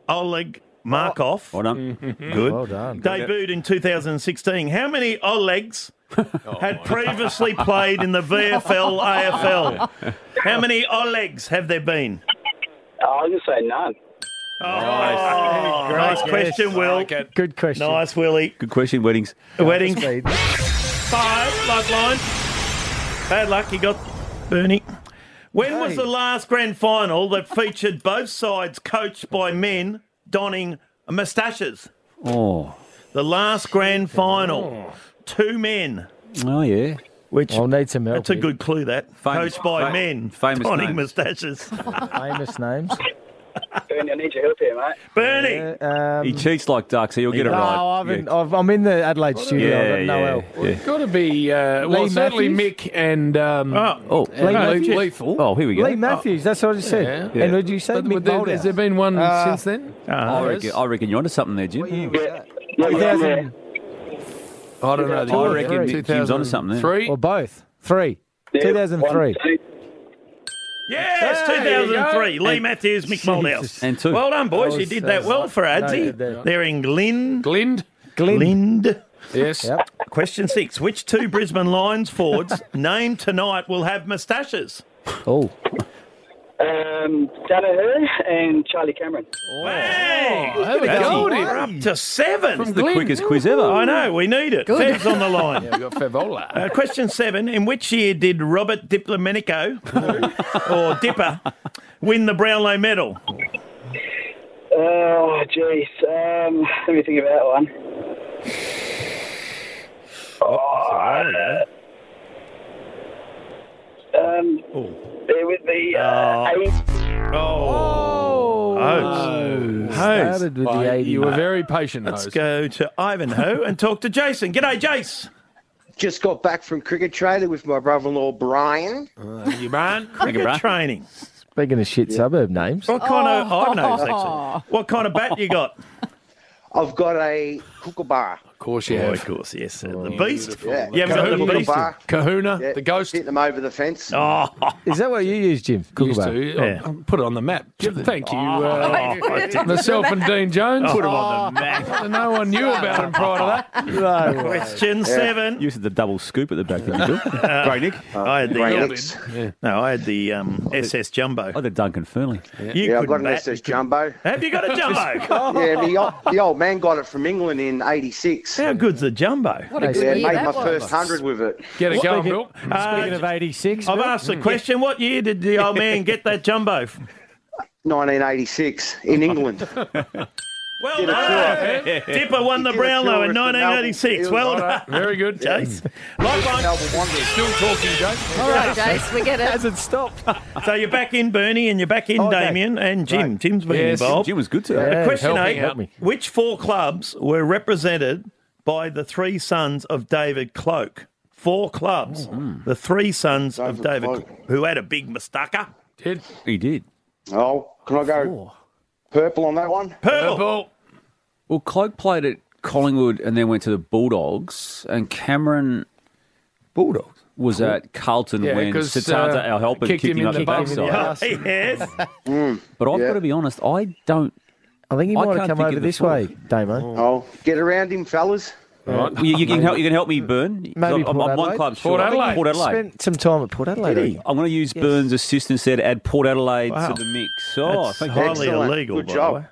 Speaker 6: Oleg Markov.
Speaker 7: Well done.
Speaker 6: Good. Well done. Debuted in 2016. How many Olegs
Speaker 9: Oh,
Speaker 6: had previously played in the VFL AFL? How many Olegs have there been?
Speaker 20: I'll just say none.
Speaker 6: Oh, nice question, Will.
Speaker 10: Good question.
Speaker 6: Nice, Willie.
Speaker 7: Good question, Weddings.
Speaker 6: Wedding. Five, lifeline. Bad luck, you got Bernie. When was the last grand final that featured both sides coached by men donning moustaches?
Speaker 7: Oh.
Speaker 6: The last
Speaker 10: Oh.
Speaker 6: grand final. Two men.
Speaker 7: Oh, yeah.
Speaker 6: Which
Speaker 10: I'll need some help.
Speaker 6: That's a
Speaker 10: here.
Speaker 6: good clue, that.
Speaker 10: Famous-
Speaker 6: coached by
Speaker 10: fa-
Speaker 6: men
Speaker 10: famous
Speaker 6: donning
Speaker 10: names.
Speaker 6: moustaches.
Speaker 10: famous names.
Speaker 20: Bernie, I need your help here, mate.
Speaker 6: Bernie.
Speaker 10: um,
Speaker 7: he cheats like ducks, so you'll get it
Speaker 10: no,
Speaker 7: right.
Speaker 10: I haven't, I've, I'm in the Adelaide studio.
Speaker 7: Yeah,
Speaker 10: I've got no
Speaker 7: yeah,
Speaker 10: help.
Speaker 7: yeah.
Speaker 9: Got to be, uh, well,
Speaker 10: Lee
Speaker 9: certainly
Speaker 10: Matthews?
Speaker 9: Mick and. Um,
Speaker 7: Oh,
Speaker 9: and
Speaker 10: Lee
Speaker 9: Le-
Speaker 10: Matthews.
Speaker 9: Lethal.
Speaker 7: Oh, here we go.
Speaker 10: Lee Matthews, that's what I just said.
Speaker 9: Oh, Yeah.
Speaker 10: And what did you say?
Speaker 9: But
Speaker 10: Mick
Speaker 9: there-
Speaker 10: Mulder.
Speaker 9: has there been one
Speaker 10: Uh,
Speaker 9: since then?
Speaker 7: I, reckon, I reckon you're onto something there, Jim.
Speaker 9: I don't know.
Speaker 7: I reckon Jim's onto something there.
Speaker 9: Three.
Speaker 10: Or both. Three. 2003.
Speaker 6: Yes, 2003. Lee Matthews, Mick Moldhouse.
Speaker 7: And two.
Speaker 6: Well done, boys.
Speaker 10: That
Speaker 6: You
Speaker 10: was-
Speaker 6: did
Speaker 10: that
Speaker 9: uh,
Speaker 6: that
Speaker 10: was-
Speaker 6: well for
Speaker 10: no,
Speaker 6: Adzi.
Speaker 10: you did.
Speaker 6: They're in Glen.
Speaker 9: Glind.
Speaker 10: Glind.
Speaker 6: Lind.
Speaker 9: Yes.
Speaker 6: Question six. Which two Brisbane Lions forwards named tonight will have moustaches?
Speaker 10: Oh.
Speaker 20: Um, Danaher and Charlie Cameron.
Speaker 6: Hey!
Speaker 9: Oh, there we go, dude.
Speaker 6: We're up to seven.
Speaker 9: From This is the Glen. quickest
Speaker 7: quiz ever.
Speaker 6: I know. We need it.
Speaker 9: Good.
Speaker 6: Fab's on the line.
Speaker 9: Yeah, we got Favola.
Speaker 6: Uh, question seven. In which year did Robert Diplomenico or Dipper win the Brownlow medal?
Speaker 20: Oh, jeez. Um, let me think about that one. Oh, um, bear with me. Uh, eight.
Speaker 6: Oh. Hose. Hose.
Speaker 10: Started with the
Speaker 6: Bye.
Speaker 10: 80s.
Speaker 9: Oh. You were very patient,
Speaker 6: Let's
Speaker 9: Hose.
Speaker 6: go to Ivanhoe and talk to Jason. G'day, Jace.
Speaker 12: Just got back from cricket training with my brother-in-law Brian.
Speaker 6: You Brian.
Speaker 7: Thank Uh, you,
Speaker 6: Cricket
Speaker 7: Brian.
Speaker 6: training.
Speaker 10: Speaking of shit suburb names.
Speaker 6: What kind of Ivanhoe's
Speaker 8: Oh.
Speaker 6: actually? What kind of bat you got?
Speaker 12: I've got a kookaburra.
Speaker 9: Of course you
Speaker 6: Oh,
Speaker 9: have.
Speaker 6: of course, yes. Uh, the beast.
Speaker 12: Yeah,
Speaker 6: You haven't got the
Speaker 12: Little
Speaker 6: beast.
Speaker 12: bar.
Speaker 9: Kahuna,
Speaker 12: Yeah,
Speaker 9: the ghost.
Speaker 12: Hit them over the fence.
Speaker 6: Oh,
Speaker 10: Is that what you use, Jim?
Speaker 9: Used
Speaker 10: Kookaburra.
Speaker 9: to. I'll- I'll Put it on the map. Thank you. Uh, Oh.
Speaker 6: Oh.
Speaker 9: myself and Dean Jones.
Speaker 6: Put him on the map.
Speaker 9: No one knew about him prior to that.
Speaker 6: Question seven.
Speaker 7: You said the double scoop at the back there, Bill. Great, Nick.
Speaker 6: Uh, I had
Speaker 12: Great
Speaker 6: the uh,
Speaker 12: Nicks.
Speaker 6: no, I had the um, SS Jumbo.
Speaker 7: Oh, the Duncan Fernley.
Speaker 6: You
Speaker 12: yeah, I've got
Speaker 6: couldn't
Speaker 12: an
Speaker 6: bat.
Speaker 12: SS Jumbo.
Speaker 6: Have you got a jumbo?
Speaker 12: yeah, the old, the old man got it from England in '86.
Speaker 6: How good's the jumbo?
Speaker 8: What a
Speaker 12: Yeah,
Speaker 8: good year
Speaker 12: made
Speaker 8: that
Speaker 12: my
Speaker 8: was.
Speaker 12: first hundred with it.
Speaker 9: Get it going, Bill.
Speaker 10: Speaking of 86.
Speaker 6: I've
Speaker 10: Bill.
Speaker 6: asked the question: What year did the old man get that jumbo?
Speaker 12: 1986 in England.
Speaker 6: Well done. Dipper Ah, won the
Speaker 12: He did a
Speaker 6: Brownlow
Speaker 12: tour
Speaker 6: in
Speaker 12: with the
Speaker 6: 1986.
Speaker 12: Melbourne-
Speaker 6: Well
Speaker 12: All
Speaker 6: done,
Speaker 12: right.
Speaker 9: Very good.
Speaker 6: Jace. Lifeline.
Speaker 12: Melbourne Wanderers.
Speaker 9: Still talking, Jake.
Speaker 8: All right, Jace, we get it.
Speaker 10: Hasn't stopped.
Speaker 6: So you're back in Bernie and you're back in
Speaker 10: Oh, okay.
Speaker 6: Damien and Jim. Jim's been
Speaker 9: Yes.
Speaker 6: involved.
Speaker 7: Jim was good today.
Speaker 6: Uh, question
Speaker 9: help me
Speaker 6: eight:
Speaker 9: out. Help me.
Speaker 6: Which four clubs were represented by the three sons of David Cloke? Four clubs. The three sons of
Speaker 12: David
Speaker 6: David, Cloke, who had a big moustache.
Speaker 9: Did.
Speaker 7: He did.
Speaker 12: Oh, can I go purple on that one?
Speaker 6: Purple.
Speaker 9: Purple.
Speaker 7: Well, Cloak played at Collingwood and then went to the Bulldogs, and Cameron
Speaker 10: Bulldogs.
Speaker 7: was at Carlton
Speaker 9: Yeah,
Speaker 7: when
Speaker 9: 'cause,
Speaker 7: Satanta,
Speaker 9: uh,
Speaker 7: our helper,
Speaker 9: kicked
Speaker 7: kicked,
Speaker 9: him
Speaker 7: him
Speaker 9: in
Speaker 7: up
Speaker 9: the
Speaker 7: the
Speaker 9: bum.
Speaker 7: backside.
Speaker 6: Oh, Yes.
Speaker 7: But I've
Speaker 12: Hmm. Yeah.
Speaker 7: got to be honest, I don't.
Speaker 10: I think he
Speaker 7: I
Speaker 10: might have
Speaker 7: can't
Speaker 10: come
Speaker 7: think
Speaker 10: over
Speaker 7: of the
Speaker 10: this
Speaker 7: fourth.
Speaker 10: way, Damo.
Speaker 12: Oh, get around him, fellas. Right. You, you can help, you can help me, Burn. 'Cause
Speaker 10: Maybe
Speaker 12: I'm- I'm,
Speaker 10: Port
Speaker 12: I'm one
Speaker 10: Adelaide.
Speaker 12: club short. I think Port Adelaide.
Speaker 10: Spent some time at Port Adelaide.
Speaker 12: I'm going to use Burns' assistance there to add Port Adelaide
Speaker 10: Wow.
Speaker 12: to the mix. Oh,
Speaker 10: That's
Speaker 12: thank you.
Speaker 10: highly Excellent. illegal, Good by the job. way.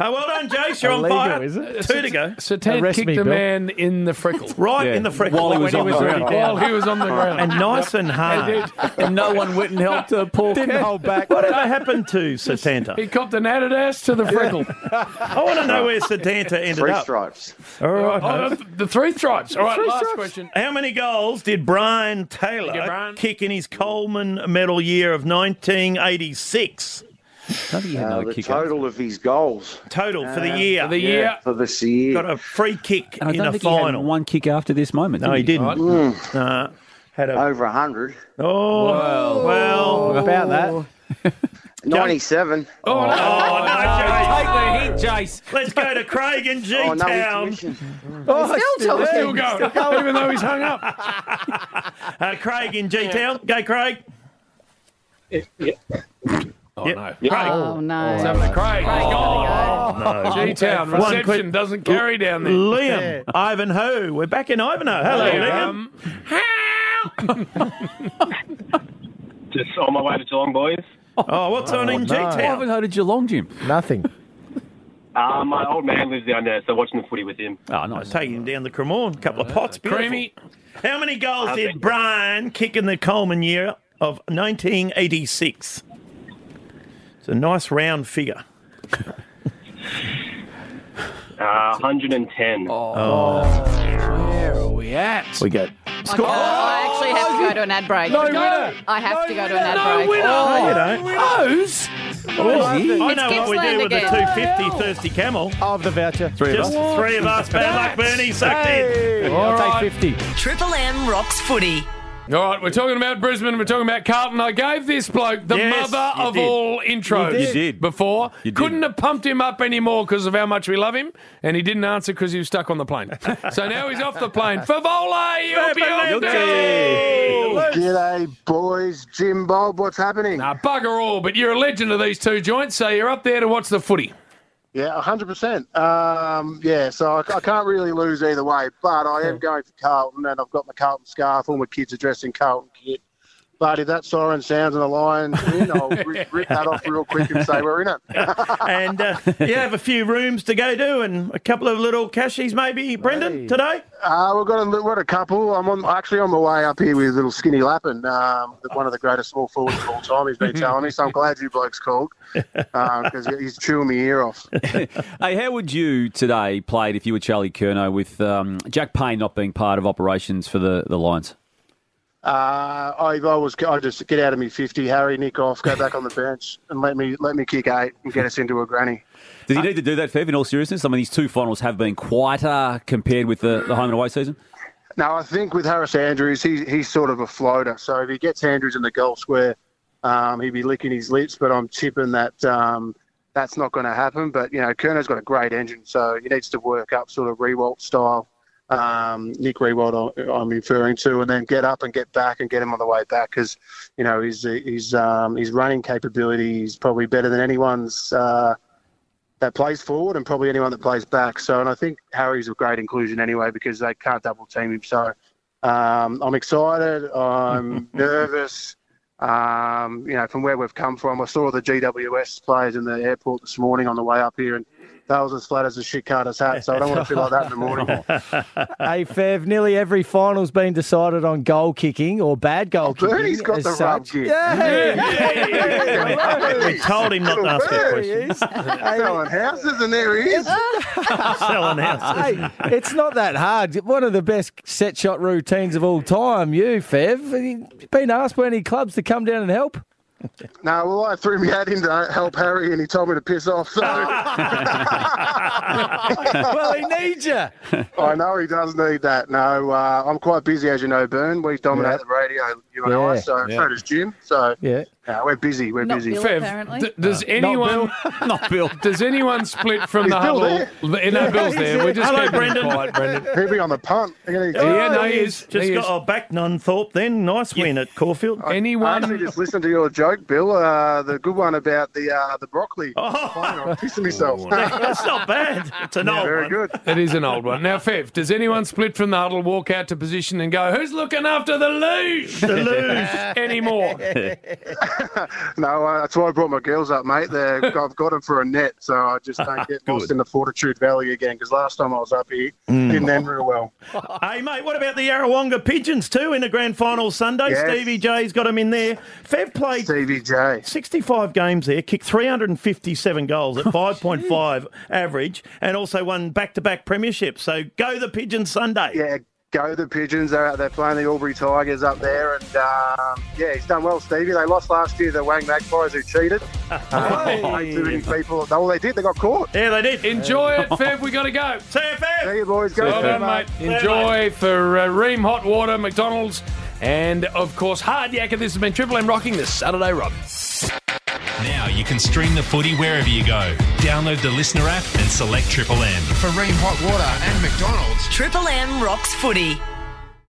Speaker 6: Oh, well done, Jace. You're on
Speaker 10: Illegal,
Speaker 6: fire.
Speaker 10: is it?
Speaker 6: Two to go.
Speaker 9: So Ted kicked a man in the freckle.
Speaker 6: Right in the freckle. While he was on the ground.
Speaker 9: While he was on the ground.
Speaker 6: And nice and hard.
Speaker 9: He did.
Speaker 12: And no one went and helped uh, Paul.
Speaker 9: Didn't hold back.
Speaker 6: Whatever happened to Satanta?
Speaker 9: He copped an added ass to the freckle.
Speaker 6: I want to know where Sedanta ended
Speaker 9: Three
Speaker 6: up.
Speaker 9: stripes.
Speaker 6: All right.
Speaker 9: Oh,
Speaker 6: mate.
Speaker 9: the- the three stripes. All right,
Speaker 6: Three
Speaker 9: last
Speaker 6: stripes.
Speaker 9: question.
Speaker 6: How many goals did Brian Taylor
Speaker 9: Yeah, Brian.
Speaker 6: kick in his Coleman Medal year of 1986?
Speaker 7: Uh, the total of his goals.
Speaker 6: Total for the
Speaker 12: Uh,
Speaker 7: Um,
Speaker 6: year.
Speaker 7: for the year. Yeah, for this year.
Speaker 6: Got a free kick
Speaker 12: And I
Speaker 6: in
Speaker 12: don't
Speaker 6: a
Speaker 12: think he had
Speaker 6: final.
Speaker 12: one kick after this moment.
Speaker 6: no, he didn't.
Speaker 12: Right.
Speaker 6: Nah. had a...
Speaker 7: Over 100.
Speaker 6: Oh, well.
Speaker 10: About that.
Speaker 7: 97.
Speaker 6: Oh, no.
Speaker 12: Take the hint, Jace.
Speaker 6: Let's go to Craig and G
Speaker 7: Oh, no, he's
Speaker 6: Town.
Speaker 10: Oh,
Speaker 6: He's
Speaker 10: still
Speaker 6: talking.
Speaker 10: there.
Speaker 6: Still going, even though he's hung up. uh, Craig in G Town. Go, Craig.
Speaker 9: Oh,
Speaker 6: Yep.
Speaker 9: no.
Speaker 6: Craig.
Speaker 8: Oh, no.
Speaker 9: What's happening, Craig?
Speaker 6: No.
Speaker 9: Oh, G-Town.
Speaker 6: One
Speaker 9: Reception
Speaker 6: quick-
Speaker 9: doesn't carry down there.
Speaker 6: Liam, Ivanhoe. We're back in Ivanhoe. Hello, Liam.
Speaker 9: Um,
Speaker 16: Just on my way to Geelong, boys.
Speaker 6: Oh, what's on in
Speaker 12: I haven't
Speaker 6: G-Town?
Speaker 12: heard of Geelong, Jim.
Speaker 10: Nothing.
Speaker 16: Uh, my old man lives down there, so watching the footy with him.
Speaker 12: Oh, nice.
Speaker 6: Taking him down the Cremorne. A couple of pots. Beautiful.
Speaker 9: Creamy.
Speaker 6: How many goals
Speaker 16: I
Speaker 6: did
Speaker 16: think-
Speaker 6: Brian kick in E. the Coleman year of 1986? It's a nice round figure.
Speaker 16: Uh, 110.
Speaker 9: Where are we at?
Speaker 6: We go.
Speaker 8: Oh, I actually have to go to an ad break.
Speaker 9: No winner.
Speaker 8: I have to go to an ad
Speaker 9: No
Speaker 8: break.
Speaker 9: winner.
Speaker 6: Oh, you
Speaker 9: No
Speaker 6: don't.
Speaker 9: winner. Rose.
Speaker 6: I know
Speaker 8: It's
Speaker 6: what we do
Speaker 8: Gippsland
Speaker 6: with the
Speaker 8: again.
Speaker 6: 250 thirsty camel.
Speaker 10: Of the voucher.
Speaker 6: Three
Speaker 10: of
Speaker 6: Just
Speaker 10: us.
Speaker 6: three of us. Bad luck, Bernie. Sucked in.
Speaker 10: I'll take 50.
Speaker 13: Triple M rocks footy.
Speaker 9: All right, we're talking about Brisbane, we're talking about Carlton. I gave this bloke the
Speaker 16: Yes,
Speaker 9: mother
Speaker 16: you
Speaker 9: of
Speaker 16: did.
Speaker 9: all intros
Speaker 16: You did. You did.
Speaker 9: before.
Speaker 16: You did.
Speaker 9: Couldn't have pumped him up anymore because of how much we love him, and he didn't answer because he was stuck on the plane. so now he's off the plane. Favola, you'll be on
Speaker 17: G'day, boys. Jim Bob, what's happening?
Speaker 9: Nah, bugger all, but you're a legend of these two joints, so you're up there to watch the footy.
Speaker 17: Yeah, 100%. Um, yeah, so I, I can't really lose either way, but I am going for Carlton, and I've got my Carlton scarf. All my kids are dressed in Carlton kit. But if that siren sounds and the Lions win, I'll rip, rip that off real quick and say we're in it.
Speaker 6: and uh, you have a few rooms to go to and a couple of little cashies maybe, Brendan, today?
Speaker 17: Uh, we've got a, what a couple. I'm on, actually on my way up here with little Skinny Lappin, um, the- one of the greatest small forwards of all time. He's been telling me, so I'm glad you blokes called because he's chewing my ear off.
Speaker 12: Hey, how would you today played if you were Charlie Kerno with um, Jack Payne not being part of operations for the, the Lions?
Speaker 17: Uh, I, I was I just get out of me fifty, Harry, nick off, go back on the bench, and let me let me kick eight and get us into a granny.
Speaker 6: Uh,
Speaker 12: Does he need to do that, Fev, in all seriousness? I mean, these two finals have been quieter compared with the, the home and away season.
Speaker 17: No, I think with Harris Andrews, he, he's sort of a floater. So if he gets Andrews in the goal square, um, he'd be licking his lips. But I'm tipping that um, that's not going to happen. But you know, Kerno's got a great engine, so he needs to work up sort of Rewalt style, um, Nick Rewalt I'm- I'm referring to, and then get up and get back and get him on the way back because you know his his um, his running capability is probably better than anyone's. Uh, that plays forward and probably anyone that plays back. So, and I think Harry's a great inclusion anyway because they can't double team him. So, um, I'm excited. I'm nervous. Um, you know, from where we've come from, I saw the GWS players in the airport this morning on the way up here, and that was as flat as a shit carter's hat. So, I don't want to feel like that in the morning.
Speaker 10: hey, Fev, nearly every final's been decided on goal kicking or bad goal kicking.
Speaker 17: Bernie's got
Speaker 10: as
Speaker 17: the rub,
Speaker 10: such.
Speaker 17: Jim.
Speaker 6: We told him not to ask that question.
Speaker 17: Selling houses, and there he is.
Speaker 6: Selling houses.
Speaker 10: Hey, it's not that hard. One of the best set shot routines of all time, you, Fev. You've been asked by any clubs to come down and help?
Speaker 17: No, well, I threw me at him to help Harry, and he told me to piss off. So.
Speaker 10: well, he needs you.
Speaker 17: I know he does need that. No, uh, I'm quite busy, as you know, Bern. We dominate
Speaker 10: Yep.
Speaker 17: the radio. you and I.
Speaker 10: Yeah.
Speaker 17: So
Speaker 10: Yeah.
Speaker 17: so does Jim. So
Speaker 10: Yeah. Uh,
Speaker 17: yeah, we're busy. We're busy.
Speaker 9: Fev, d- does
Speaker 16: Uh,
Speaker 9: anyone not Bill? Does anyone split from
Speaker 17: Is
Speaker 9: the
Speaker 17: Bill
Speaker 9: huddle?
Speaker 17: there?
Speaker 9: Eh, No, Bill's there. We just
Speaker 6: Hello,
Speaker 9: keep him
Speaker 6: Brendan.
Speaker 9: quiet, Brendan.
Speaker 17: He'll be on the punt. Yeah,
Speaker 9: Yeah, no, he is.
Speaker 6: Oh, Just
Speaker 9: He
Speaker 6: got
Speaker 9: is.
Speaker 6: oh, back Nunthorpe then. Nice win at Caulfield.
Speaker 17: I actually just listened to your joke, Bill. Uh, the good one about the uh, the broccoli. Oh. I'm pissing myself.
Speaker 6: That's not bad. It's an old
Speaker 17: Very
Speaker 6: one.
Speaker 17: good.
Speaker 9: It is an old one. Now, Fev, does anyone split from the huddle, walk out to position, and go, "Who's looking after the luge?
Speaker 17: The luge.
Speaker 9: anymore?"
Speaker 17: No, uh, that's why I brought my girls up, mate. They're, I've got them for a net, so I just don't get lost
Speaker 6: Ah, Good.
Speaker 17: in the Fortitude Valley again. Because last time I was up here,
Speaker 6: Mm.
Speaker 17: didn't end real well.
Speaker 6: hey, mate, what about the Yarrawonga Pigeons too in the grand final Sunday?
Speaker 17: Yes.
Speaker 6: Stevie J's got them in there. Fev played
Speaker 17: Stevie J.
Speaker 6: 65 games there, kicked 357 goals
Speaker 17: Oh,
Speaker 6: at 5.5 average, and also won back-to-back premierships. So go the Pigeons Sunday.
Speaker 17: Yeah, go the Pigeons. They're out there playing the Albury Tigers up there, and um, yeah, he's done well, Stevie. They lost last year. The Wang Magpies who cheated. Uh, way too many people. No, well, they did. They got caught.
Speaker 6: Yeah, they did.
Speaker 9: Enjoy it, Fev. We got to go. See
Speaker 6: you, Fev.
Speaker 17: See you, boys. Go,
Speaker 9: well done, mate. Enjoy for uh, Ream Hot Water, McDonald's, and of course Hard Yakka. This has been Triple M rocking this Saturday Rob.
Speaker 11: Now you can stream the footy wherever you go. Download the Listener app and select Triple M.
Speaker 15: For Ream Hot Water and McDonald's.
Speaker 13: Triple M rocks footy.